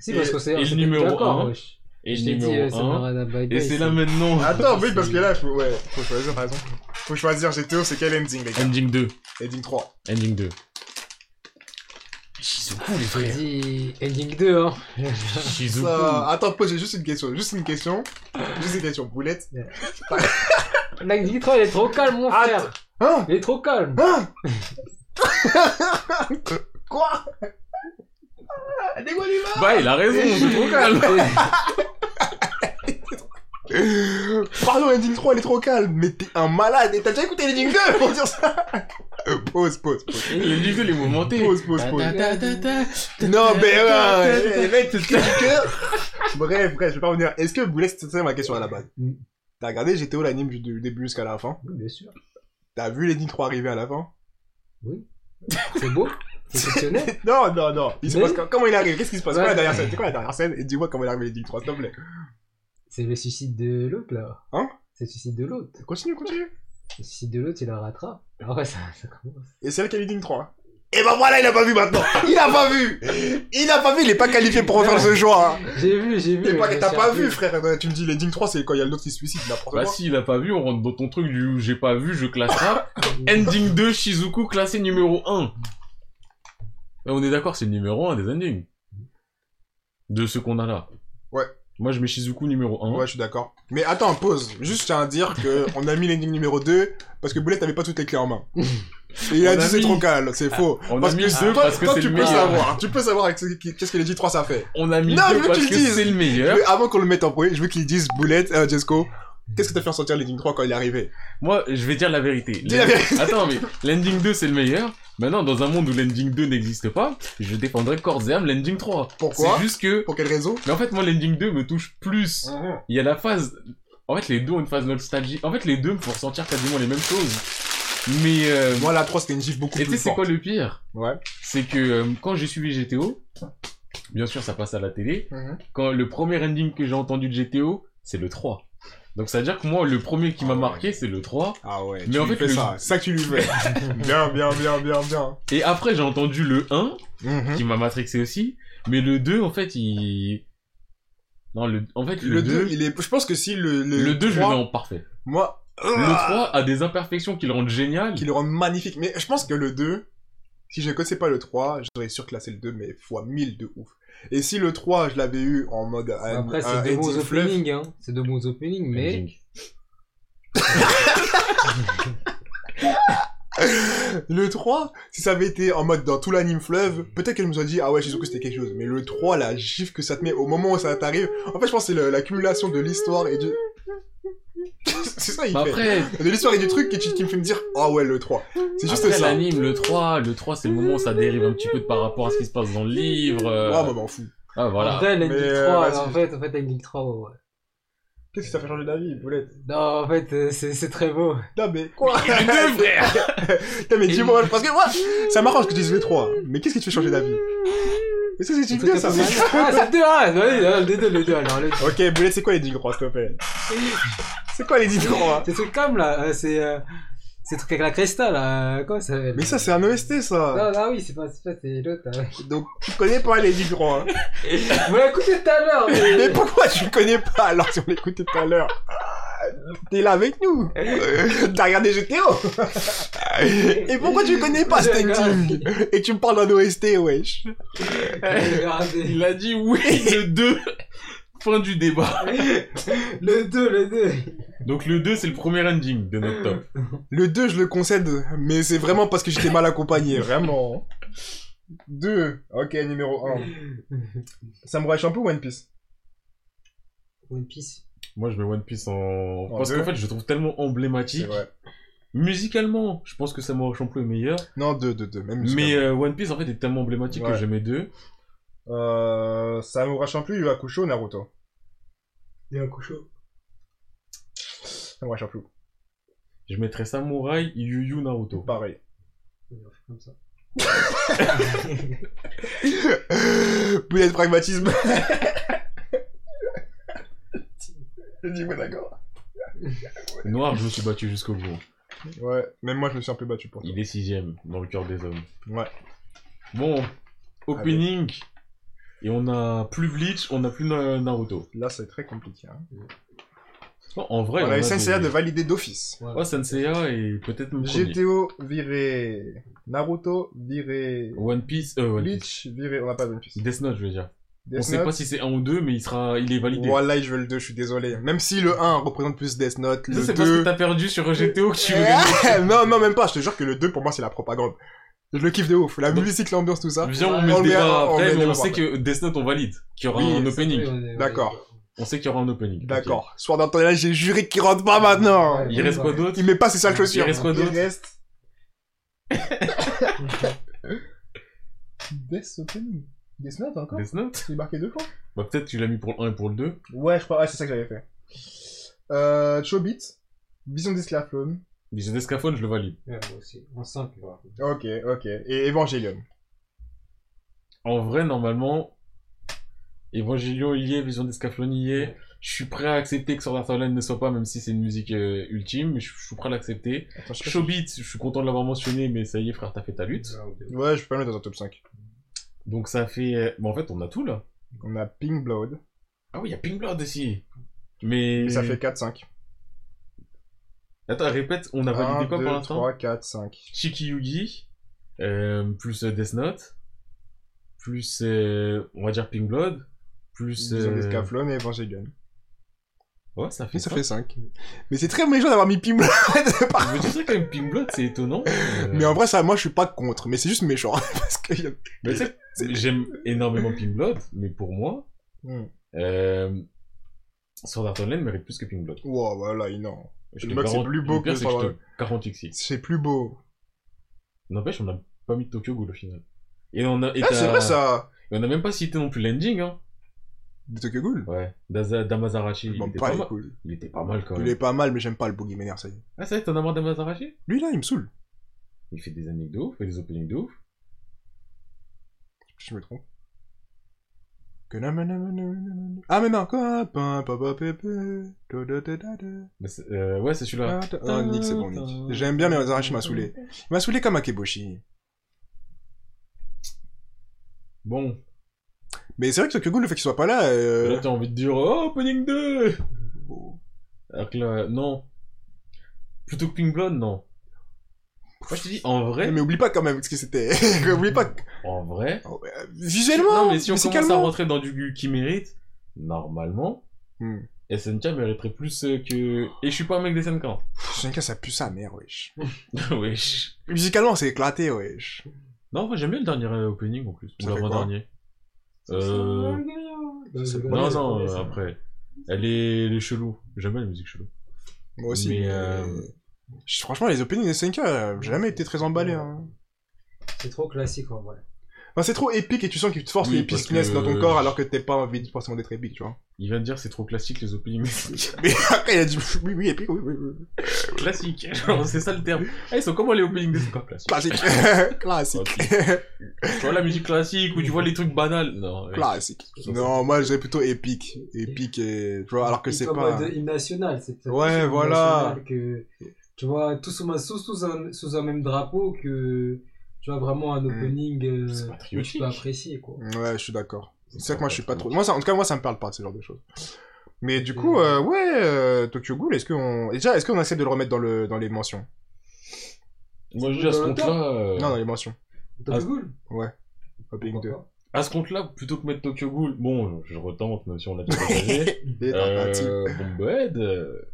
[SPEAKER 4] Si,
[SPEAKER 3] Et-
[SPEAKER 4] parce que c'est
[SPEAKER 2] et le
[SPEAKER 4] c'est
[SPEAKER 2] numéro
[SPEAKER 4] d'accord,
[SPEAKER 2] un.
[SPEAKER 4] wesh.
[SPEAKER 2] Et
[SPEAKER 4] Je t'ai dit, euh,
[SPEAKER 2] numéro 1.
[SPEAKER 4] Samurai Dabaga,
[SPEAKER 2] Et
[SPEAKER 4] il
[SPEAKER 2] c'est
[SPEAKER 4] s'est-
[SPEAKER 2] là maintenant.
[SPEAKER 3] Attends, oui, parce que là, faut, ouais, faut choisir, par exemple. Faut choisir GTO, c'est quel ending, les gars
[SPEAKER 2] Ending 2.
[SPEAKER 3] Ending 3.
[SPEAKER 2] Ending 2. Shizuku, les
[SPEAKER 4] J'ai dit ending 2, hein.
[SPEAKER 2] Shizuku.
[SPEAKER 4] ah.
[SPEAKER 3] Ça... Euh, Attends, pose juste une question, juste une question, juste une question, boulette.
[SPEAKER 4] L'ending 3, il est trop calme, mon
[SPEAKER 3] Attends.
[SPEAKER 4] frère.
[SPEAKER 3] Hein
[SPEAKER 4] Il est trop calme.
[SPEAKER 3] Hein Quoi Des quoi du mal
[SPEAKER 2] Bah, il a raison, c'est trop calme.
[SPEAKER 3] Pardon, Ending 3, elle est trop calme, mais t'es un malade, et t'as déjà écouté Ending 2 pour dire ça Euh, Pause, pause, pause,
[SPEAKER 2] Ending 2, il est momenté.
[SPEAKER 3] pause, pause, pause.
[SPEAKER 4] ta, ta, ta,
[SPEAKER 3] Non, mais
[SPEAKER 2] ta, ta,
[SPEAKER 3] ouais,
[SPEAKER 2] ta,
[SPEAKER 3] les mecs, c'est ce que du cœur Bref, bref, je vais pas revenir. Est-ce que Boulet, c'était ça ma question à la base
[SPEAKER 4] Mm.
[SPEAKER 3] T'as regardé GTO l'anime du, du début jusqu'à la fin
[SPEAKER 4] Oui, bien sûr.
[SPEAKER 3] T'as vu l'Ending 3 arriver à la fin
[SPEAKER 4] C'est beau. C'est exceptionnel.
[SPEAKER 3] Non, non, non. Il se
[SPEAKER 4] Mais-
[SPEAKER 3] passe quoi Comment il arrive Qu'est-ce qui se passe
[SPEAKER 4] Ouais.
[SPEAKER 3] Quoi la dernière scène C'est quoi la dernière scène Et dis-moi comment il arrive l'Ending 3, s'il te plaît.
[SPEAKER 4] C'est le suicide de l'autre, là.
[SPEAKER 3] Hein
[SPEAKER 4] C'est le suicide de l'autre.
[SPEAKER 3] Continue, continue.
[SPEAKER 4] Le suicide de l'autre, il la rattrape. Ah ouais, ça, ça commence.
[SPEAKER 3] Et c'est là qu'il y a Ending 3. Et ben voilà, il a pas vu maintenant Il a pas vu Il a pas vu, il est pas qualifié pour refaire ce choix hein.
[SPEAKER 4] J'ai vu, j'ai vu. euh,
[SPEAKER 3] T'es
[SPEAKER 4] mais
[SPEAKER 3] pas-
[SPEAKER 4] je me
[SPEAKER 3] T'as
[SPEAKER 4] suis
[SPEAKER 3] pas
[SPEAKER 4] rappelé.
[SPEAKER 3] vu, frère. Attends, Tu me dis, l'ending 3, c'est quand il y a l'autre qui se suicide, n'importe
[SPEAKER 2] Bah,
[SPEAKER 3] quoi.
[SPEAKER 2] si il a pas vu, on rentre dans ton truc du j'ai pas vu, je classe ça. Ending 2, Shizuku classé numéro 1. Mais on est d'accord, c'est le numéro 1 des endings. De ce qu'on a là.
[SPEAKER 3] Ouais.
[SPEAKER 2] Moi, je mets Shizuku numéro 1.
[SPEAKER 3] Ouais, je suis d'accord. Mais attends, pause. Juste, je tiens à dire que on a mis l'ending numéro 2 parce que Boulette avait pas toutes les clés en main. Et il a
[SPEAKER 2] On a
[SPEAKER 3] dit c'est
[SPEAKER 2] mis- Ah,
[SPEAKER 3] trop calme, c'est faux.
[SPEAKER 2] on
[SPEAKER 3] parce
[SPEAKER 2] a mis
[SPEAKER 3] que
[SPEAKER 2] deux
[SPEAKER 3] toi,
[SPEAKER 2] parce que
[SPEAKER 3] toi,
[SPEAKER 2] c'est
[SPEAKER 3] tu
[SPEAKER 2] le
[SPEAKER 3] peux
[SPEAKER 2] meilleur.
[SPEAKER 3] savoir. Tu peux savoir avec ce- qu'est-ce qu'il a dit 3 ça fait.
[SPEAKER 2] On a mis
[SPEAKER 3] Non, je veux
[SPEAKER 2] deux
[SPEAKER 3] que
[SPEAKER 2] parce
[SPEAKER 3] tu le
[SPEAKER 2] que
[SPEAKER 3] dises.
[SPEAKER 2] c'est le meilleur.
[SPEAKER 3] Mais avant qu'on le mette en premier, je veux qu'il dise Boulette, euh, Jesco, qu'est-ce que t'as fait ressentir l'ending 3 quand il est arrivé
[SPEAKER 2] Moi, je vais dire la vérité.
[SPEAKER 3] Dis la vérité.
[SPEAKER 2] Attends, mais l'ending 2, c'est le meilleur. Maintenant, dans un monde où l'ending 2 n'existe pas, je défendrai corps et âme l'ending 3.
[SPEAKER 3] Pourquoi
[SPEAKER 2] C'est juste que...
[SPEAKER 3] Pour quelle raison
[SPEAKER 2] Mais en fait, moi, l'ending 2 me touche plus. Il y a la phase... En fait, les deux ont une phase nostalgie. En fait, les deux me font ressentir quasiment les mêmes choses. Mais... euh,
[SPEAKER 3] Moi, la 3, c'était une gifle beaucoup
[SPEAKER 2] Et tu sais,
[SPEAKER 3] plus
[SPEAKER 2] c'est
[SPEAKER 3] forte.
[SPEAKER 2] quoi le pire
[SPEAKER 3] Ouais.
[SPEAKER 2] C'est que euh, quand j'ai suivi GTO, bien sûr, ça passe à la télé.
[SPEAKER 3] Mhm.
[SPEAKER 2] Quand le premier ending que j'ai entendu de GTO, c'est le 3. Donc ça veut dire que moi, le premier qui m'a marqué, c'est le 3.
[SPEAKER 3] Ah ouais,
[SPEAKER 2] Mais
[SPEAKER 3] tu
[SPEAKER 2] en
[SPEAKER 3] lui
[SPEAKER 2] fait,
[SPEAKER 3] fais
[SPEAKER 2] le-
[SPEAKER 3] ça. C'est ça que tu lui fais. bien, bien, bien, bien, bien.
[SPEAKER 2] Et après, j'ai entendu le 1,
[SPEAKER 3] Mhm.
[SPEAKER 2] qui m'a matrixé aussi. Mais le 2, en fait, il. Non, le... en fait,
[SPEAKER 3] Le 2, il est. Je pense que si le.
[SPEAKER 2] le 2, je le mets
[SPEAKER 3] trois,
[SPEAKER 2] en parfait.
[SPEAKER 3] Moi. ah,
[SPEAKER 2] Le 3 a des imperfections qui le rendent génial.
[SPEAKER 3] qui le rend magnifique. Mais je pense que le 2, si je ne connaissais pas le 3, j'aurais surclassé le 2, mais fois 1000 de ouf. Et si le 3, je l'avais eu en mode. un-
[SPEAKER 4] Bah Après,
[SPEAKER 3] un
[SPEAKER 4] c'est deux
[SPEAKER 3] ending
[SPEAKER 4] bons
[SPEAKER 3] fleuve,
[SPEAKER 4] openings, hein. C'est deux bons openings, mais.
[SPEAKER 2] Ending.
[SPEAKER 3] Le 3, si ça avait été en mode dans tout l'anime fleuve, peut-être qu'elle me aurait dit, ah ouais, Shizuku c'était quelque chose. Mais le 3, la gifle que ça te met au moment où ça t'arrive, en fait, je pense que c'est le- l'accumulation de l'histoire et du. c'est ça, il
[SPEAKER 2] Bah
[SPEAKER 3] fait.
[SPEAKER 2] Après,
[SPEAKER 3] De l'histoire et du truc qui, qui me fait me dire, ah ouais, le 3. C'est juste
[SPEAKER 2] Après
[SPEAKER 3] ça.
[SPEAKER 2] l'anime, le 3, le 3 c'est le moment où ça dérive un petit peu de par rapport à ce qui se passe dans le livre. euh,
[SPEAKER 3] Ah, bah, m'en fous.
[SPEAKER 2] Ah voilà.
[SPEAKER 4] Après,
[SPEAKER 3] Mais,
[SPEAKER 4] l'ending 3,
[SPEAKER 3] euh, vas-y.
[SPEAKER 4] en fait, en fait, l'ending 3, ouais, ouais.
[SPEAKER 3] Qu'est-ce qui t'a fait changer d'avis, boulette
[SPEAKER 4] Non, en fait, euh, c'est c'est très beau.
[SPEAKER 3] Non, mais quoi
[SPEAKER 2] Les deux frères
[SPEAKER 3] Putain, mais dis-moi, parce que moi, ça m'arrange que tu dises le 3, mais qu'est-ce qui te fait changer d'avis Mais ça, c'est une idée, ça,
[SPEAKER 4] Ah,
[SPEAKER 3] c'est-
[SPEAKER 4] c'est le 2, ah, ouais, le 2, le 2, alors le 2.
[SPEAKER 3] Ok, Boulette, c'est quoi les 10 gros, s'il te plaît C'est quoi les 10 gros hein
[SPEAKER 4] Ces trucs comme là, euh, c'est. euh, Ces trucs avec la cresta là, euh, comment ça s'appelle
[SPEAKER 3] Mais ça, c'est un OST, ça
[SPEAKER 4] Non, là, oui, c'est pas ça, c'est l'autre. là.
[SPEAKER 3] Donc, tu connais pas les 10 gros, hein.
[SPEAKER 4] Vous l'écoutez tout à l'heure, mais.
[SPEAKER 3] Mais pourquoi tu connais pas alors si on l'écoutait tout à l'heure T'es là avec nous T'as regardé GTO Et pourquoi tu connais pas cet ending Et tu me parles d'un OST, wesh
[SPEAKER 4] Eh, Regardez.
[SPEAKER 2] Il a dit oui le 2 Fin du débat.
[SPEAKER 4] Le 2, le 2.
[SPEAKER 2] Donc le 2 c'est le premier ending de notre top.
[SPEAKER 3] Le 2, je le concède, mais c'est vraiment parce que j'étais mal accompagné, vraiment.
[SPEAKER 1] 2. Ok, numéro 1. Samurai Champloo ou One Piece
[SPEAKER 4] One Piece.
[SPEAKER 2] Moi je mets One Piece en... Parce
[SPEAKER 1] deux.
[SPEAKER 2] qu'en fait je le trouve tellement
[SPEAKER 1] C'est
[SPEAKER 2] emblématique.
[SPEAKER 1] vrai.
[SPEAKER 2] Musicalement, je pense que Samurai Champloo est meilleur.
[SPEAKER 3] Non, 2, 2, 2, même
[SPEAKER 2] Mais
[SPEAKER 3] jusqu'à-
[SPEAKER 2] euh, One Piece en fait est tellement emblématique que
[SPEAKER 1] Ouais.
[SPEAKER 2] je mets 2.
[SPEAKER 1] Euh, Samurai Champloo, Yu Hakusho ou Naruto
[SPEAKER 4] Et un couchot.
[SPEAKER 1] Samurai Champloo.
[SPEAKER 2] Je mettrais Samurai, Yu Yu Naruto.
[SPEAKER 1] Pareil.
[SPEAKER 4] Comme ça.
[SPEAKER 3] Peut-être pragmatisme.
[SPEAKER 1] Je dis ouais, d'accord.
[SPEAKER 2] Noir, je me suis battu jusqu'au bout.
[SPEAKER 3] Ouais, même moi, je me suis un peu battu pour toi.
[SPEAKER 2] Il est sixième dans le cœur des hommes.
[SPEAKER 3] Ouais.
[SPEAKER 2] Bon, opening. Et on a plus Bleach, on a plus Na- Naruto.
[SPEAKER 3] Là, c'est très compliqué. Hein.
[SPEAKER 2] Non, en vrai,
[SPEAKER 3] on a eu Senseiya
[SPEAKER 2] des-
[SPEAKER 3] de valider d'office.
[SPEAKER 2] Ouais, Senseiya et peut-être même premier.
[SPEAKER 1] GTO viré. Naruto viré.
[SPEAKER 2] One Piece, euh, One
[SPEAKER 1] Bleach
[SPEAKER 2] Piece.
[SPEAKER 1] viré. On n'a pas One Piece.
[SPEAKER 2] Death Note, je veux dire. on
[SPEAKER 1] Death
[SPEAKER 2] sait
[SPEAKER 1] Note.
[SPEAKER 2] pas si c'est un ou deux, mais il sera, il est validé.
[SPEAKER 3] Voilà, je veux le 2, je suis désolé. Même si le 1 représente plus Death Note,
[SPEAKER 2] Ça,
[SPEAKER 3] le
[SPEAKER 2] c'est parce que
[SPEAKER 3] 2...
[SPEAKER 2] t'as perdu sur GTO que tu veux
[SPEAKER 3] non, non, même pas, je te jure que le 2, pour moi, c'est la propagande. Je le kiffe de ouf. La musique, l'ambiance, tout ça.
[SPEAKER 2] Viens, on met le
[SPEAKER 3] met-
[SPEAKER 2] débat
[SPEAKER 3] ah. on met
[SPEAKER 2] après,
[SPEAKER 3] le
[SPEAKER 2] mais on
[SPEAKER 3] débat
[SPEAKER 2] sait
[SPEAKER 3] après.
[SPEAKER 2] que Death Note, on valide. Qu'il y aura
[SPEAKER 3] Oui,
[SPEAKER 2] un
[SPEAKER 3] ça,
[SPEAKER 2] opening.
[SPEAKER 3] D'accord.
[SPEAKER 2] On sait qu'il y aura un opening.
[SPEAKER 3] D'accord. Soir d'un temps, là, j'ai juré qu'il rentre pas maintenant.
[SPEAKER 2] Ok. Il reste quoi d'autre
[SPEAKER 3] Il met pas ses sales
[SPEAKER 2] Il
[SPEAKER 3] chaussures.
[SPEAKER 2] reste quoi
[SPEAKER 1] Il
[SPEAKER 2] d'autre
[SPEAKER 1] reste. Death Opening. Death Note encore
[SPEAKER 2] Death Note
[SPEAKER 1] Il est marqué deux fois
[SPEAKER 2] Bah, peut-être tu l'as mis pour le 1 et pour le 2.
[SPEAKER 1] Ouais, je crois, ouais, c'est ça que j'avais fait. Euh, Chobit, Vision d'Esclaflone.
[SPEAKER 2] Mais j'ai Descafone, je le valide.
[SPEAKER 4] Ouais, moi aussi. En 5, quoi.
[SPEAKER 1] Ok, ok. Et Evangelion.
[SPEAKER 2] En vrai, normalement, Evangelion il y est, Vision d'Escaflon il y est. Je suis prêt à accepter que Sword Art Online ne soit pas, même si c'est une musique euh, ultime, mais je je suis prêt à l'accepter.
[SPEAKER 1] Attends, je sais pas
[SPEAKER 2] Showbiz, je suis content de l'avoir mentionné, mais ça y est, frère, t'as fait ta lutte.
[SPEAKER 1] si- Ouais, je peux pas le mettre dans un top 5.
[SPEAKER 2] Donc ça fait. euh, Bon, en fait, on a tout là.
[SPEAKER 1] On a Pink Blood,
[SPEAKER 2] Ah oui, il y a Pink Blood ici. Mais.
[SPEAKER 1] et ça fait 4-5.
[SPEAKER 2] Attends, répète, on a validé quoi pour l'instant
[SPEAKER 1] 3, 4, 5.
[SPEAKER 2] Shiki Yugi, euh, plus euh, Death Note, plus, euh, on va dire, Pink Blood, plus...
[SPEAKER 3] Vision
[SPEAKER 2] euh,
[SPEAKER 3] d'Escaflowne et Evangelion.
[SPEAKER 2] Ouais, ça fait
[SPEAKER 3] Et
[SPEAKER 2] ça.
[SPEAKER 3] ça fait 5. Mais c'est très méchant d'avoir mis Pimble
[SPEAKER 2] Je me dis ça quand même, Pink Blood, c'est étonnant. euh,
[SPEAKER 3] Mais en vrai, ça, moi, je suis pas contre. Mais c'est juste méchant. Parce que. y a-
[SPEAKER 2] Mais tu sais, j'aime énormément Pink Blood, mais pour moi,
[SPEAKER 3] Hmm.
[SPEAKER 2] euh, Sword Art Online mérite plus que Pink Blood.
[SPEAKER 3] Wow, voilà, il- non.
[SPEAKER 2] Je
[SPEAKER 3] Le
[SPEAKER 2] te
[SPEAKER 3] mec, c'est
[SPEAKER 2] garan-
[SPEAKER 3] plus beau
[SPEAKER 2] le pire,
[SPEAKER 3] que
[SPEAKER 2] c'est que
[SPEAKER 3] Sword
[SPEAKER 2] je
[SPEAKER 3] Art.
[SPEAKER 2] te 40 xx
[SPEAKER 3] C'est plus beau.
[SPEAKER 2] N'empêche, on n'a pas mis Tokyo Ghoul au final. Et on a, et
[SPEAKER 3] Ah, c'est
[SPEAKER 2] t'as-
[SPEAKER 3] vrai, ça.
[SPEAKER 2] et on a même pas cité non plus l'ending, hein.
[SPEAKER 3] De Tokyo Ghoul.
[SPEAKER 2] Ouais. Daza- Damazarachi, il,
[SPEAKER 3] Bon,
[SPEAKER 2] était
[SPEAKER 3] pas
[SPEAKER 2] pas
[SPEAKER 3] il est
[SPEAKER 2] mal.
[SPEAKER 3] cool.
[SPEAKER 2] il était pas mal quand
[SPEAKER 3] Il
[SPEAKER 2] même.
[SPEAKER 3] est pas mal, mais j'aime pas le boogie m'énerve, ça y est.
[SPEAKER 2] Ah, ça y est, t'en as marre Damazarachi
[SPEAKER 3] Lui, là, il me saoule.
[SPEAKER 2] Il fait des anecdotes de ouf, il fait des openings de ouf.
[SPEAKER 3] Je me trompe. Que na na na na na na na. Ah, mais non, quoi pa pa pa pa pa, do do do do do.
[SPEAKER 2] Mais c'est- euh, ouais, c'est celui-là.
[SPEAKER 3] Ah, t- Oh, Nick, c'est bon, Nick. J'aime bien, mais Azarachi m'a saoulé. Il m'a saoulé comme Akeboshi.
[SPEAKER 2] Bon,
[SPEAKER 3] Mais c'est vrai que Tokyo Ghoul, le fait qu'il soit pas là,
[SPEAKER 2] là
[SPEAKER 3] euh...
[SPEAKER 2] t'as envie de dire Oh, opening 2
[SPEAKER 3] bon.
[SPEAKER 2] Alors que là, non. Plutôt que Pink Blood, non. Moi je te dis, en vrai.
[SPEAKER 3] Mais oublie pas quand même ce que c'était. oublie pas. que-
[SPEAKER 2] En vrai.
[SPEAKER 3] Oh, euh, Visuellement,
[SPEAKER 2] non, mais si on
[SPEAKER 3] c'est
[SPEAKER 2] commence
[SPEAKER 3] calmant.
[SPEAKER 2] à rentrer dans du qui mérite, normalement,
[SPEAKER 3] Hmm.
[SPEAKER 2] SNK mériterait plus euh, que. Et je suis pas un mec des SNK.
[SPEAKER 3] Pff, Shinka, ça pue sa mère, wesh.
[SPEAKER 2] Wesh.
[SPEAKER 3] Musicalement, c'est éclaté, wesh.
[SPEAKER 2] Non, moi j'aime bien le dernier euh, opening en plus. Ou
[SPEAKER 3] Ça fait quoi
[SPEAKER 2] l'avant-dernier. Euh. Non,
[SPEAKER 3] hein,
[SPEAKER 2] non, euh, après. Elle est, elle est chelou. J'aime bien la musique chelou.
[SPEAKER 3] Moi aussi.
[SPEAKER 2] Mais,
[SPEAKER 3] mais-
[SPEAKER 2] euh,
[SPEAKER 3] Je- Franchement, les openings de SNK, euh, j'ai jamais été très emballé. Hein.
[SPEAKER 4] C'est trop classique en vrai.
[SPEAKER 3] Enfin, c'est trop épique et tu sens qu'ils te forcent
[SPEAKER 2] Oui,
[SPEAKER 3] l'épicness
[SPEAKER 2] parce que-
[SPEAKER 3] dans ton corps alors que t'as pas envie forcément d'être épique, tu vois.
[SPEAKER 2] Il vient de dire c'est trop classique les openings.
[SPEAKER 3] Mais après, il a dit oui, oui, épique, oui, oui, oui.
[SPEAKER 2] classique. Genre, c'est ça le terme. Eh, ils sont comment les openings des SNK classiques
[SPEAKER 3] Classique. Classique.
[SPEAKER 2] Tu vois la musique classique ou tu vois les trucs banals. Non. ouais.
[SPEAKER 3] Classique. Non, moi, je dirais plutôt épique. Épique et. Tu vois, alors que c'est
[SPEAKER 4] en
[SPEAKER 3] pas.
[SPEAKER 4] mode hymne national, c'est peut-être
[SPEAKER 3] Ouais,
[SPEAKER 4] plus hymne
[SPEAKER 3] voilà.
[SPEAKER 4] national que tu vois tous sous, un- sous, sous un, sous un même drapeau que tu vois vraiment
[SPEAKER 3] Mm.
[SPEAKER 4] un opening euh,
[SPEAKER 2] C'est
[SPEAKER 4] que tu
[SPEAKER 2] patriotique.
[SPEAKER 4] peux apprécier quoi.
[SPEAKER 3] Ouais, je suis d'accord.
[SPEAKER 2] C'est
[SPEAKER 3] C'est vrai
[SPEAKER 2] pas
[SPEAKER 3] que moi, je suis pas trop.
[SPEAKER 2] patriotique.
[SPEAKER 3] Moi, ça, en tout cas, moi, ça me parle pas, ce genre de choses. Mais du coup,
[SPEAKER 4] Mm.
[SPEAKER 3] euh, ouais, euh, Tokyo Ghoul, est-ce qu'on. et Déjà, est-ce qu'on accepte de le remettre dans, le... dans les mentions
[SPEAKER 2] Moi je dis à ce
[SPEAKER 4] Dans le top
[SPEAKER 2] compte-là. euh,
[SPEAKER 3] Non, dans les mentions. Ah,
[SPEAKER 4] Tokyo Ghoul
[SPEAKER 3] Opening 2.
[SPEAKER 2] À ce compte-là, plutôt que mettre Tokyo Ghoul, bon, je retente, même si on l'a déjà partagé.
[SPEAKER 3] Et t'as parti.
[SPEAKER 2] euh, Bombehead, euh,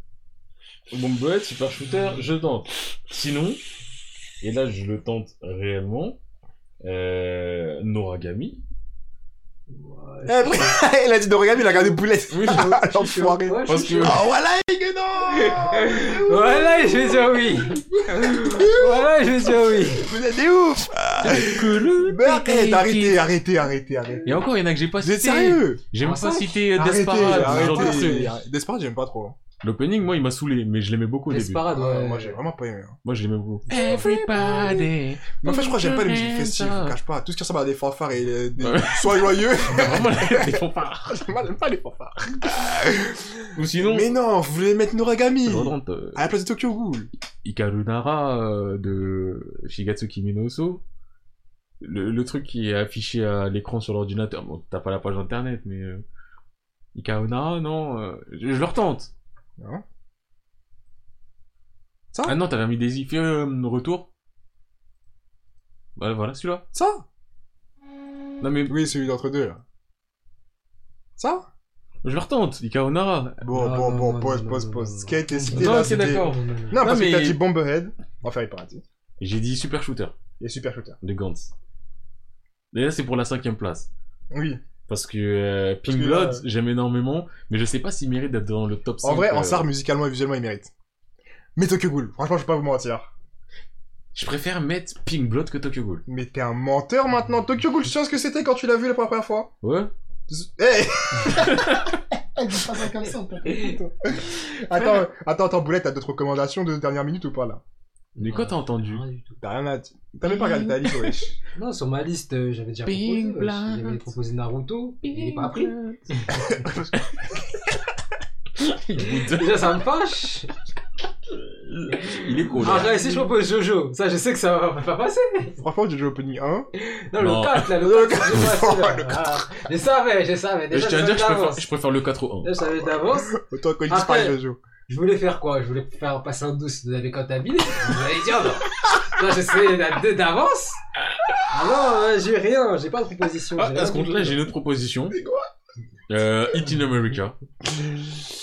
[SPEAKER 2] Bombehead, Super Shooter, je tente. Sinon, et là je le tente réellement, euh, Noragami.
[SPEAKER 4] Ouais,
[SPEAKER 3] Eh, après, il a dit de regarder, il a regardé Boulette.
[SPEAKER 2] Oui,
[SPEAKER 3] Ah, l'enfoiré.
[SPEAKER 4] Ouais, je
[SPEAKER 2] Parce
[SPEAKER 4] suis
[SPEAKER 2] que-
[SPEAKER 4] chaud.
[SPEAKER 3] Oh, voilà, il est non
[SPEAKER 4] Voilà, je vais dire oui. voilà, je vais dire oui.
[SPEAKER 3] Vous êtes des ouf Mais arrête, arrêtez, arrêtez, arrêtez, arrêtez.
[SPEAKER 2] Et encore, il y en a que j'ai pas
[SPEAKER 3] Vous êtes
[SPEAKER 2] cité.
[SPEAKER 3] sérieux
[SPEAKER 2] J'ai même
[SPEAKER 4] Ah,
[SPEAKER 2] pas
[SPEAKER 4] ça
[SPEAKER 2] cité euh,
[SPEAKER 3] Arrêtez, arrêtez.
[SPEAKER 2] Desparade.
[SPEAKER 3] arrêtez. Desperate, j'aime pas trop.
[SPEAKER 2] L'opening, moi, il m'a saoulé, mais je l'aimais beaucoup au début.
[SPEAKER 4] Desperate,
[SPEAKER 3] Ah,
[SPEAKER 4] ouais.
[SPEAKER 3] Moi, j'ai vraiment pas aimé. hein.
[SPEAKER 2] Moi, je l'aimais beaucoup.
[SPEAKER 4] Everybody.
[SPEAKER 3] Mais en fait, je crois que j'aime pas les musiques festives, je vous cache pas. Tout ce qui ressemble à des fanfares et euh, des...
[SPEAKER 2] Ouais.
[SPEAKER 3] Sois joyeux
[SPEAKER 2] Vraiment, les fanfares.
[SPEAKER 3] Moi, j'aime pas les fanfares.
[SPEAKER 2] Ou sinon,
[SPEAKER 3] Mais non, vous voulez mettre Noragami
[SPEAKER 2] je retente, euh,
[SPEAKER 3] À la place de Tokyo Ghoul
[SPEAKER 2] Hikaru Nara euh, de Shigatsu Kimi no Uso. Le, le truc qui est affiché à l'écran sur l'ordinateur, bon, t'as pas la page internet, mais. euh, Hikaru Nara, non, euh, je, je le retente.
[SPEAKER 3] Non. Ça
[SPEAKER 2] Ah non, t'avais mis des ifs, euh, retour. Voilà, voilà celui-là.
[SPEAKER 3] Ça
[SPEAKER 2] Non mais
[SPEAKER 3] Oui, celui d'entre deux, là. Ça
[SPEAKER 2] je le retente, Hikaru Nara.
[SPEAKER 3] Bon,
[SPEAKER 4] Non,
[SPEAKER 3] bon,
[SPEAKER 4] non,
[SPEAKER 3] bon,
[SPEAKER 4] non,
[SPEAKER 3] pause,
[SPEAKER 4] non,
[SPEAKER 3] pause,
[SPEAKER 4] non,
[SPEAKER 3] pause.
[SPEAKER 4] non,
[SPEAKER 3] Ce qui a été cité
[SPEAKER 2] Non,
[SPEAKER 3] là,
[SPEAKER 2] ok,
[SPEAKER 3] c'était-
[SPEAKER 2] d'accord.
[SPEAKER 3] Non,
[SPEAKER 2] Non,
[SPEAKER 3] parce que
[SPEAKER 2] mais-
[SPEAKER 3] t'as dit Bomberhead, enfin, il est parti.
[SPEAKER 2] J'ai dit Super Shooter
[SPEAKER 3] Et Super Shooter.
[SPEAKER 2] de Gantz. Et là, c'est pour la cinquième place.
[SPEAKER 3] Oui.
[SPEAKER 2] Parce que euh, Pink
[SPEAKER 3] que là,
[SPEAKER 2] Blood,
[SPEAKER 3] euh,
[SPEAKER 2] j'aime énormément, mais je sais pas s'il mérite d'être dans le top 5.
[SPEAKER 3] En vrai,
[SPEAKER 2] euh,
[SPEAKER 3] en star, musicalement et visuellement, il mérite. Mais Tokyo Ghoul, franchement, je vais pas vous mentir.
[SPEAKER 2] Je préfère mettre Pink Blood que Tokyo Ghoul.
[SPEAKER 3] Mais t'es un menteur maintenant. Tokyo Ghoul, tu sais ce que c'était quand tu l'as vu la première fois Eh,
[SPEAKER 2] Ouais
[SPEAKER 3] Hey Dis pas ça comme ça, t'as compris, toi. Attends, attends, attends, Boulette, t'as d'autres recommandations de dernière minute ou pas là
[SPEAKER 2] Mais
[SPEAKER 4] Ah.
[SPEAKER 2] quoi t'as entendu
[SPEAKER 4] Rien du tout.
[SPEAKER 3] T'as rien à dire. T'as même pas regardé ta liste, wesh.
[SPEAKER 4] Non, sur ma liste, euh, j'avais déjà
[SPEAKER 2] Pink
[SPEAKER 4] proposé. euh,
[SPEAKER 2] Blind.
[SPEAKER 4] J'avais proposé Naruto. Il est pas pris. Déjà, ça me fâche.
[SPEAKER 2] Il est cool.
[SPEAKER 4] Ah, regarde, si je propose Jojo, ça je sais que ça va pas passer.
[SPEAKER 3] Franchement, j'ai joué Opening 1.
[SPEAKER 4] Non,
[SPEAKER 2] Non.
[SPEAKER 4] le 4 là, le 4, je sais pas, celui-là. Ah, Je savais, je savais.
[SPEAKER 2] Euh, je
[SPEAKER 4] Déjà,
[SPEAKER 2] tiens à dire que je préfère,
[SPEAKER 4] d'avance.
[SPEAKER 2] je préfère le 4 au 1.
[SPEAKER 4] Déjà, je savais d'avance.
[SPEAKER 3] Autant que je dise
[SPEAKER 4] Après-
[SPEAKER 3] pas je joue.
[SPEAKER 4] Je voulais faire quoi Je voulais oh faire passer en douce avec un tablier Vous allez dire non. Là, je sais la- d'avance. Ah non, euh, j'ai rien, j'ai pas de proposition.
[SPEAKER 2] Ah,
[SPEAKER 4] j'ai
[SPEAKER 2] à
[SPEAKER 4] rien
[SPEAKER 2] ce compte-là,
[SPEAKER 4] dit.
[SPEAKER 2] j'ai une autre proposition. Euh, It in America.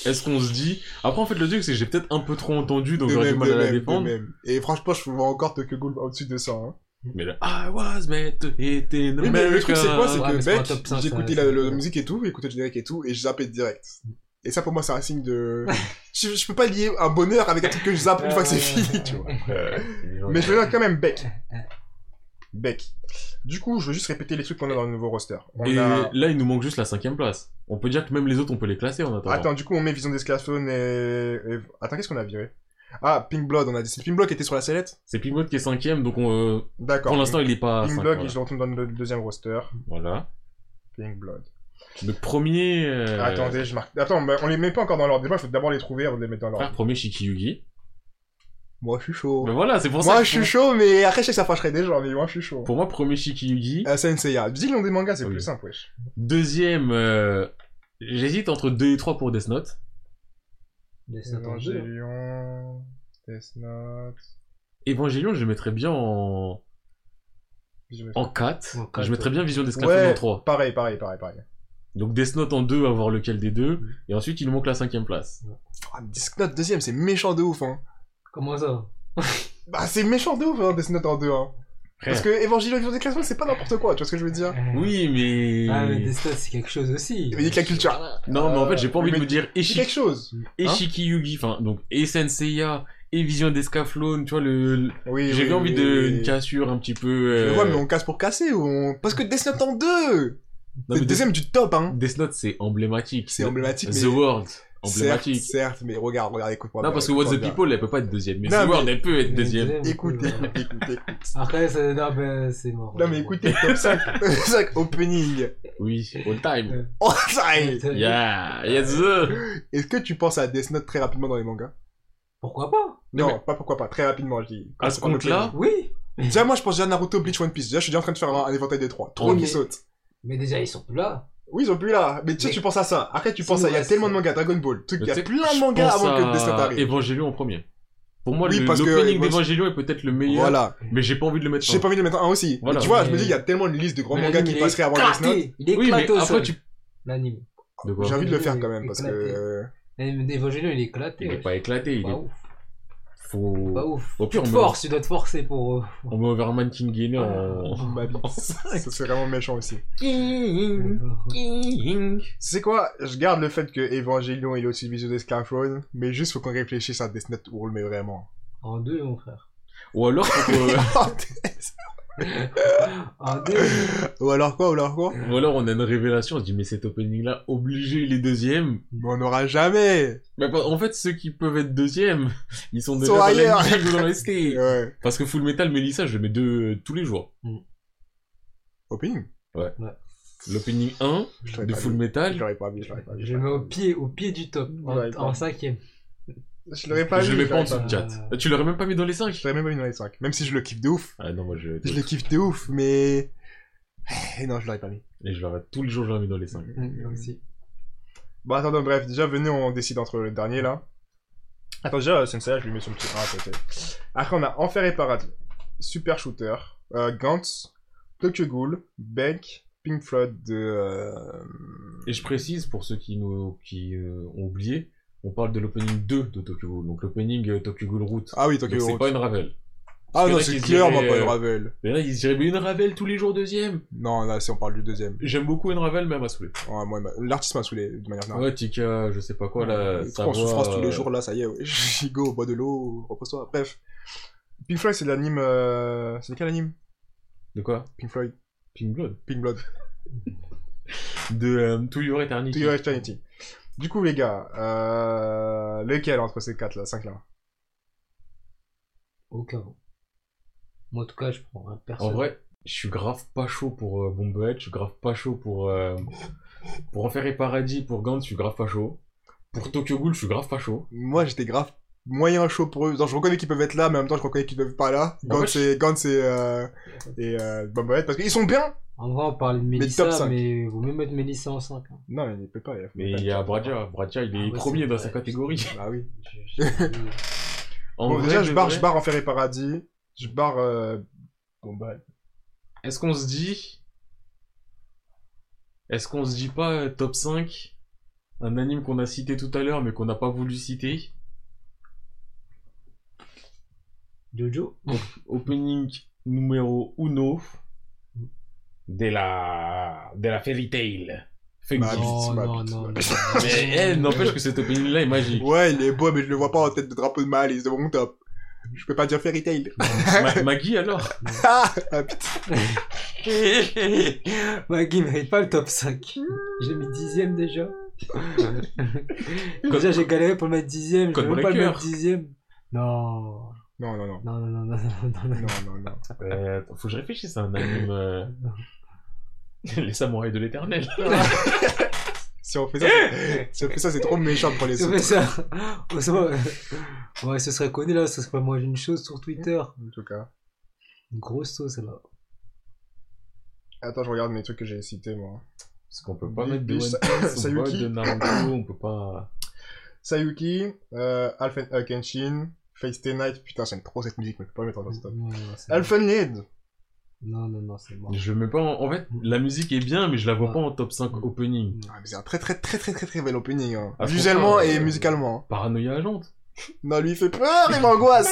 [SPEAKER 2] Est-ce qu'on se dit. Après, en fait, le truc, c'est que j'ai peut-être un peu trop entendu, donc
[SPEAKER 3] De
[SPEAKER 2] j'aurais
[SPEAKER 3] même,
[SPEAKER 2] du mal
[SPEAKER 3] de
[SPEAKER 2] à la
[SPEAKER 3] même, de
[SPEAKER 2] défendre.
[SPEAKER 3] même. Et franchement, je vois encore Tokyo Ghoul au-dessus de ça. hein.
[SPEAKER 2] Mais là, I was meant to hit in America.
[SPEAKER 3] Oui, mais le truc,
[SPEAKER 2] euh,
[SPEAKER 3] c'est quoi C'est
[SPEAKER 4] Ouais, mais
[SPEAKER 3] que,
[SPEAKER 4] c'est pas
[SPEAKER 3] mec,
[SPEAKER 4] un top cinq,
[SPEAKER 3] j'écoutais
[SPEAKER 4] ça,
[SPEAKER 3] la,
[SPEAKER 4] c'est-
[SPEAKER 3] la musique et tout, j'écoutais le générique et tout, et je zappais direct. Et ça, pour moi, c'est un signe de. je, je peux pas lier un bonheur avec un truc que je zappe une fois que c'est fini, tu vois.
[SPEAKER 2] Euh, les gens-
[SPEAKER 3] Mais je le note quand même, Beck. Beck. Du coup, je veux juste répéter les trucs qu'on a dans le nouveau roster. On
[SPEAKER 2] Et
[SPEAKER 3] a...
[SPEAKER 2] là, il nous manque juste la cinquième place. On peut dire que même les autres, on peut les classer en attendant.
[SPEAKER 3] Attends, du coup, on met Vision d'Esclafone et... et- Attends, qu'est-ce qu'on a viré Ah, Pink Blood, on a dit. C'est Pink Blood qui était sur la sellette
[SPEAKER 2] C'est Pimod qui est cinquième, donc on, euh,
[SPEAKER 3] D'accord.
[SPEAKER 2] pour l'instant, il est pas. à
[SPEAKER 3] Pink
[SPEAKER 2] cinq,
[SPEAKER 3] Blood,
[SPEAKER 2] voilà.
[SPEAKER 3] je le retourne dans le deuxième roster.
[SPEAKER 2] Voilà.
[SPEAKER 3] Pink Blood.
[SPEAKER 2] Le premier. euh,
[SPEAKER 3] Attendez, je marque. Attends, bah, on les met pas encore dans l'ordre. Déjà, il faut d'abord les trouver avant de les mettre dans l'ordre.
[SPEAKER 2] Frère, premier Shikiyugi.
[SPEAKER 3] Ah. Moi, je suis chaud.
[SPEAKER 2] Mais voilà, c'est pour ça.
[SPEAKER 3] Oh. Moi,
[SPEAKER 2] que
[SPEAKER 3] je
[SPEAKER 2] pour-
[SPEAKER 3] suis chaud, mais après, je sais que ça fâcherait des gens, mais moi, je suis chaud.
[SPEAKER 2] Pour moi, premier Shikiyugi.
[SPEAKER 3] Euh, Senseiya. Dis le nom des mangas, c'est
[SPEAKER 2] Oui.
[SPEAKER 3] plus simple, wesh.
[SPEAKER 2] Deuxième. euh, J'hésite entre 2 et 3 pour Death Note.
[SPEAKER 4] Mais c'est un temps de jeu.
[SPEAKER 3] Evangelion. Death Note.
[SPEAKER 2] Evangelion, je le mettrais bien en,
[SPEAKER 3] Vision
[SPEAKER 2] en 4.
[SPEAKER 4] En quatre,
[SPEAKER 2] je mettrais bien Vision d'Esclave
[SPEAKER 3] Ouais.
[SPEAKER 2] en 3.
[SPEAKER 3] Pareil, pareil, pareil, pareil.
[SPEAKER 2] Donc Death Note en 2, à voir lequel des deux. Et ensuite, il nous manque la cinquième place.
[SPEAKER 3] Oh, Death Note deuxième, c'est méchant de ouf, hein.
[SPEAKER 4] Comment ça
[SPEAKER 3] Bah, c'est méchant de ouf, hein, Death Note en 2, hein. Parce que Evangelion Vision des classements, c'est pas n'importe quoi, tu vois ce que je veux dire
[SPEAKER 2] Oui, mais.
[SPEAKER 4] Ah, mais des stats, c'est quelque chose aussi.
[SPEAKER 3] Il y a que la culture.
[SPEAKER 2] Non, mais en fait, j'ai pas envie
[SPEAKER 3] euh, Mais-
[SPEAKER 2] de me dire
[SPEAKER 3] C'est
[SPEAKER 2] Eshi-
[SPEAKER 3] quelque chose. hein
[SPEAKER 2] Eshikiyugi, enfin, donc, et Senseiya, et Vision d'Escaflone, tu vois, le. le-
[SPEAKER 3] Oui,
[SPEAKER 2] J'ai
[SPEAKER 3] oui,
[SPEAKER 2] bien envie
[SPEAKER 3] oui,
[SPEAKER 2] de
[SPEAKER 3] oui.
[SPEAKER 2] une cassure un petit peu.
[SPEAKER 3] Je
[SPEAKER 2] euh,
[SPEAKER 3] vois, mais on casse pour casser ou on... Parce que Death Note en 2
[SPEAKER 2] non,
[SPEAKER 3] C'est
[SPEAKER 2] mais
[SPEAKER 3] le deuxième du top, hein
[SPEAKER 2] Death Note, c'est emblématique.
[SPEAKER 3] C'est
[SPEAKER 2] Le-
[SPEAKER 3] emblématique, mais...
[SPEAKER 2] The World,
[SPEAKER 3] Certes,
[SPEAKER 2] emblématique.
[SPEAKER 3] certes, mais regarde, regarde, écoute-moi.
[SPEAKER 2] Non,
[SPEAKER 3] bien,
[SPEAKER 2] parce que What the
[SPEAKER 3] écoute-moi bien.
[SPEAKER 2] People, elle peut pas être deuxième. Mais
[SPEAKER 3] Non,
[SPEAKER 2] The
[SPEAKER 3] mais-
[SPEAKER 2] World, elle peut être
[SPEAKER 4] Mais
[SPEAKER 2] deuxième.
[SPEAKER 3] Écoute,
[SPEAKER 4] ouais.
[SPEAKER 3] écoute, écoute, écoute.
[SPEAKER 4] Après, c'est... Non, ben, c'est mort.
[SPEAKER 3] Non, mais écoutez, top 5, top 5 opening.
[SPEAKER 2] Oui, all time.
[SPEAKER 3] Oh, ça y est.
[SPEAKER 4] Yeah.
[SPEAKER 2] Yeah, yes, sir.
[SPEAKER 3] Est-ce que tu penses à Death Note très rapidement dans les mangas
[SPEAKER 4] Pourquoi pas
[SPEAKER 3] Non, pas pourquoi pas, très rapidement, je dis.
[SPEAKER 2] À ce compte-là,
[SPEAKER 4] Oui
[SPEAKER 3] Déjà, moi, je pense déjà Naruto, Bleach, One Piece. Déjà, je suis déjà en train de faire un, un éventail des trois. Trois
[SPEAKER 4] Oui,
[SPEAKER 3] qui
[SPEAKER 4] mais-
[SPEAKER 3] sautent.
[SPEAKER 4] Mais déjà, ils sont plus là.
[SPEAKER 3] Oui, ils sont plus là. Mais tu sais,
[SPEAKER 4] Mais-
[SPEAKER 3] tu penses à ça. Après, tu
[SPEAKER 4] Ça
[SPEAKER 3] penses à.
[SPEAKER 4] nous
[SPEAKER 3] Il y a
[SPEAKER 4] reste-
[SPEAKER 3] tellement de mangas, Dragon Ball. truc, Il y a
[SPEAKER 2] tu sais,
[SPEAKER 3] plein
[SPEAKER 2] je
[SPEAKER 3] de mangas
[SPEAKER 2] pense
[SPEAKER 3] avant
[SPEAKER 2] à
[SPEAKER 3] que Death Note arrive.
[SPEAKER 2] Evangelion en premier. Pour moi,
[SPEAKER 3] Oui,
[SPEAKER 2] le-
[SPEAKER 3] parce que
[SPEAKER 2] l'opening
[SPEAKER 3] Evangel-
[SPEAKER 2] d'Evangelion est peut-être le meilleur.
[SPEAKER 3] Voilà.
[SPEAKER 2] Mais j'ai pas envie de le mettre.
[SPEAKER 3] J'ai
[SPEAKER 2] en-
[SPEAKER 3] pas envie de mettre un aussi.
[SPEAKER 2] Oh. Voilà.
[SPEAKER 3] Mais tu vois, je
[SPEAKER 4] Mais-
[SPEAKER 3] me dis, il y a tellement une liste de grands
[SPEAKER 4] Mais
[SPEAKER 3] mangas
[SPEAKER 4] l'anime,
[SPEAKER 3] qui
[SPEAKER 4] il est
[SPEAKER 3] passeraient avant Death Note.
[SPEAKER 4] éclaté. Il est
[SPEAKER 2] Oui, mais
[SPEAKER 4] éclaté au
[SPEAKER 2] après,
[SPEAKER 4] sol,
[SPEAKER 2] tu.
[SPEAKER 4] l'anime.
[SPEAKER 2] De quoi
[SPEAKER 3] J'ai envie de le faire
[SPEAKER 4] Éclaté.
[SPEAKER 3] quand même, parce que.
[SPEAKER 4] Éclaté.
[SPEAKER 3] euh,
[SPEAKER 4] L'anime d'Evangelion, il est éclaté.
[SPEAKER 2] Il est
[SPEAKER 4] ouais.
[SPEAKER 2] pas éclaté. Il
[SPEAKER 4] Pas
[SPEAKER 2] est.
[SPEAKER 4] ouf.
[SPEAKER 2] Faut.
[SPEAKER 4] Pas ouf.
[SPEAKER 2] Au pire,
[SPEAKER 4] tu te
[SPEAKER 2] on met-
[SPEAKER 4] forces, tu dois te forcer pour... euh,
[SPEAKER 2] On met Overman King Guinée en.
[SPEAKER 3] ma bite. Ça, C'est vraiment méchant aussi.
[SPEAKER 2] King,
[SPEAKER 3] Mhm.
[SPEAKER 2] King.
[SPEAKER 3] C'est quoi Je garde le fait que Evangelion il est aussi visuel d'Escafrone, mais juste faut qu'on réfléchisse à Death Note où on le met vraiment.
[SPEAKER 4] En deux, mon frère.
[SPEAKER 2] Ou alors, faut que-
[SPEAKER 4] En deux.
[SPEAKER 3] ou alors quoi Ou alors quoi
[SPEAKER 2] Ou alors on a une révélation, on se dit mais cet opening là, obligé il est deuxième.
[SPEAKER 3] Mais on n'aura jamais
[SPEAKER 2] Mais pas- en fait ceux qui peuvent être deuxième, ils sont déjà
[SPEAKER 3] Sont
[SPEAKER 2] dans
[SPEAKER 3] ailleurs.
[SPEAKER 2] la musique ou dans le ST.
[SPEAKER 3] Ouais.
[SPEAKER 2] Parce que Full Metal Melissa je le mets deux euh, tous les jours.
[SPEAKER 3] Opening
[SPEAKER 2] L'opening 1
[SPEAKER 3] Je l'aurais
[SPEAKER 2] de
[SPEAKER 3] pas
[SPEAKER 2] Full
[SPEAKER 3] vu.
[SPEAKER 2] Metal,
[SPEAKER 3] Je l'aurais pas vu, je l'aurais pas vu.
[SPEAKER 4] Je le mets au pied, au pied du top, en,
[SPEAKER 3] Ouais,
[SPEAKER 4] en cinquième.
[SPEAKER 3] Je l'aurais pas vu.
[SPEAKER 2] je le mets pas en dessous
[SPEAKER 3] l'aurais
[SPEAKER 2] de
[SPEAKER 4] vu.
[SPEAKER 2] chat. Ah,
[SPEAKER 4] Euh.
[SPEAKER 2] Tu l'aurais même pas mis dans les
[SPEAKER 3] Je
[SPEAKER 2] 5
[SPEAKER 3] l'aurais même pas mis dans les 5. Même si je le kiffe de ouf.
[SPEAKER 2] Ah non moi je...
[SPEAKER 3] Je le kiffe de ouf, mais. Eh, non, je l'aurais pas mis.
[SPEAKER 2] Et je l'aurais tous les jours je l'aurais mis dans les 5.
[SPEAKER 4] Moi aussi.
[SPEAKER 3] Bon, attends, non, bref, déjà, venez, on décide entre le dernier là. Attends, déjà, euh, Sensei, je lui mets son petit 1 à côté. Après, on a Enfer et Paradis, Super Shooter, euh, Gantz, Tokyo Ghoul, Beck, Pink Floyd de. euh,
[SPEAKER 2] Et je précise pour ceux qui, nous, qui euh, ont oublié, on parle de l'opening 2 de Tokyo Ghoul, donc l'opening euh, Tokyo Ghoul Route.
[SPEAKER 3] Ah oui,
[SPEAKER 2] Donc
[SPEAKER 3] Tokyo
[SPEAKER 2] c'est
[SPEAKER 3] Ghoul.
[SPEAKER 2] pas une Ravel.
[SPEAKER 3] Ah
[SPEAKER 2] parce
[SPEAKER 3] non,
[SPEAKER 2] que là,
[SPEAKER 3] c'est
[SPEAKER 2] tu
[SPEAKER 3] clairement
[SPEAKER 2] dirais,
[SPEAKER 3] pas une
[SPEAKER 2] euh,
[SPEAKER 3] Ravel.
[SPEAKER 2] Mais là ils se diraient mais une Ravel tous les jours deuxième
[SPEAKER 3] Non, là, si on parle du deuxième.
[SPEAKER 2] J'aime beaucoup une Ravel mais elle m'a saoulé.
[SPEAKER 3] Ouais, moi, il m'a- l'artiste m'a saoulé, de manière générale.
[SPEAKER 2] Ouais, Tika, je sais pas quoi, là,
[SPEAKER 3] Ah. Il
[SPEAKER 2] ça
[SPEAKER 3] prend en
[SPEAKER 2] voit,
[SPEAKER 3] souffrance tous
[SPEAKER 2] euh,
[SPEAKER 3] les jours, là, ça y est, ouais. Gigo, bois de l'eau, repose-toi, bref. Pink Floyd, c'est l'anime. euh, C'est quel anime
[SPEAKER 2] De quoi
[SPEAKER 3] Pink Floyd,
[SPEAKER 2] Pink Blood.
[SPEAKER 3] Pink Blood.
[SPEAKER 2] De euh, To Your Eternity.
[SPEAKER 3] To Your Eternity. Du coup, les gars, euh... lequel entre ces 4 là, 5 là
[SPEAKER 4] Au cas où. Moi, en tout cas, je prends un perso.
[SPEAKER 2] En vrai, je suis grave pas chaud pour euh, Bombehead, je suis grave pas chaud pour, euh, pour Enfer et Paradis, pour Gantz, je suis grave pas chaud. Pour Tokyo Ghoul, je suis grave pas chaud.
[SPEAKER 3] Moi, j'étais grave moyen chaud pour eux. Genre, je reconnais qu'ils peuvent être là, mais en même temps, je reconnais qu'ils peuvent pas là.
[SPEAKER 4] Ah,
[SPEAKER 2] En
[SPEAKER 3] Gantz et, Gantz et, euh... et euh... Bomberhead, parce qu'ils sont bien
[SPEAKER 4] En vrai, on parle de
[SPEAKER 3] top
[SPEAKER 4] Mélissa,
[SPEAKER 3] cinq.
[SPEAKER 4] mais vous même mettre Mélissa en 5.
[SPEAKER 3] Non, mais il peut pas. Il faut
[SPEAKER 2] Mais
[SPEAKER 3] pas le
[SPEAKER 2] il y a
[SPEAKER 3] dire.
[SPEAKER 2] Bradia. Bradia, il est
[SPEAKER 4] Ah ouais,
[SPEAKER 2] premier
[SPEAKER 4] c'est
[SPEAKER 2] dans
[SPEAKER 4] vrai.
[SPEAKER 2] sa catégorie.
[SPEAKER 3] Bah oui.
[SPEAKER 2] En
[SPEAKER 3] bon,
[SPEAKER 2] vrai,
[SPEAKER 3] déjà,
[SPEAKER 2] de
[SPEAKER 3] je barre,
[SPEAKER 2] vrai,
[SPEAKER 3] je barre Enfer et Paradis. Je barre. Euh... Bomberhead.
[SPEAKER 2] Est-ce qu'on se dit. Est-ce qu'on se dit pas euh, top 5 Un anime qu'on a cité tout à l'heure mais qu'on n'a pas voulu citer.
[SPEAKER 4] Jojo
[SPEAKER 2] Opening numéro 1 de la. de la Fairy Tail. Fuck
[SPEAKER 3] Bah,
[SPEAKER 2] you.
[SPEAKER 3] putain.
[SPEAKER 4] Non,
[SPEAKER 3] c'est ma
[SPEAKER 4] non,
[SPEAKER 3] bite,
[SPEAKER 4] non.
[SPEAKER 3] c'est ma
[SPEAKER 4] non.
[SPEAKER 3] bite.
[SPEAKER 2] Mais eh, n'empêche que cet opening là est magique.
[SPEAKER 3] Ouais, il est beau, mais je le vois pas en tête de drapeau de Malice de mon top. Je peux pas dire Fairy Tail.
[SPEAKER 2] Ma- Maggie alors
[SPEAKER 3] ah, ah, putain.
[SPEAKER 4] Maggie mérite pas le top 5. J'ai mis dixième déjà. déjà, j'ai galéré pour le mettre dixième. Je
[SPEAKER 2] Code
[SPEAKER 4] veux même pas le
[SPEAKER 2] Breaker.
[SPEAKER 4] mettre dixième. Non.
[SPEAKER 3] Non, non, non.
[SPEAKER 4] Non, non, non, non, non, non, non.
[SPEAKER 3] Non, non, non.
[SPEAKER 2] Euh, attends, faut que je réfléchisse à un anime. euh, Les samouraïs de l'éternel.
[SPEAKER 3] Si on fait ça,
[SPEAKER 2] Eh
[SPEAKER 3] c'est- si on fait ça, c'est trop méchant pour les
[SPEAKER 4] Si Eh on fait
[SPEAKER 3] autres.
[SPEAKER 4] ça, on se voit, euh, ouais, ce serait connu là, ce serait moi une chose sur Twitter.
[SPEAKER 3] En tout cas.
[SPEAKER 4] Une grosse sauce là.
[SPEAKER 3] Attends, je regarde mes trucs que j'ai cités, moi.
[SPEAKER 2] Parce qu'on peut pas
[SPEAKER 3] Big
[SPEAKER 2] mettre de
[SPEAKER 3] Fish,
[SPEAKER 2] One Piece, on peut pas
[SPEAKER 3] Sayuki.
[SPEAKER 2] de Naruto, on peut pas.
[SPEAKER 3] Sayuki, euh, Alphen euh, Kenshin, Face Stay Night. Putain, j'aime trop cette musique, mais je peux pas mettre en stop.
[SPEAKER 4] Non, non, c'est bon.
[SPEAKER 3] Alphen Need.
[SPEAKER 4] non, non, non, c'est bon.
[SPEAKER 2] Je mets pas en... en fait, la musique est bien, mais je la vois pas en top 5 opening.
[SPEAKER 3] Ah, mais c'est un très très très très très très bel opening. Hein.
[SPEAKER 2] Ah,
[SPEAKER 3] Visuellement
[SPEAKER 2] franchement,
[SPEAKER 3] et
[SPEAKER 2] euh,
[SPEAKER 3] musicalement. hein.
[SPEAKER 2] Paranoïa agente.
[SPEAKER 3] Non, lui, il fait peur, il m'angoisse.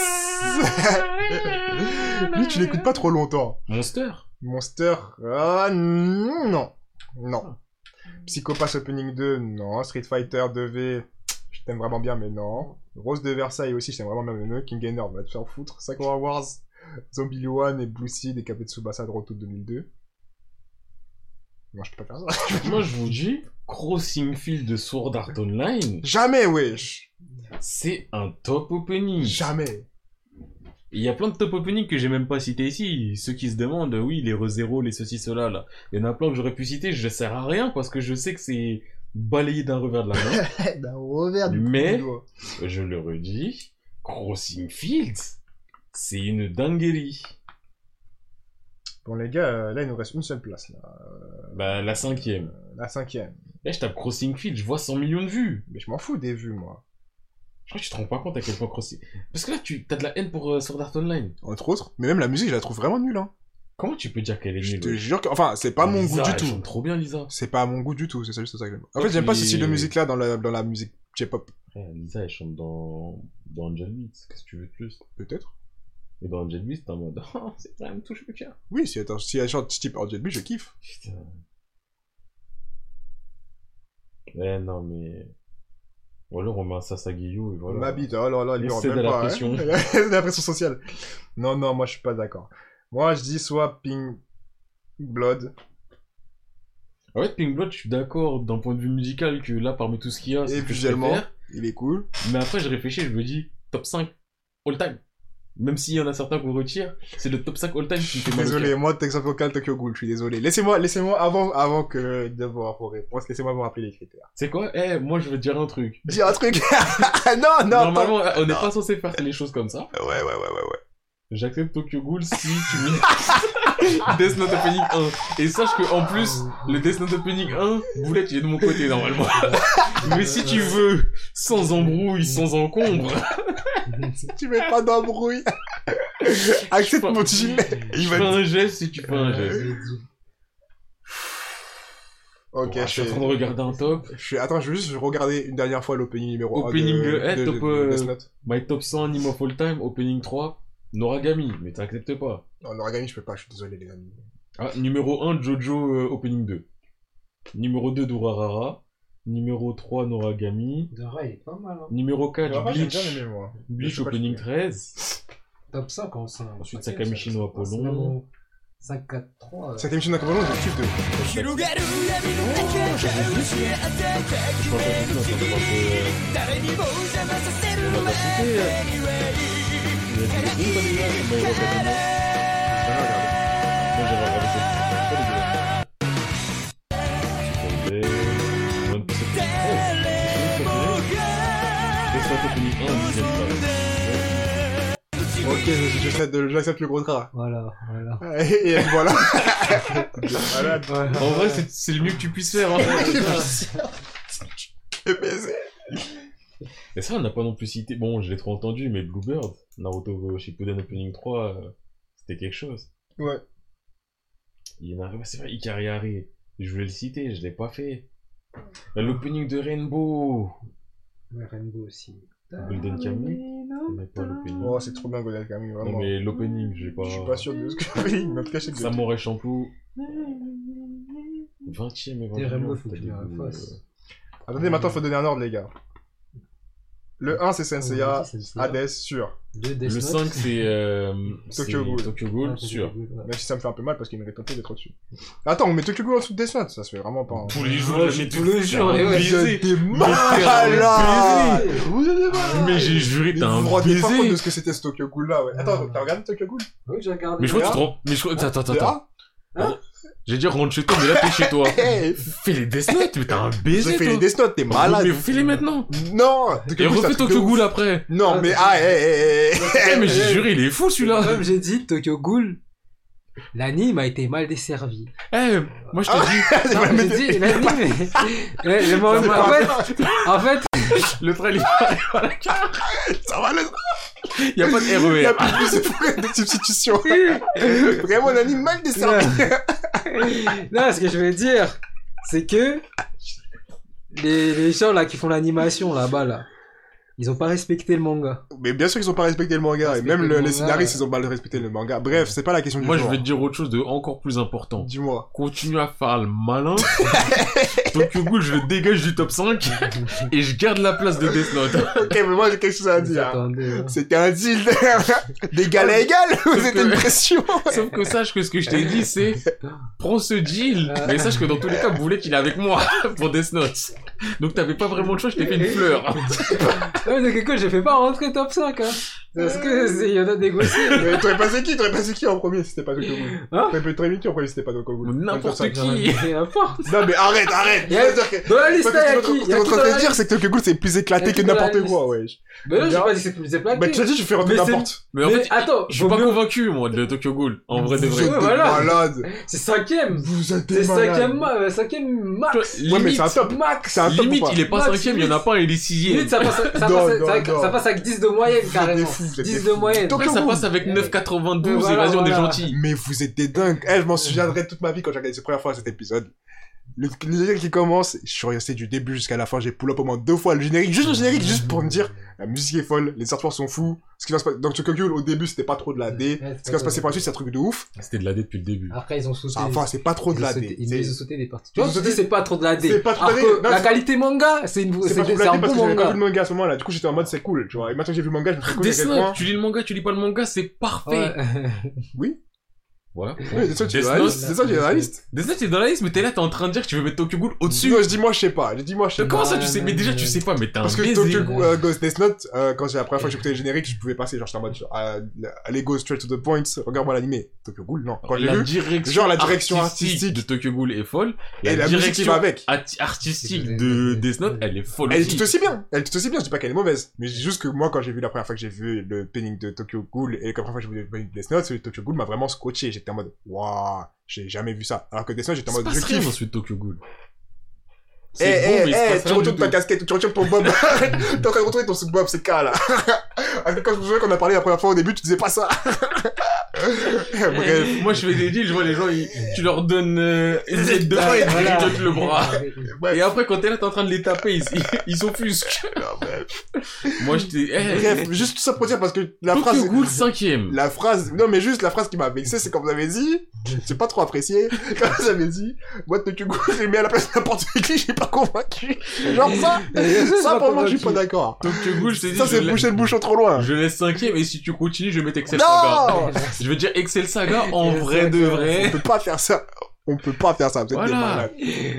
[SPEAKER 3] lui, tu l'écoutes pas trop longtemps.
[SPEAKER 2] Monster.
[SPEAKER 3] Monster, ah non. Non. Psychopath Opening 2, non. Street Fighter 2V, je t'aime vraiment bien, mais non. Rose de Versailles aussi, je t'aime vraiment bien, mais non. King Gainer, va te faire foutre. Sakura Wars, Zombie One et Blue Seed et Capet Tsubasa de Roto 2002. Non, je peux pas faire ça.
[SPEAKER 2] Moi, je vous dis, Crossing Field de Sword Art Online,
[SPEAKER 3] Jamais, wesh.
[SPEAKER 2] c'est un top opening.
[SPEAKER 3] Jamais.
[SPEAKER 2] Il y a plein de top openings que j'ai même pas cités ici. Ceux qui se demandent, oui, les ReZero, les ceci, cela, là. Il y en a plein que j'aurais pu citer, je sers à rien parce que je sais que c'est balayé d'un revers de la
[SPEAKER 3] D'un
[SPEAKER 2] main.
[SPEAKER 3] Eh ben, revers
[SPEAKER 2] du Mais-
[SPEAKER 3] du doigt.
[SPEAKER 2] je le redis, Crossing Fields, c'est une dinguerie.
[SPEAKER 3] Bon, les gars, euh, là, il nous reste une seule place, là.
[SPEAKER 2] Bah, la cinquième.
[SPEAKER 3] La cinquième.
[SPEAKER 2] Là, je tape Crossing Fields, je vois 100 millions de vues.
[SPEAKER 3] Mais je m'en fous des vues, moi.
[SPEAKER 2] Je crois que tu te rends pas compte à quel point Crossing... Parce que là, tu as de la haine pour euh, Sword Art Online.
[SPEAKER 3] Entre autres, mais même la musique, je la trouve vraiment nulle, hein.
[SPEAKER 2] Comment tu peux dire qu'elle est
[SPEAKER 3] Je
[SPEAKER 2] nulle
[SPEAKER 3] te
[SPEAKER 2] ouais
[SPEAKER 3] jure que. Enfin, c'est pas mon
[SPEAKER 2] Lisa,
[SPEAKER 3] goût du
[SPEAKER 2] elle
[SPEAKER 3] tout.
[SPEAKER 2] chante trop bien, Lisa.
[SPEAKER 3] C'est pas à mon goût du tout, c'est ça juste ça que j'aime. En fait,
[SPEAKER 2] Et
[SPEAKER 3] j'aime pas ce
[SPEAKER 2] puis- euh,
[SPEAKER 3] style de musique-là dans la, dans la musique J-pop.
[SPEAKER 2] Frère, Lisa, elle chante dans... Dans Angel Beats, qu'est-ce que tu veux de plus
[SPEAKER 3] Peut-être.
[SPEAKER 2] Et dans Angel Beats, t'es en mode... Oh, c'est ça, elle me touche le cœur.
[SPEAKER 3] Oui, si, attends, si elle chante type Angel B, je kiffe.
[SPEAKER 2] Putain. Eh non, mais... Ou alors on met un Sasagyu et voilà.
[SPEAKER 3] Ma bite, oh là là, elle lui
[SPEAKER 2] Et
[SPEAKER 3] rend
[SPEAKER 2] c'est
[SPEAKER 3] même
[SPEAKER 2] de la
[SPEAKER 3] pas. hein.
[SPEAKER 2] pression.
[SPEAKER 3] C'est de la pression sociale. Non, non, moi je suis pas d'accord. Moi je dis soit Pink Blood
[SPEAKER 2] En fait, Ah Pink Blood, je suis d'accord d'un point de vue musical que là, parmi tout ce qu'il y a, c'est
[SPEAKER 3] et
[SPEAKER 2] ce que je
[SPEAKER 3] visuellement,
[SPEAKER 2] préfère.
[SPEAKER 3] il est cool.
[SPEAKER 2] Mais après, je réfléchis, je me dis top 5 all time. Même s'il y en a certains qu'on retire, c'est le top 5 all time qui me fait mal. au
[SPEAKER 3] Désolé, moi Texas Vocal Tokyo Ghoul, je suis désolé. Laissez-moi, laissez-moi avant, avant que d'avoir vos réponses, laissez-moi vous rappeler les critères.
[SPEAKER 2] cœur. C'est quoi Eh, moi, je veux dire un truc.
[SPEAKER 3] Dis un truc. non, non, attends.
[SPEAKER 2] Normalement, on n'est pas censé faire les choses comme ça.
[SPEAKER 3] Ouais, ouais, ouais, ouais, ouais.
[SPEAKER 2] J'accepte Tokyo Ghoul si tu mets Death Note Opening 1. Et sache que en plus, le Death Note Opening 1, Boulet, il est de mon côté normalement. Mais si
[SPEAKER 4] Euh,
[SPEAKER 2] tu veux, sans embrouille, sans encombre,
[SPEAKER 3] Tu mets pas d'embrouille. Accepte
[SPEAKER 2] Je
[SPEAKER 3] mon gilet. Il va
[SPEAKER 2] fais
[SPEAKER 3] te-
[SPEAKER 2] un geste si tu fais un geste.
[SPEAKER 3] Ok,
[SPEAKER 2] Bon,
[SPEAKER 3] je
[SPEAKER 2] je suis en
[SPEAKER 3] fais-
[SPEAKER 2] train de regarder un top.
[SPEAKER 3] Je suis... Attends, je vais juste regarder une dernière fois l'opening numéro 1
[SPEAKER 2] Opening,
[SPEAKER 3] de...
[SPEAKER 2] euh,
[SPEAKER 3] de-
[SPEAKER 2] top,
[SPEAKER 3] de- de
[SPEAKER 2] euh,
[SPEAKER 3] Death Note.
[SPEAKER 2] My top 100 anime of all time, opening 3, Noragami, mais t'acceptes pas.
[SPEAKER 3] Non, Noragami, je peux pas, je suis désolé, les amis.
[SPEAKER 2] Ah, numéro 1, Jojo, euh, opening 2. Numéro 2, Durarara. Numéro 3, Noragami.
[SPEAKER 4] Dora, il est pas mal. Hein.
[SPEAKER 2] Numéro 4,
[SPEAKER 3] Noragami, j'aime
[SPEAKER 2] Bleach.
[SPEAKER 3] bien hein. aimé, moi.
[SPEAKER 2] Bleach,
[SPEAKER 3] Je sais pas,
[SPEAKER 2] opening
[SPEAKER 3] je sais
[SPEAKER 2] 13.
[SPEAKER 4] Top hein, 5 en 5.
[SPEAKER 2] Ensuite, Sakamichi no Apollon.
[SPEAKER 4] 5, 4, 3.
[SPEAKER 3] Cette émission d'un je kiffe de ouf. Jamais regardé.
[SPEAKER 2] Je crois pas du tout, attends, je crois que, euh, on l'a pas cité, euh. Il y a des trucs comme ça, mais ouais, bah, non. Moi, j'avais regardé cette- cette vidéo. J'ai regardé One Piece Opening 13. J'ai regardé Death Note Opening 1, dixième page.
[SPEAKER 3] Ok, je- j'accepte de- j'accepte le contrat.
[SPEAKER 4] Voilà, voilà.
[SPEAKER 3] Et et voilà.
[SPEAKER 2] Ah,
[SPEAKER 3] Malade.
[SPEAKER 2] En vrai, c'est- c'est le mieux que tu puisses faire. Hein.
[SPEAKER 3] Et baiser.
[SPEAKER 2] Et ça, on n'a pas non plus cité. Bon, je l'ai trop entendu, mais Bluebird, Naruto Shippuden Opening 3, euh, c'était quelque chose.
[SPEAKER 3] Ouais.
[SPEAKER 2] Il y en a, ouais, c'est vrai, Ikari Hari. Je voulais le citer, je l'ai pas fait. L'opening de Rainbow.
[SPEAKER 4] Ouais, Rainbow aussi. Ah,
[SPEAKER 2] Golden Kamuy. Mais pas l'opening.
[SPEAKER 3] Oh, c'est trop bien Godal Camille,
[SPEAKER 2] Non,
[SPEAKER 3] vraiment.
[SPEAKER 2] mais l'opening, j'ai pas.
[SPEAKER 3] Je suis pas sûr de ce que je fais, mais en tout cas, je sais que c'est-
[SPEAKER 2] Samurai Champloo. 20ème et 20
[SPEAKER 4] T'es Rainbow, faut que tu les refasses.
[SPEAKER 2] euh.
[SPEAKER 3] Attendez, maintenant, faut donner un ordre, les gars. Le 1, c'est Senseiya,
[SPEAKER 4] Adel.
[SPEAKER 3] Hades, sûr.
[SPEAKER 4] Deux Death
[SPEAKER 2] Le
[SPEAKER 4] Note. Ah,
[SPEAKER 2] 5, c'est. euh, c'est
[SPEAKER 3] Ghoul.
[SPEAKER 2] Tokyo
[SPEAKER 4] Ouais,
[SPEAKER 2] Ghoul,
[SPEAKER 4] c'est
[SPEAKER 2] sûr.
[SPEAKER 4] Tokyo Ghoul, ouais.
[SPEAKER 3] Même si ça me fait un peu mal parce qu'il mérite un peu d'être au-dessus. Attends, on met Tokyo Ghoul en dessous de Death Note, ça se fait vraiment pas. hein.
[SPEAKER 2] Tous les
[SPEAKER 4] Ouais,
[SPEAKER 2] jours, j'ai
[SPEAKER 4] tous les jours, et ouais,
[SPEAKER 3] T'es
[SPEAKER 2] Ah malade.
[SPEAKER 3] Vous avez mal.
[SPEAKER 2] Mais j'ai juré,
[SPEAKER 3] Mais
[SPEAKER 2] t'as
[SPEAKER 3] Vous vous
[SPEAKER 2] un
[SPEAKER 3] rendez pas compte de
[SPEAKER 2] baiser.
[SPEAKER 3] ce que c'était ce Tokyo Ghoul là, ouais. Attends,
[SPEAKER 4] Ah.
[SPEAKER 3] t'as regardé Tokyo Ghoul
[SPEAKER 4] Oui, j'ai regardé.
[SPEAKER 2] Mais je crois que tu
[SPEAKER 3] Là.
[SPEAKER 2] te rends. Mais je crois. Attends, attends,
[SPEAKER 3] T'es
[SPEAKER 2] attends.
[SPEAKER 3] là
[SPEAKER 2] J'ai dit rentre chez toi, mais là t'es chez toi.
[SPEAKER 3] Hey
[SPEAKER 2] Fais les Death Note, mais t'as un
[SPEAKER 3] J'ai
[SPEAKER 2] baiser.
[SPEAKER 3] fait
[SPEAKER 2] toi.
[SPEAKER 3] les Death Note, t'es malade
[SPEAKER 2] Mais fais-les maintenant.
[SPEAKER 3] Non Tokyo Ghoul, c'est
[SPEAKER 2] Et
[SPEAKER 3] un
[SPEAKER 2] refais
[SPEAKER 3] truc
[SPEAKER 2] Tokyo
[SPEAKER 3] de
[SPEAKER 2] Ghoul
[SPEAKER 3] ouf.
[SPEAKER 2] après.
[SPEAKER 3] Non, mais
[SPEAKER 4] Ah,
[SPEAKER 3] ah, hé, hé, hé
[SPEAKER 2] Eh, mais j'ai juré, il est fou celui-là.
[SPEAKER 4] Comme j'ai dit, Tokyo Ghoul, l'anime a été mal desservie.
[SPEAKER 2] Eh, moi je te dis,
[SPEAKER 4] Non, j'ai dit, l'anime. Ouais, j'ai moi-
[SPEAKER 3] Ça fait
[SPEAKER 4] en,
[SPEAKER 3] pas
[SPEAKER 4] fait, en fait,
[SPEAKER 2] le trail il arrive à la carte.
[SPEAKER 3] Ça va, le
[SPEAKER 2] Y'a pas de E
[SPEAKER 3] Il y a
[SPEAKER 2] RER.
[SPEAKER 3] plus de souffle- de substitution. Vraiment un anime mal desservi.
[SPEAKER 4] non, ce que je veux dire, c'est que les, les gens là qui font l'animation là-bas, là, ils ont pas respecté le manga.
[SPEAKER 3] Mais bien sûr qu'ils ont pas respecté le manga. Et
[SPEAKER 4] Respecté
[SPEAKER 3] même
[SPEAKER 4] le
[SPEAKER 3] le- les
[SPEAKER 4] manga,
[SPEAKER 3] scénaristes,
[SPEAKER 4] ouais.
[SPEAKER 3] ils ont mal respecté le manga. Bref, c'est pas la question du
[SPEAKER 2] Moi je
[SPEAKER 3] jour.
[SPEAKER 2] vais te dire autre chose de encore plus important.
[SPEAKER 3] Dis-moi.
[SPEAKER 2] Continue à faire le malin. Tokyo Ghoul, je le dégage du top 5 et je garde la place de Death Note.
[SPEAKER 3] Ok, mais moi j'ai quelque chose à
[SPEAKER 4] Ils
[SPEAKER 3] dire.
[SPEAKER 4] attendaient, hein.
[SPEAKER 3] C'était un deal. D'égal à égal, vous êtes une pression.
[SPEAKER 2] Sauf que sache que ce que je t'ai dit, c'est prends ce deal, mais sache que dans tous les cas, vous voulez qu'il est avec moi pour Death Note. Donc t'avais pas vraiment le choix, je t'ai fait une fleur.
[SPEAKER 4] Ouais, Tokyo Ghoul, je fais pas rentrer top 5, hein. Parce
[SPEAKER 3] Euh.
[SPEAKER 4] que c'est- il y en a négocié.
[SPEAKER 3] Mais T'aurais passé qui T'aurais passé qui en premier si c'était pas Tokyo Ghoul
[SPEAKER 4] Hein
[SPEAKER 3] T'aurais pu très qui en premier si c'était pas Tokyo Ghoul
[SPEAKER 2] N'importe
[SPEAKER 3] Comme ça,
[SPEAKER 2] qui.
[SPEAKER 4] Peu importe.
[SPEAKER 3] ça. Non mais arrête, arrête.
[SPEAKER 4] Y a-
[SPEAKER 3] Faut dire que-
[SPEAKER 4] Dans la liste,
[SPEAKER 3] Parce
[SPEAKER 4] il y a
[SPEAKER 3] que
[SPEAKER 4] qui
[SPEAKER 3] tu- ce que
[SPEAKER 4] Il y a qui
[SPEAKER 3] t'es en
[SPEAKER 4] dans
[SPEAKER 3] train
[SPEAKER 4] la
[SPEAKER 3] de dire, c'est que Tokyo Ghoul c'est plus éclaté
[SPEAKER 4] Y'a
[SPEAKER 3] que
[SPEAKER 4] qui dans la
[SPEAKER 3] n'importe
[SPEAKER 4] liste
[SPEAKER 3] quoi, ouais.
[SPEAKER 4] Mais là, j'ai pas dit c'est plus éclaté.
[SPEAKER 3] Bah, tu l'as dit, je fais rentrer
[SPEAKER 4] Mais c'est-
[SPEAKER 3] n'importe.
[SPEAKER 2] Mais en
[SPEAKER 4] Mais
[SPEAKER 2] fait,
[SPEAKER 4] attends,
[SPEAKER 2] je suis pas convaincu, moi, de Tokyo Ghoul, en vrai de
[SPEAKER 3] Vous
[SPEAKER 2] vrai.
[SPEAKER 3] êtes des
[SPEAKER 4] voilà.
[SPEAKER 3] malades.
[SPEAKER 4] c'est cinquième.
[SPEAKER 3] Vous êtes
[SPEAKER 4] C'est
[SPEAKER 3] des malades.
[SPEAKER 4] cinquième, ma- euh, cinquième max.
[SPEAKER 2] Toi,
[SPEAKER 3] Ouais, mais c'est un
[SPEAKER 2] limite,
[SPEAKER 3] top.
[SPEAKER 4] Max.
[SPEAKER 3] C'est un top.
[SPEAKER 2] limite,
[SPEAKER 3] ou pas
[SPEAKER 2] il est pas
[SPEAKER 4] Max,
[SPEAKER 2] cinquième, il y en a
[SPEAKER 4] limite.
[SPEAKER 2] pas un, il est sixième.
[SPEAKER 4] Limite, ça passe, ça,
[SPEAKER 3] Non,
[SPEAKER 4] passe,
[SPEAKER 3] non,
[SPEAKER 4] ça-
[SPEAKER 3] non.
[SPEAKER 4] ça passe avec 10 de moyenne,
[SPEAKER 3] Vous êtes des
[SPEAKER 4] carrément.
[SPEAKER 3] fous, vous êtes
[SPEAKER 4] 10
[SPEAKER 3] des
[SPEAKER 4] de
[SPEAKER 3] fous.
[SPEAKER 4] moyenne.
[SPEAKER 3] Tokyo
[SPEAKER 2] Après, ça
[SPEAKER 3] Ghoul.
[SPEAKER 2] passe avec 9,92
[SPEAKER 4] Ouais,
[SPEAKER 2] et
[SPEAKER 4] voilà,
[SPEAKER 2] vas-y, on est
[SPEAKER 4] voilà.
[SPEAKER 2] gentil.
[SPEAKER 3] Mais vous êtes des dingues. Eh, je m'en souviendrai toute ma vie quand j'ai regardé cette première fois cet épisode. Le, le générique qui commence, je suis resté du début jusqu'à la fin, j'ai pull up au moins deux fois le générique, juste le générique, juste pour me dire la musique est folle, les artworks sont fous. Ce qui va se passer dans Tokyo Ghoul au début, c'était pas trop de la D.
[SPEAKER 4] Ouais, c'est
[SPEAKER 3] Ce qui va se passer
[SPEAKER 4] pas
[SPEAKER 3] par la suite, c'est un truc de ouf.
[SPEAKER 2] C'était de la dé depuis le début.
[SPEAKER 4] Après, ils ont sauté.
[SPEAKER 3] Enfin, c'est pas trop de
[SPEAKER 4] ils, ont
[SPEAKER 3] la
[SPEAKER 4] sauté,
[SPEAKER 3] D.
[SPEAKER 4] ils,
[SPEAKER 3] C'est-
[SPEAKER 4] ils ont sauté des parties. Tu vois,
[SPEAKER 3] Ils ont
[SPEAKER 4] je te
[SPEAKER 3] sauté-
[SPEAKER 4] dis, c'est pas trop de la D.
[SPEAKER 3] c'est pas trop de la
[SPEAKER 4] Alors que
[SPEAKER 3] D. Non,
[SPEAKER 4] La
[SPEAKER 3] c'est-
[SPEAKER 4] qualité manga, c'est une,
[SPEAKER 3] C'est
[SPEAKER 4] c'est
[SPEAKER 3] pas trop de
[SPEAKER 4] c'est
[SPEAKER 3] la
[SPEAKER 4] un
[SPEAKER 3] D parce
[SPEAKER 4] bon
[SPEAKER 3] que j'avais pas vu
[SPEAKER 4] manga.
[SPEAKER 3] le manga à ce moment-là. Du coup, j'étais en mode c'est cool, tu vois. Et maintenant que j'ai vu le manga, je me suis dit,
[SPEAKER 2] Death Note, tu lis le manga, tu lis pas le manga, c'est parfait.
[SPEAKER 4] Ouais.
[SPEAKER 2] Voilà.
[SPEAKER 3] Oui, Death Note, tu es
[SPEAKER 2] Death
[SPEAKER 3] réaliste. Death
[SPEAKER 2] Note-
[SPEAKER 3] Note, tu es réaliste.
[SPEAKER 2] Death Note, t'es dans la liste, mais t'es là, t'es en train de dire que tu veux mettre Tokyo Ghoul au-dessus.
[SPEAKER 3] Non, je dis moi, je sais pas. Je dis moi, je sais
[SPEAKER 2] Donc,
[SPEAKER 3] pas.
[SPEAKER 2] Comment ça, tu sais Mais déjà, tu sais pas, mais t'as un
[SPEAKER 3] Parce que
[SPEAKER 2] baiser.
[SPEAKER 3] Tokyo Ghoul, euh, Ghost Death Note, euh, quand j'ai la première fois que j'écoutais le générique, je pouvais passer, genre j'étais en mode, genre, ah, le- allez go straight to the point, regarde-moi l'animé. Tokyo Ghoul, non. Quand j'ai
[SPEAKER 2] La
[SPEAKER 3] vu,
[SPEAKER 2] direction,
[SPEAKER 3] genre la direction artistique.
[SPEAKER 2] de Tokyo Ghoul est folle.
[SPEAKER 3] et la musique qui
[SPEAKER 2] direction
[SPEAKER 3] va avec.
[SPEAKER 2] ati- artistique de Death Note, elle est folle
[SPEAKER 3] Elle est
[SPEAKER 2] aussi.
[SPEAKER 3] tout aussi bien, elle est tout aussi bien, je dis pas qu'elle est mauvaise, mais je dis juste que moi quand j'ai vu la première fois que j'ai vu le painting de Tokyo Ghoul et la première fois que j'ai vu le painting de Death Note, celui de Tokyo Ghoul m'a vraiment scotché, j'étais en mode waouh, j'ai jamais vu ça. Alors que Death Note j'étais en
[SPEAKER 2] Il se
[SPEAKER 3] mode
[SPEAKER 2] passe
[SPEAKER 3] je
[SPEAKER 2] rien
[SPEAKER 3] kiffe.
[SPEAKER 2] ensuite de Tokyo Ghoul.
[SPEAKER 3] Eh,
[SPEAKER 2] C'est bon, mais
[SPEAKER 3] eh,
[SPEAKER 2] il se
[SPEAKER 3] eh,
[SPEAKER 2] passe
[SPEAKER 3] tu
[SPEAKER 2] rien
[SPEAKER 3] retournes
[SPEAKER 2] du
[SPEAKER 3] ta
[SPEAKER 2] tout.
[SPEAKER 3] casquette, tu retournes ton bob, t'es en train de retrouver ton sous-bob, c'est cas là. Parce que quand je me souviens qu'on a parlé la première fois au début, tu disais pas ça. Eh, Bref.
[SPEAKER 2] Moi, je fais des deals, je vois les gens, ils- tu leur donnes euh, des deux et tu
[SPEAKER 4] Voilà.
[SPEAKER 2] leur donnes le bras.
[SPEAKER 3] Ouais.
[SPEAKER 2] Et après, quand t'es là, t'es en train de les taper, ils, ils s'offusquent. Moi, je t'ai. eh,
[SPEAKER 3] Bref, juste tout ça pour dire parce que la
[SPEAKER 2] Tokyo
[SPEAKER 3] phrase.
[SPEAKER 2] Ghoul 5ème.
[SPEAKER 3] La phrase. Non, mais juste la phrase qui m'a vexé, c'est quand vous avez dit. J'ai pas trop apprécié. Quand vous avez dit. Moi, Tokyo Ghoul, j'ai mis à la place de n'importe qui, j'ai pas convaincu. Genre ça. ça, pour moi, je suis pas d'accord.
[SPEAKER 2] Tokyo Ghoul, je t'ai dit.
[SPEAKER 3] Ça,
[SPEAKER 2] je
[SPEAKER 3] c'est
[SPEAKER 2] la-
[SPEAKER 3] boucher le bouchon trop loin.
[SPEAKER 2] Je laisse 5ème et si tu continues, je vais mettre Excel Saga.
[SPEAKER 3] Non
[SPEAKER 2] Je veux dire Excel Saga en
[SPEAKER 4] Excel
[SPEAKER 2] vrai de
[SPEAKER 4] Saga.
[SPEAKER 3] On
[SPEAKER 2] vrai.
[SPEAKER 3] peut pas faire ça. On peut pas faire ça. Vous êtes des
[SPEAKER 2] Voilà.
[SPEAKER 3] malades.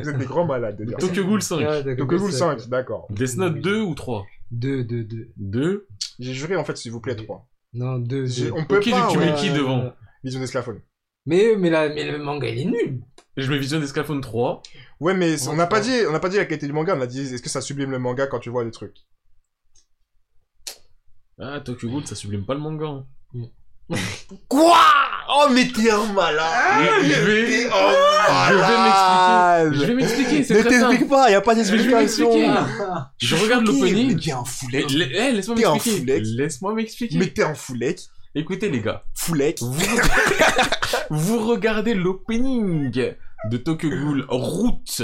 [SPEAKER 3] Vous êtes des grands malades de dire ça.
[SPEAKER 2] Tokyo Ghoul 5.
[SPEAKER 3] Tokyo Ghoul 5, d'accord.
[SPEAKER 2] Death Note 2 ou 3
[SPEAKER 4] 2, 2, 2.
[SPEAKER 2] 2
[SPEAKER 3] J'ai juré, en fait, s'il vous plaît, 3.
[SPEAKER 4] Non, 2,
[SPEAKER 3] J'ai-
[SPEAKER 4] 2.
[SPEAKER 3] On peut
[SPEAKER 2] Ok,
[SPEAKER 3] pas.
[SPEAKER 2] donc tu
[SPEAKER 3] ouais.
[SPEAKER 2] mets qui devant
[SPEAKER 3] Vision d'esclafone.
[SPEAKER 4] Mais, mais, la, mais le manga, il est nul.
[SPEAKER 2] Je mets Vision d'Escalphone 3.
[SPEAKER 3] Ouais, mais c-
[SPEAKER 4] Ouais,
[SPEAKER 3] on n'a pas
[SPEAKER 4] ouais.
[SPEAKER 3] dit, on n'a pas dit la qualité du manga. On a dit, est-ce que ça sublime le manga quand tu vois des trucs
[SPEAKER 2] Ah, Tokyo Ghoul, ça sublime pas le manga. hein.
[SPEAKER 3] Quoi Oh, mais t'es un malade
[SPEAKER 2] Je je vais.
[SPEAKER 3] Euh,
[SPEAKER 2] Je vais m'expliquer, c'est
[SPEAKER 3] Ne
[SPEAKER 2] très simple.
[SPEAKER 3] t'explique pas, y a pas
[SPEAKER 2] vais
[SPEAKER 3] d'explication.
[SPEAKER 2] m'expliquer.
[SPEAKER 4] Ah.
[SPEAKER 2] Je regarde
[SPEAKER 3] suis choqué,
[SPEAKER 2] l'opening.
[SPEAKER 3] Mais t'es un foulec.
[SPEAKER 2] Eh, laisse-moi
[SPEAKER 3] T'es un
[SPEAKER 2] m'expliquer.
[SPEAKER 3] foulec.
[SPEAKER 2] Laisse-moi m'expliquer.
[SPEAKER 3] Mais t'es un foulec.
[SPEAKER 2] Écoutez, les gars,
[SPEAKER 3] Foulek.
[SPEAKER 2] vous, vous regardez l'opening de Tokyo Ghoul Route.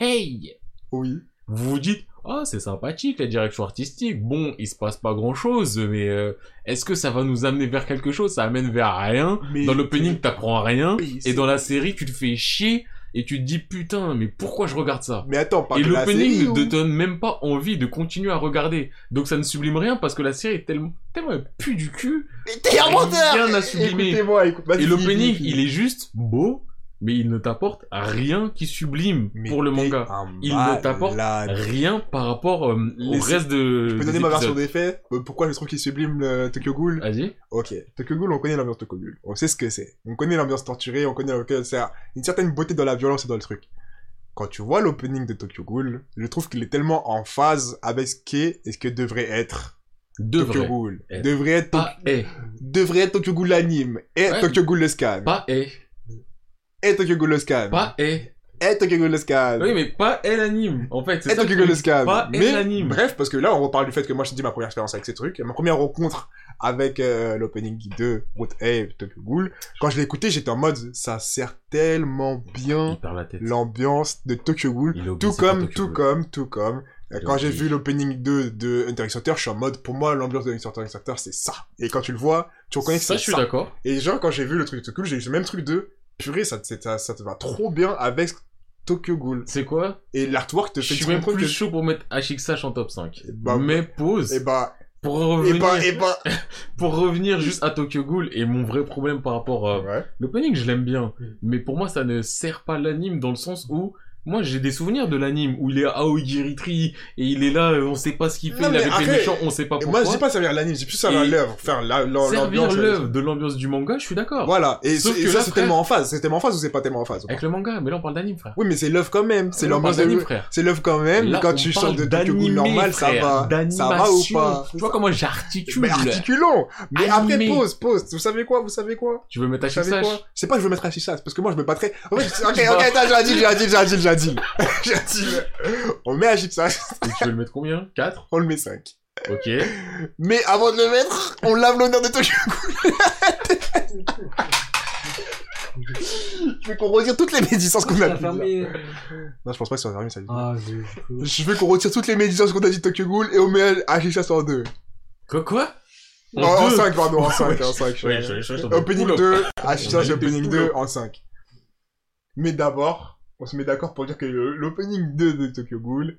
[SPEAKER 2] Hey!
[SPEAKER 3] Oui.
[SPEAKER 2] Vous vous dites, ah, c'est sympathique la direction artistique. Bon, il se passe pas grand chose, mais euh, est-ce que ça va nous amener vers quelque chose? Ça amène vers rien.
[SPEAKER 3] Mais-
[SPEAKER 2] Dans l'opening, t'apprends rien.
[SPEAKER 3] Oui,
[SPEAKER 2] Et
[SPEAKER 3] c'est-
[SPEAKER 2] dans la série, tu te fais chier et tu te dis, putain, mais pourquoi je regarde ça?
[SPEAKER 3] Mais attends, pas
[SPEAKER 2] Et
[SPEAKER 3] que la série,
[SPEAKER 2] l'opening ne
[SPEAKER 3] ou-
[SPEAKER 2] te donne même pas envie de continuer à regarder. Donc ça ne sublime rien parce que la série est tellement, tellement elle pue du cul.
[SPEAKER 3] Mais T'es un menteur
[SPEAKER 2] Rien à sublimer.
[SPEAKER 1] Écoutez-moi, écoute. vas-y,
[SPEAKER 2] Et l'opening,
[SPEAKER 1] finis,
[SPEAKER 2] il est juste beau, mais il ne t'apporte rien qui sublime
[SPEAKER 3] Mais
[SPEAKER 2] pour le
[SPEAKER 3] t'es
[SPEAKER 2] manga.
[SPEAKER 3] un
[SPEAKER 2] Il ne t'apporte
[SPEAKER 3] malade.
[SPEAKER 2] Rien par rapport euh, au
[SPEAKER 3] Mais c'est-
[SPEAKER 2] reste de.
[SPEAKER 3] Je Oh, peux
[SPEAKER 2] des
[SPEAKER 3] donner ma version
[SPEAKER 2] épisodes.
[SPEAKER 3] des faits euh, Pourquoi je trouve qu'il sublime le Tokyo Ghoul
[SPEAKER 2] Vas-y.
[SPEAKER 3] Ok, Tokyo Ghoul, on connaît l'ambiance Tokyo Ghoul. On sait ce que c'est. On connaît l'ambiance torturée, on connaît l'ambiance- c'est un- une certaine beauté dans la violence et dans le truc. Quand tu vois l'opening de Tokyo Ghoul, je trouve qu'il est tellement en phase avec ce qu'est et ce que devrait être Tokyo
[SPEAKER 2] Devrait.
[SPEAKER 3] Ghoul.
[SPEAKER 2] être.
[SPEAKER 3] Devrait être, To-
[SPEAKER 2] Pas est.
[SPEAKER 3] devrait être Tokyo Ghoul l'anime, et
[SPEAKER 2] Ouais.
[SPEAKER 3] Tokyo Ghoul le scan,
[SPEAKER 2] Pas est.
[SPEAKER 3] et Tokyo Ghoul le scan,
[SPEAKER 2] Pas est.
[SPEAKER 3] et Tokyo Ghoul le scan,
[SPEAKER 2] Oui, mais pas est l'anime. En fait, c'est
[SPEAKER 3] et
[SPEAKER 2] ça. le
[SPEAKER 3] Tokyo Ghoul le
[SPEAKER 2] truc.
[SPEAKER 3] scan.
[SPEAKER 2] Pas est
[SPEAKER 3] Mais
[SPEAKER 2] l'anime.
[SPEAKER 3] bref, parce que là on reparle du fait que moi je te dis ma première expérience avec ces trucs, ma première rencontre avec euh, l'opening de Route A Tokyo Ghoul. Quand je l'ai écouté, j'étais en mode ça sert tellement bien
[SPEAKER 2] Il perd la tête.
[SPEAKER 3] l'ambiance de Tokyo Ghoul.
[SPEAKER 2] Il est obligé,
[SPEAKER 3] Tout
[SPEAKER 2] c'est pas
[SPEAKER 3] comme,
[SPEAKER 2] Tokyo
[SPEAKER 3] tout
[SPEAKER 2] Ghoul.
[SPEAKER 3] comme, tout comme. Euh,
[SPEAKER 2] Il est
[SPEAKER 3] Quand j'ai
[SPEAKER 2] obligé.
[SPEAKER 3] vu l'opening 2 de Hunter x Hunter, je suis en mode, pour moi, l'ambiance de Hunter x Hunter, c'est ça. Et quand tu le vois, tu reconnais que
[SPEAKER 2] Ça,
[SPEAKER 3] c'est
[SPEAKER 2] je suis
[SPEAKER 3] ça.
[SPEAKER 2] d'accord.
[SPEAKER 3] Et genre, quand j'ai vu le truc de Tokyo Ghoul, j'ai eu ce même truc de, purée, ça, te- ça, ça te va trop bien avec Tokyo Ghoul.
[SPEAKER 2] C'est quoi
[SPEAKER 3] Et l'artwork te
[SPEAKER 2] Je
[SPEAKER 3] fait
[SPEAKER 2] suis
[SPEAKER 3] tu
[SPEAKER 2] même
[SPEAKER 3] comprends
[SPEAKER 2] plus
[SPEAKER 3] que-
[SPEAKER 2] chaud pour mettre HXH en top 5.
[SPEAKER 3] Eh bah,
[SPEAKER 2] mais pause.
[SPEAKER 3] Et bah,
[SPEAKER 2] pour
[SPEAKER 3] et
[SPEAKER 2] revenir,
[SPEAKER 3] bah, et bah.
[SPEAKER 2] pour revenir
[SPEAKER 3] ben,
[SPEAKER 2] juste à Tokyo Ghoul et mon vrai problème par rapport euh, à
[SPEAKER 3] Ouais.
[SPEAKER 2] l'opening, je l'aime bien, mais pour moi ça ne sert pas l'anime dans le sens où moi j'ai des souvenirs de l'anime où il est à Aogiri Tree et il est là, euh, on sait pas ce qu'il fait,
[SPEAKER 3] Non,
[SPEAKER 2] il
[SPEAKER 3] mais
[SPEAKER 2] est avec les
[SPEAKER 3] après,
[SPEAKER 2] méchants, on sait pas
[SPEAKER 3] Et
[SPEAKER 2] pourquoi.
[SPEAKER 3] moi, ben, je dis pas servir l'anime, je dis plus servir
[SPEAKER 2] Et-
[SPEAKER 3] l'œuvre, faire la- la-
[SPEAKER 2] Servir
[SPEAKER 3] l'ambiance. euh,
[SPEAKER 2] l'œuvre de l'ambiance du manga, je suis d'accord.
[SPEAKER 3] Voilà. Et,
[SPEAKER 2] Sauf
[SPEAKER 3] c'est- et
[SPEAKER 2] que
[SPEAKER 3] ça,
[SPEAKER 2] là,
[SPEAKER 3] c'est
[SPEAKER 2] frère-
[SPEAKER 3] tellement en phase. C'est tellement en phase ou c'est pas tellement en phase
[SPEAKER 2] Avec le manga, mais là on parle d'anime frère.
[SPEAKER 3] Oui, mais c'est l'œuvre quand même. C'est
[SPEAKER 2] Là, on
[SPEAKER 3] l'ambiance
[SPEAKER 2] parle d'anime
[SPEAKER 3] de
[SPEAKER 2] frère.
[SPEAKER 3] C'est l'œuvre quand même.
[SPEAKER 2] Là,
[SPEAKER 3] quand
[SPEAKER 2] on
[SPEAKER 3] tu
[SPEAKER 2] parles
[SPEAKER 3] sors de Tokyo Ghoul
[SPEAKER 2] d'animé,
[SPEAKER 3] normal,
[SPEAKER 2] frère,
[SPEAKER 3] ça va. Ça va ou
[SPEAKER 2] d'animation.
[SPEAKER 3] pas
[SPEAKER 2] Tu vois comment j'articule
[SPEAKER 3] Mais articulons Mais
[SPEAKER 2] Animé.
[SPEAKER 3] après, pause, pause. Vous savez quoi Vous savez quoi
[SPEAKER 2] Tu veux mettre
[SPEAKER 3] Vous savez
[SPEAKER 2] HXH
[SPEAKER 3] quoi C'est pas que je veux mettre Ashishas, parce que moi, je me battrais. En fait, je- ok, ok, attends, j'ai un deal, j'ai un deal, j'ai un deal, j'ai un deal. J'ai un deal. On met Ashishas,
[SPEAKER 2] Et tu veux le mettre combien 4
[SPEAKER 3] on le met 5.
[SPEAKER 2] Ok.
[SPEAKER 3] Mais avant de le mettre, on lave l'honneur de Tokyo Ghoul. Je veux qu'on retire toutes les médisances qu'on a
[SPEAKER 4] Ça
[SPEAKER 3] pu dire.
[SPEAKER 4] fermé.
[SPEAKER 3] Non, je pense pas que ça va fermer, ça dit.
[SPEAKER 4] Ah, je- je-
[SPEAKER 3] Je veux qu'on retire toutes les médisances qu'on a dit de Tokyo Ghoul et on met Ashishas en 2.
[SPEAKER 2] Quoi quoi
[SPEAKER 3] En, en
[SPEAKER 2] deux
[SPEAKER 3] 5, pardon, en 5, en 5.
[SPEAKER 2] Ouais, je- je- je t'en
[SPEAKER 3] Oh, Opening
[SPEAKER 2] prie.
[SPEAKER 3] 2, Ashishas
[SPEAKER 2] des
[SPEAKER 3] Opening
[SPEAKER 2] poules.
[SPEAKER 3] 2 en 5. Mais d'abord, on se met d'accord pour dire que le- l'opening 2 de Tokyo Ghoul,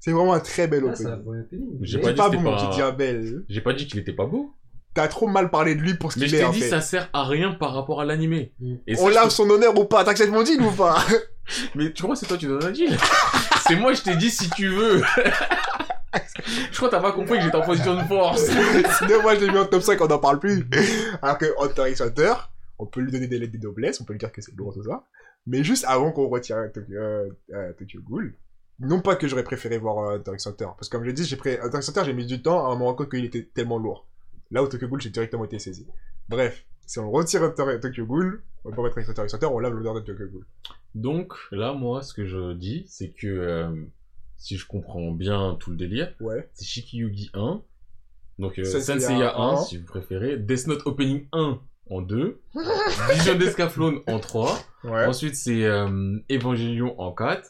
[SPEAKER 3] c'est vraiment un très bel
[SPEAKER 4] Ah, c'est un
[SPEAKER 3] opening.
[SPEAKER 4] bon opening.
[SPEAKER 2] J'ai
[SPEAKER 3] C'est
[SPEAKER 2] pas dit
[SPEAKER 3] pas
[SPEAKER 2] que c'était
[SPEAKER 3] bon,
[SPEAKER 2] pas-
[SPEAKER 3] j'ai dit un bel.
[SPEAKER 2] J'ai pas dit qu'il était pas beau.
[SPEAKER 3] ah, T'as trop mal parlé de lui pour ce
[SPEAKER 2] Mais
[SPEAKER 3] qu'il
[SPEAKER 2] je
[SPEAKER 3] est
[SPEAKER 2] t'ai
[SPEAKER 3] en
[SPEAKER 2] dit,
[SPEAKER 3] fait.
[SPEAKER 2] ça sert à rien par rapport à l'animé.
[SPEAKER 4] Mm.
[SPEAKER 2] Et ça,
[SPEAKER 3] On
[SPEAKER 2] je
[SPEAKER 3] lave son honneur ou pas T'acceptes mon deal ou pas
[SPEAKER 2] te- Mais tu crois que c'est toi qui donnes un deal C'est moi, je t'ai dit si tu veux. je crois que t'as pas compris que j'étais en position de force.
[SPEAKER 3] Sinon, moi, je l'ai mis en top 5, on n'en parle plus. Alors que Hunter x Hunter, on peut lui donner des lettres de noblesse, on peut lui dire que c'est lourd, tout ça. Mais juste avant qu'on retire Tokyo, euh, euh, Tokyo Ghoul, non pas que j'aurais préféré voir euh, Hunter x Hunter, parce que comme je l'ai dit, j'ai pris Hunter x Hunter, j'ai mis du temps à me rendre compte qu'il était tellement lourd. Là où Tokyo Ghoul, j'ai directement été saisi. Bref, si on retire Hunter- Tokyo Ghoul, on peut mettre Hunter x Hunter, on lave l'odeur de Tokyo Ghoul.
[SPEAKER 2] Donc, là, moi, ce que je dis, c'est que euh, si je comprends bien tout le délire,
[SPEAKER 3] Ouais.
[SPEAKER 2] c'est Shikiyugi 1. Donc, euh,
[SPEAKER 3] Senseiya
[SPEAKER 2] Senseiya 1,
[SPEAKER 3] 1,
[SPEAKER 2] si vous préférez. Death Note Opening 1 en 2. Vision d'Escaflowne en 3.
[SPEAKER 3] Ouais.
[SPEAKER 2] Ensuite, c'est euh, Evangelion en 4.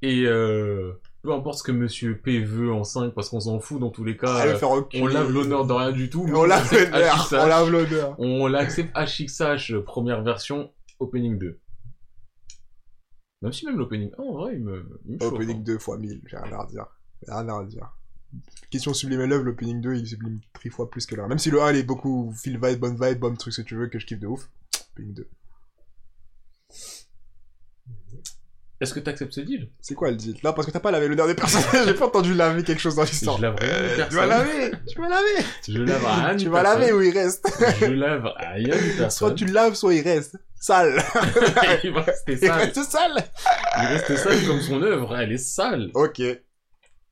[SPEAKER 2] Et euh, peu importe ce que Monsieur P veut en 5, parce qu'on s'en fout dans tous les cas.
[SPEAKER 3] Allez,
[SPEAKER 2] euh,
[SPEAKER 3] faire reculer.
[SPEAKER 2] on lave l'honneur Ah, de rien du tout. mais
[SPEAKER 3] On lave
[SPEAKER 2] accepte
[SPEAKER 3] l'honneur.
[SPEAKER 2] HXH.
[SPEAKER 3] On lave l'honneur.
[SPEAKER 2] On l'accepte HXH, euh, première version, opening 2. Même si même l'opening 1, en vrai, il me, il me chauffe,
[SPEAKER 3] Opening
[SPEAKER 2] hein.
[SPEAKER 3] 2 fois 1000, j'ai rien à redire. J'ai Rien à redire. Question sublime et love, l'opening 2 il sublime 3 fois plus que le 1. Même si le 1 il est beaucoup feel vibe, bonne vibe, bomb truc ce que tu veux, que je kiffe de ouf. Opening 2.
[SPEAKER 2] hein. Est-ce que t'acceptes ce deal
[SPEAKER 3] C'est quoi le deal Là, parce que t'as pas lavé l'honneur des personnages, j'ai pas entendu laver quelque chose dans l'histoire.
[SPEAKER 2] Je lave rien
[SPEAKER 3] Euh,
[SPEAKER 2] du
[SPEAKER 3] tu vas
[SPEAKER 2] personnage.
[SPEAKER 3] laver Tu vas laver
[SPEAKER 2] Je lave rien
[SPEAKER 3] Tu
[SPEAKER 2] du
[SPEAKER 3] vas
[SPEAKER 2] personne.
[SPEAKER 3] laver ou il reste
[SPEAKER 2] Je lave rien du
[SPEAKER 3] Soit
[SPEAKER 2] personne.
[SPEAKER 3] tu laves, soit il reste. Sale
[SPEAKER 2] il va rester
[SPEAKER 3] Il
[SPEAKER 2] sale.
[SPEAKER 3] reste sale
[SPEAKER 2] Il reste sale comme son œuvre, elle est sale.
[SPEAKER 3] Ok.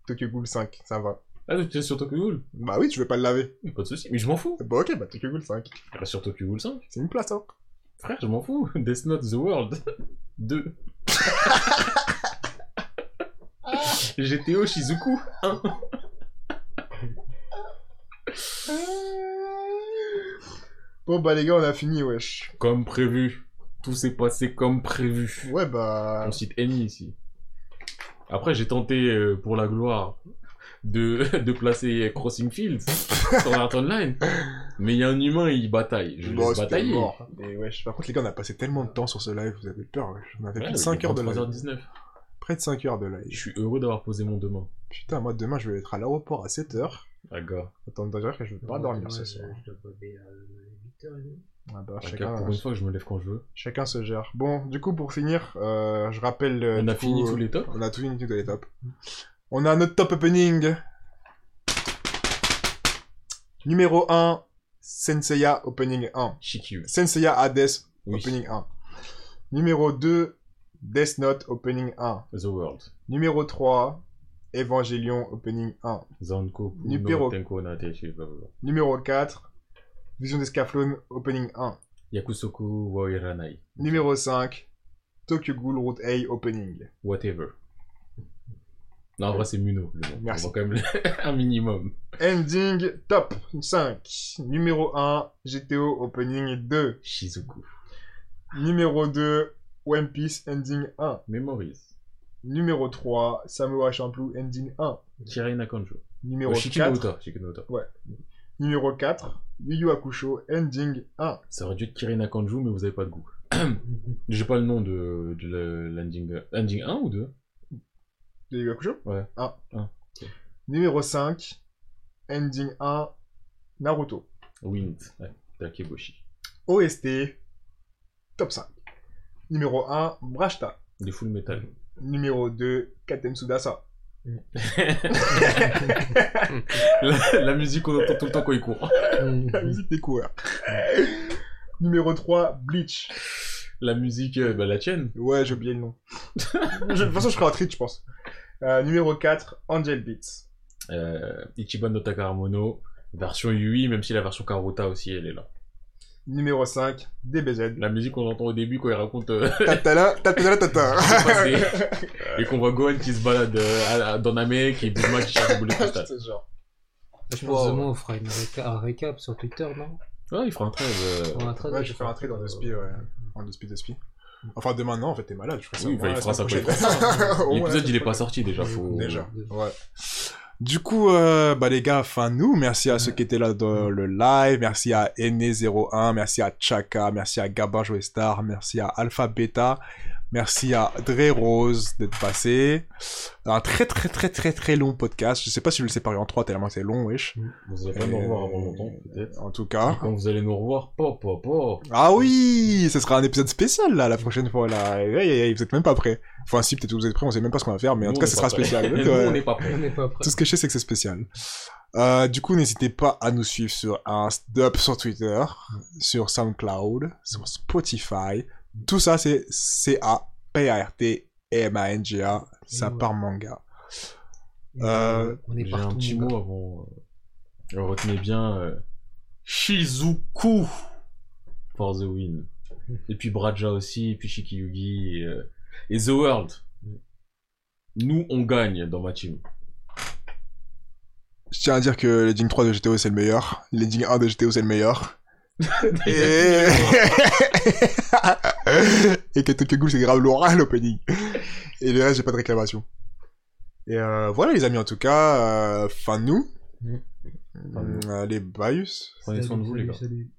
[SPEAKER 3] Tokyo Ghoul 5, ça va.
[SPEAKER 2] Ah, donc tu restes sur Tokyo Ghoul
[SPEAKER 3] Bah oui, tu veux pas le laver.
[SPEAKER 2] Mais Pas de soucis, mais je m'en fous.
[SPEAKER 3] Bah ok, bah Tokyo Ghoul 5.
[SPEAKER 2] Je reste sur Tokyo Ghoul 5.
[SPEAKER 3] C'est une place, hein.
[SPEAKER 2] Frère, je m'en fous. Death Note The World 2. GTO Shizuku.
[SPEAKER 3] Bon, bah, les gars, on a fini, wesh.
[SPEAKER 2] Comme prévu. Tout s'est passé comme prévu.
[SPEAKER 3] Ouais, bah.
[SPEAKER 2] On cite Amy ici. Après, j'ai tenté euh, pour la gloire de, de placer Crossing Fields sur Art Online. Mais il y a un humain, il bataille. Je
[SPEAKER 3] Bon,
[SPEAKER 2] laisse
[SPEAKER 3] c'était
[SPEAKER 2] batailler.
[SPEAKER 3] mort. hein. Mais wesh, par contre, les gars, on a passé tellement de temps sur ce live, vous avez peur, wesh. On a fait
[SPEAKER 2] Ouais,
[SPEAKER 3] plus de
[SPEAKER 2] il est
[SPEAKER 3] 5 heures de live.
[SPEAKER 2] 23h19.
[SPEAKER 3] Près de 5 heures de
[SPEAKER 2] Je
[SPEAKER 3] live.
[SPEAKER 2] suis heureux d'avoir posé mon demain.
[SPEAKER 3] Putain, moi, demain, je vais être à l'aéroport à 7 h
[SPEAKER 2] Ah, gars.
[SPEAKER 3] Attends, d'ailleurs, que je vais pas dormir ce soir.
[SPEAKER 4] Je dois euh, bobber à 8h30.
[SPEAKER 3] Ah bah,
[SPEAKER 2] Ah,
[SPEAKER 3] chacun,
[SPEAKER 2] gars, Pour une fois, je me lève quand je veux.
[SPEAKER 3] chacun se gère. Bon, du coup, pour finir, euh, je rappelle. euh,
[SPEAKER 2] On a
[SPEAKER 3] du coup,
[SPEAKER 2] fini
[SPEAKER 3] euh,
[SPEAKER 2] tous les tops.
[SPEAKER 3] On a tout fini tous les tops. On a notre top opening. Numéro 1, Senseiya opening 1.
[SPEAKER 2] Chikyu.
[SPEAKER 3] Senseiya Hades
[SPEAKER 2] Oui.
[SPEAKER 3] opening 1. Numéro 2, Death Note opening 1.
[SPEAKER 2] The World.
[SPEAKER 3] Numéro 3, Evangelion opening 1.
[SPEAKER 2] Zanko.
[SPEAKER 3] Nupero.
[SPEAKER 2] Tenko, Nateshi, blablabla.
[SPEAKER 3] Numéro 4, Vision d'Escaflowne opening 1.
[SPEAKER 2] Yakusoku, Wairanai.
[SPEAKER 3] Numéro 5, Tokyo Ghoul Route A opening.
[SPEAKER 2] Whatever. Non, en vrai, c'est Muno. Le nom.
[SPEAKER 3] Merci.
[SPEAKER 2] On va quand même le- un minimum.
[SPEAKER 3] Ending top 5. Numéro 1, GTO opening 2.
[SPEAKER 2] Shizuku.
[SPEAKER 3] Numéro 2, One Piece Ending 1.
[SPEAKER 2] Memories.
[SPEAKER 3] Numéro 3, Samurai Champloo Ending 1.
[SPEAKER 2] Shirai Nakanjo.
[SPEAKER 3] Numéro
[SPEAKER 2] Oh,
[SPEAKER 3] 4,
[SPEAKER 2] Shikinota. Shikinota.
[SPEAKER 3] numéro 4 Yu Yu Hakusho Ending 1.
[SPEAKER 2] Ça aurait dû être Kirin Akanju, mais vous avez pas de goût. J'ai pas le nom de, de le- l'ending ending 1 ou 2
[SPEAKER 3] De Yu Yu Hakusho
[SPEAKER 2] Ouais.
[SPEAKER 3] 1.
[SPEAKER 2] Un, ok.
[SPEAKER 3] Ah. Numéro 5, Ending 1, Naruto.
[SPEAKER 2] Wind, ouais, Takeboshi.
[SPEAKER 3] OST, top 5. Numéro 1, Brashta.
[SPEAKER 2] Des full metal.
[SPEAKER 3] Numéro 2, Katem Sudasa.
[SPEAKER 2] la, la musique qu'on entend tout le temps quand il court.
[SPEAKER 3] La
[SPEAKER 4] Mm.
[SPEAKER 3] musique des coureurs. Numéro 3, Bleach.
[SPEAKER 2] La musique, euh, bah, la tienne.
[SPEAKER 3] Ouais, j'ai oublié le nom. Je- de toute façon, je ferai un tri, je pense. Euh, numéro 4, Angel Beats.
[SPEAKER 2] Euh, Ichiban no Takaramono, version Yui, même si la version Karuta aussi, elle est là.
[SPEAKER 3] Numéro 5, DBZ.
[SPEAKER 2] La musique qu'on entend au début quand il raconte euh,
[SPEAKER 3] Tatala, tatala,
[SPEAKER 2] ce qui s'est
[SPEAKER 3] tatala.
[SPEAKER 2] passé. et qu'on voit Gohan qui se balade euh, à- à- dans Namek et Bulma qui cherche le boulet de cristal.
[SPEAKER 3] C'est genre.
[SPEAKER 4] Je pense que demain, on fera une réca- un récap sur Twitter, non
[SPEAKER 2] Ouais, il fera un 13. euh,
[SPEAKER 4] On a un trade, Euh,
[SPEAKER 3] Ouais, je vais faire un tri dans le spi, ouais. En deux spi, deux spi. Enfin, demain, non, en fait, t'es malade. Je ferai ça.
[SPEAKER 2] Oui,
[SPEAKER 3] au moins
[SPEAKER 2] bah, il
[SPEAKER 3] la
[SPEAKER 2] fera ça
[SPEAKER 3] semaine
[SPEAKER 2] quand il
[SPEAKER 3] prochaine. Au moins la
[SPEAKER 2] L'épisode,
[SPEAKER 3] semaine
[SPEAKER 2] il est pas
[SPEAKER 3] prochaine.
[SPEAKER 2] sorti déjà. Faut...
[SPEAKER 3] Déjà. Ouais. Du coup, euh, bah les gars, fin nous. Merci à ceux qui étaient là dans le live. Merci à Ene01. Merci à Chaka. Merci à Gabin Joestar. Merci à Alpha Beta. Merci à Dre Rose d'être passé. Un très très très très très long podcast. Je sais pas si je vais le séparer en trois tellement que c'est long, wesh.
[SPEAKER 2] Vous allez pas nous revoir avant longtemps, peut-être.
[SPEAKER 3] En tout
[SPEAKER 2] Et
[SPEAKER 3] cas.
[SPEAKER 2] quand vous allez nous revoir, pop, pop, pop.
[SPEAKER 3] Ah oui, ce sera un épisode spécial là la prochaine fois là. Aïe, aïe, aïe, vous êtes même pas prêts. Enfin si peut-être vous êtes prêts, on sait même pas ce qu'on va faire, mais en
[SPEAKER 2] Nous,
[SPEAKER 3] tout
[SPEAKER 2] on
[SPEAKER 3] cas ce
[SPEAKER 2] est
[SPEAKER 3] sera
[SPEAKER 2] pas prêts.
[SPEAKER 3] spécial.
[SPEAKER 2] Nous,
[SPEAKER 3] Ouais.
[SPEAKER 2] on n'est pas prêts.
[SPEAKER 4] On n'est pas prêt.
[SPEAKER 3] Tout ce que je sais, c'est que c'est spécial. Euh, du coup, n'hésitez pas à nous suivre sur Insta, sur Twitter, sur SoundCloud, sur Spotify. Tout ça, c'est C-A-P-A-R-T-M-A-N-G-A. Ça
[SPEAKER 4] Ouais.
[SPEAKER 3] part manga.
[SPEAKER 4] Et
[SPEAKER 3] Euh,
[SPEAKER 4] on est
[SPEAKER 2] J'ai un
[SPEAKER 4] partout.
[SPEAKER 2] petit
[SPEAKER 4] mon
[SPEAKER 2] mot
[SPEAKER 4] gars.
[SPEAKER 2] avant. euh, Retenez bien euh, Shizuku for the win. Et puis Braja aussi, et puis Shikiyugi et, euh, et The World. Nous, on gagne dans ma team.
[SPEAKER 3] Je tiens à dire que l'ending 3 de GTO, c'est le meilleur. L'ending 1 de GTO, c'est le meilleur. Et... Et que Tokyo Ghoul, c'est grave lourd à l'opening. Et le reste, j'ai pas de réclamation. Et euh, voilà, les amis, en tout cas, euh, fin de nous.
[SPEAKER 4] Mm.
[SPEAKER 3] Euh, les Bayus.
[SPEAKER 2] Prenez soin de vous, les gars.
[SPEAKER 4] Salut, salut.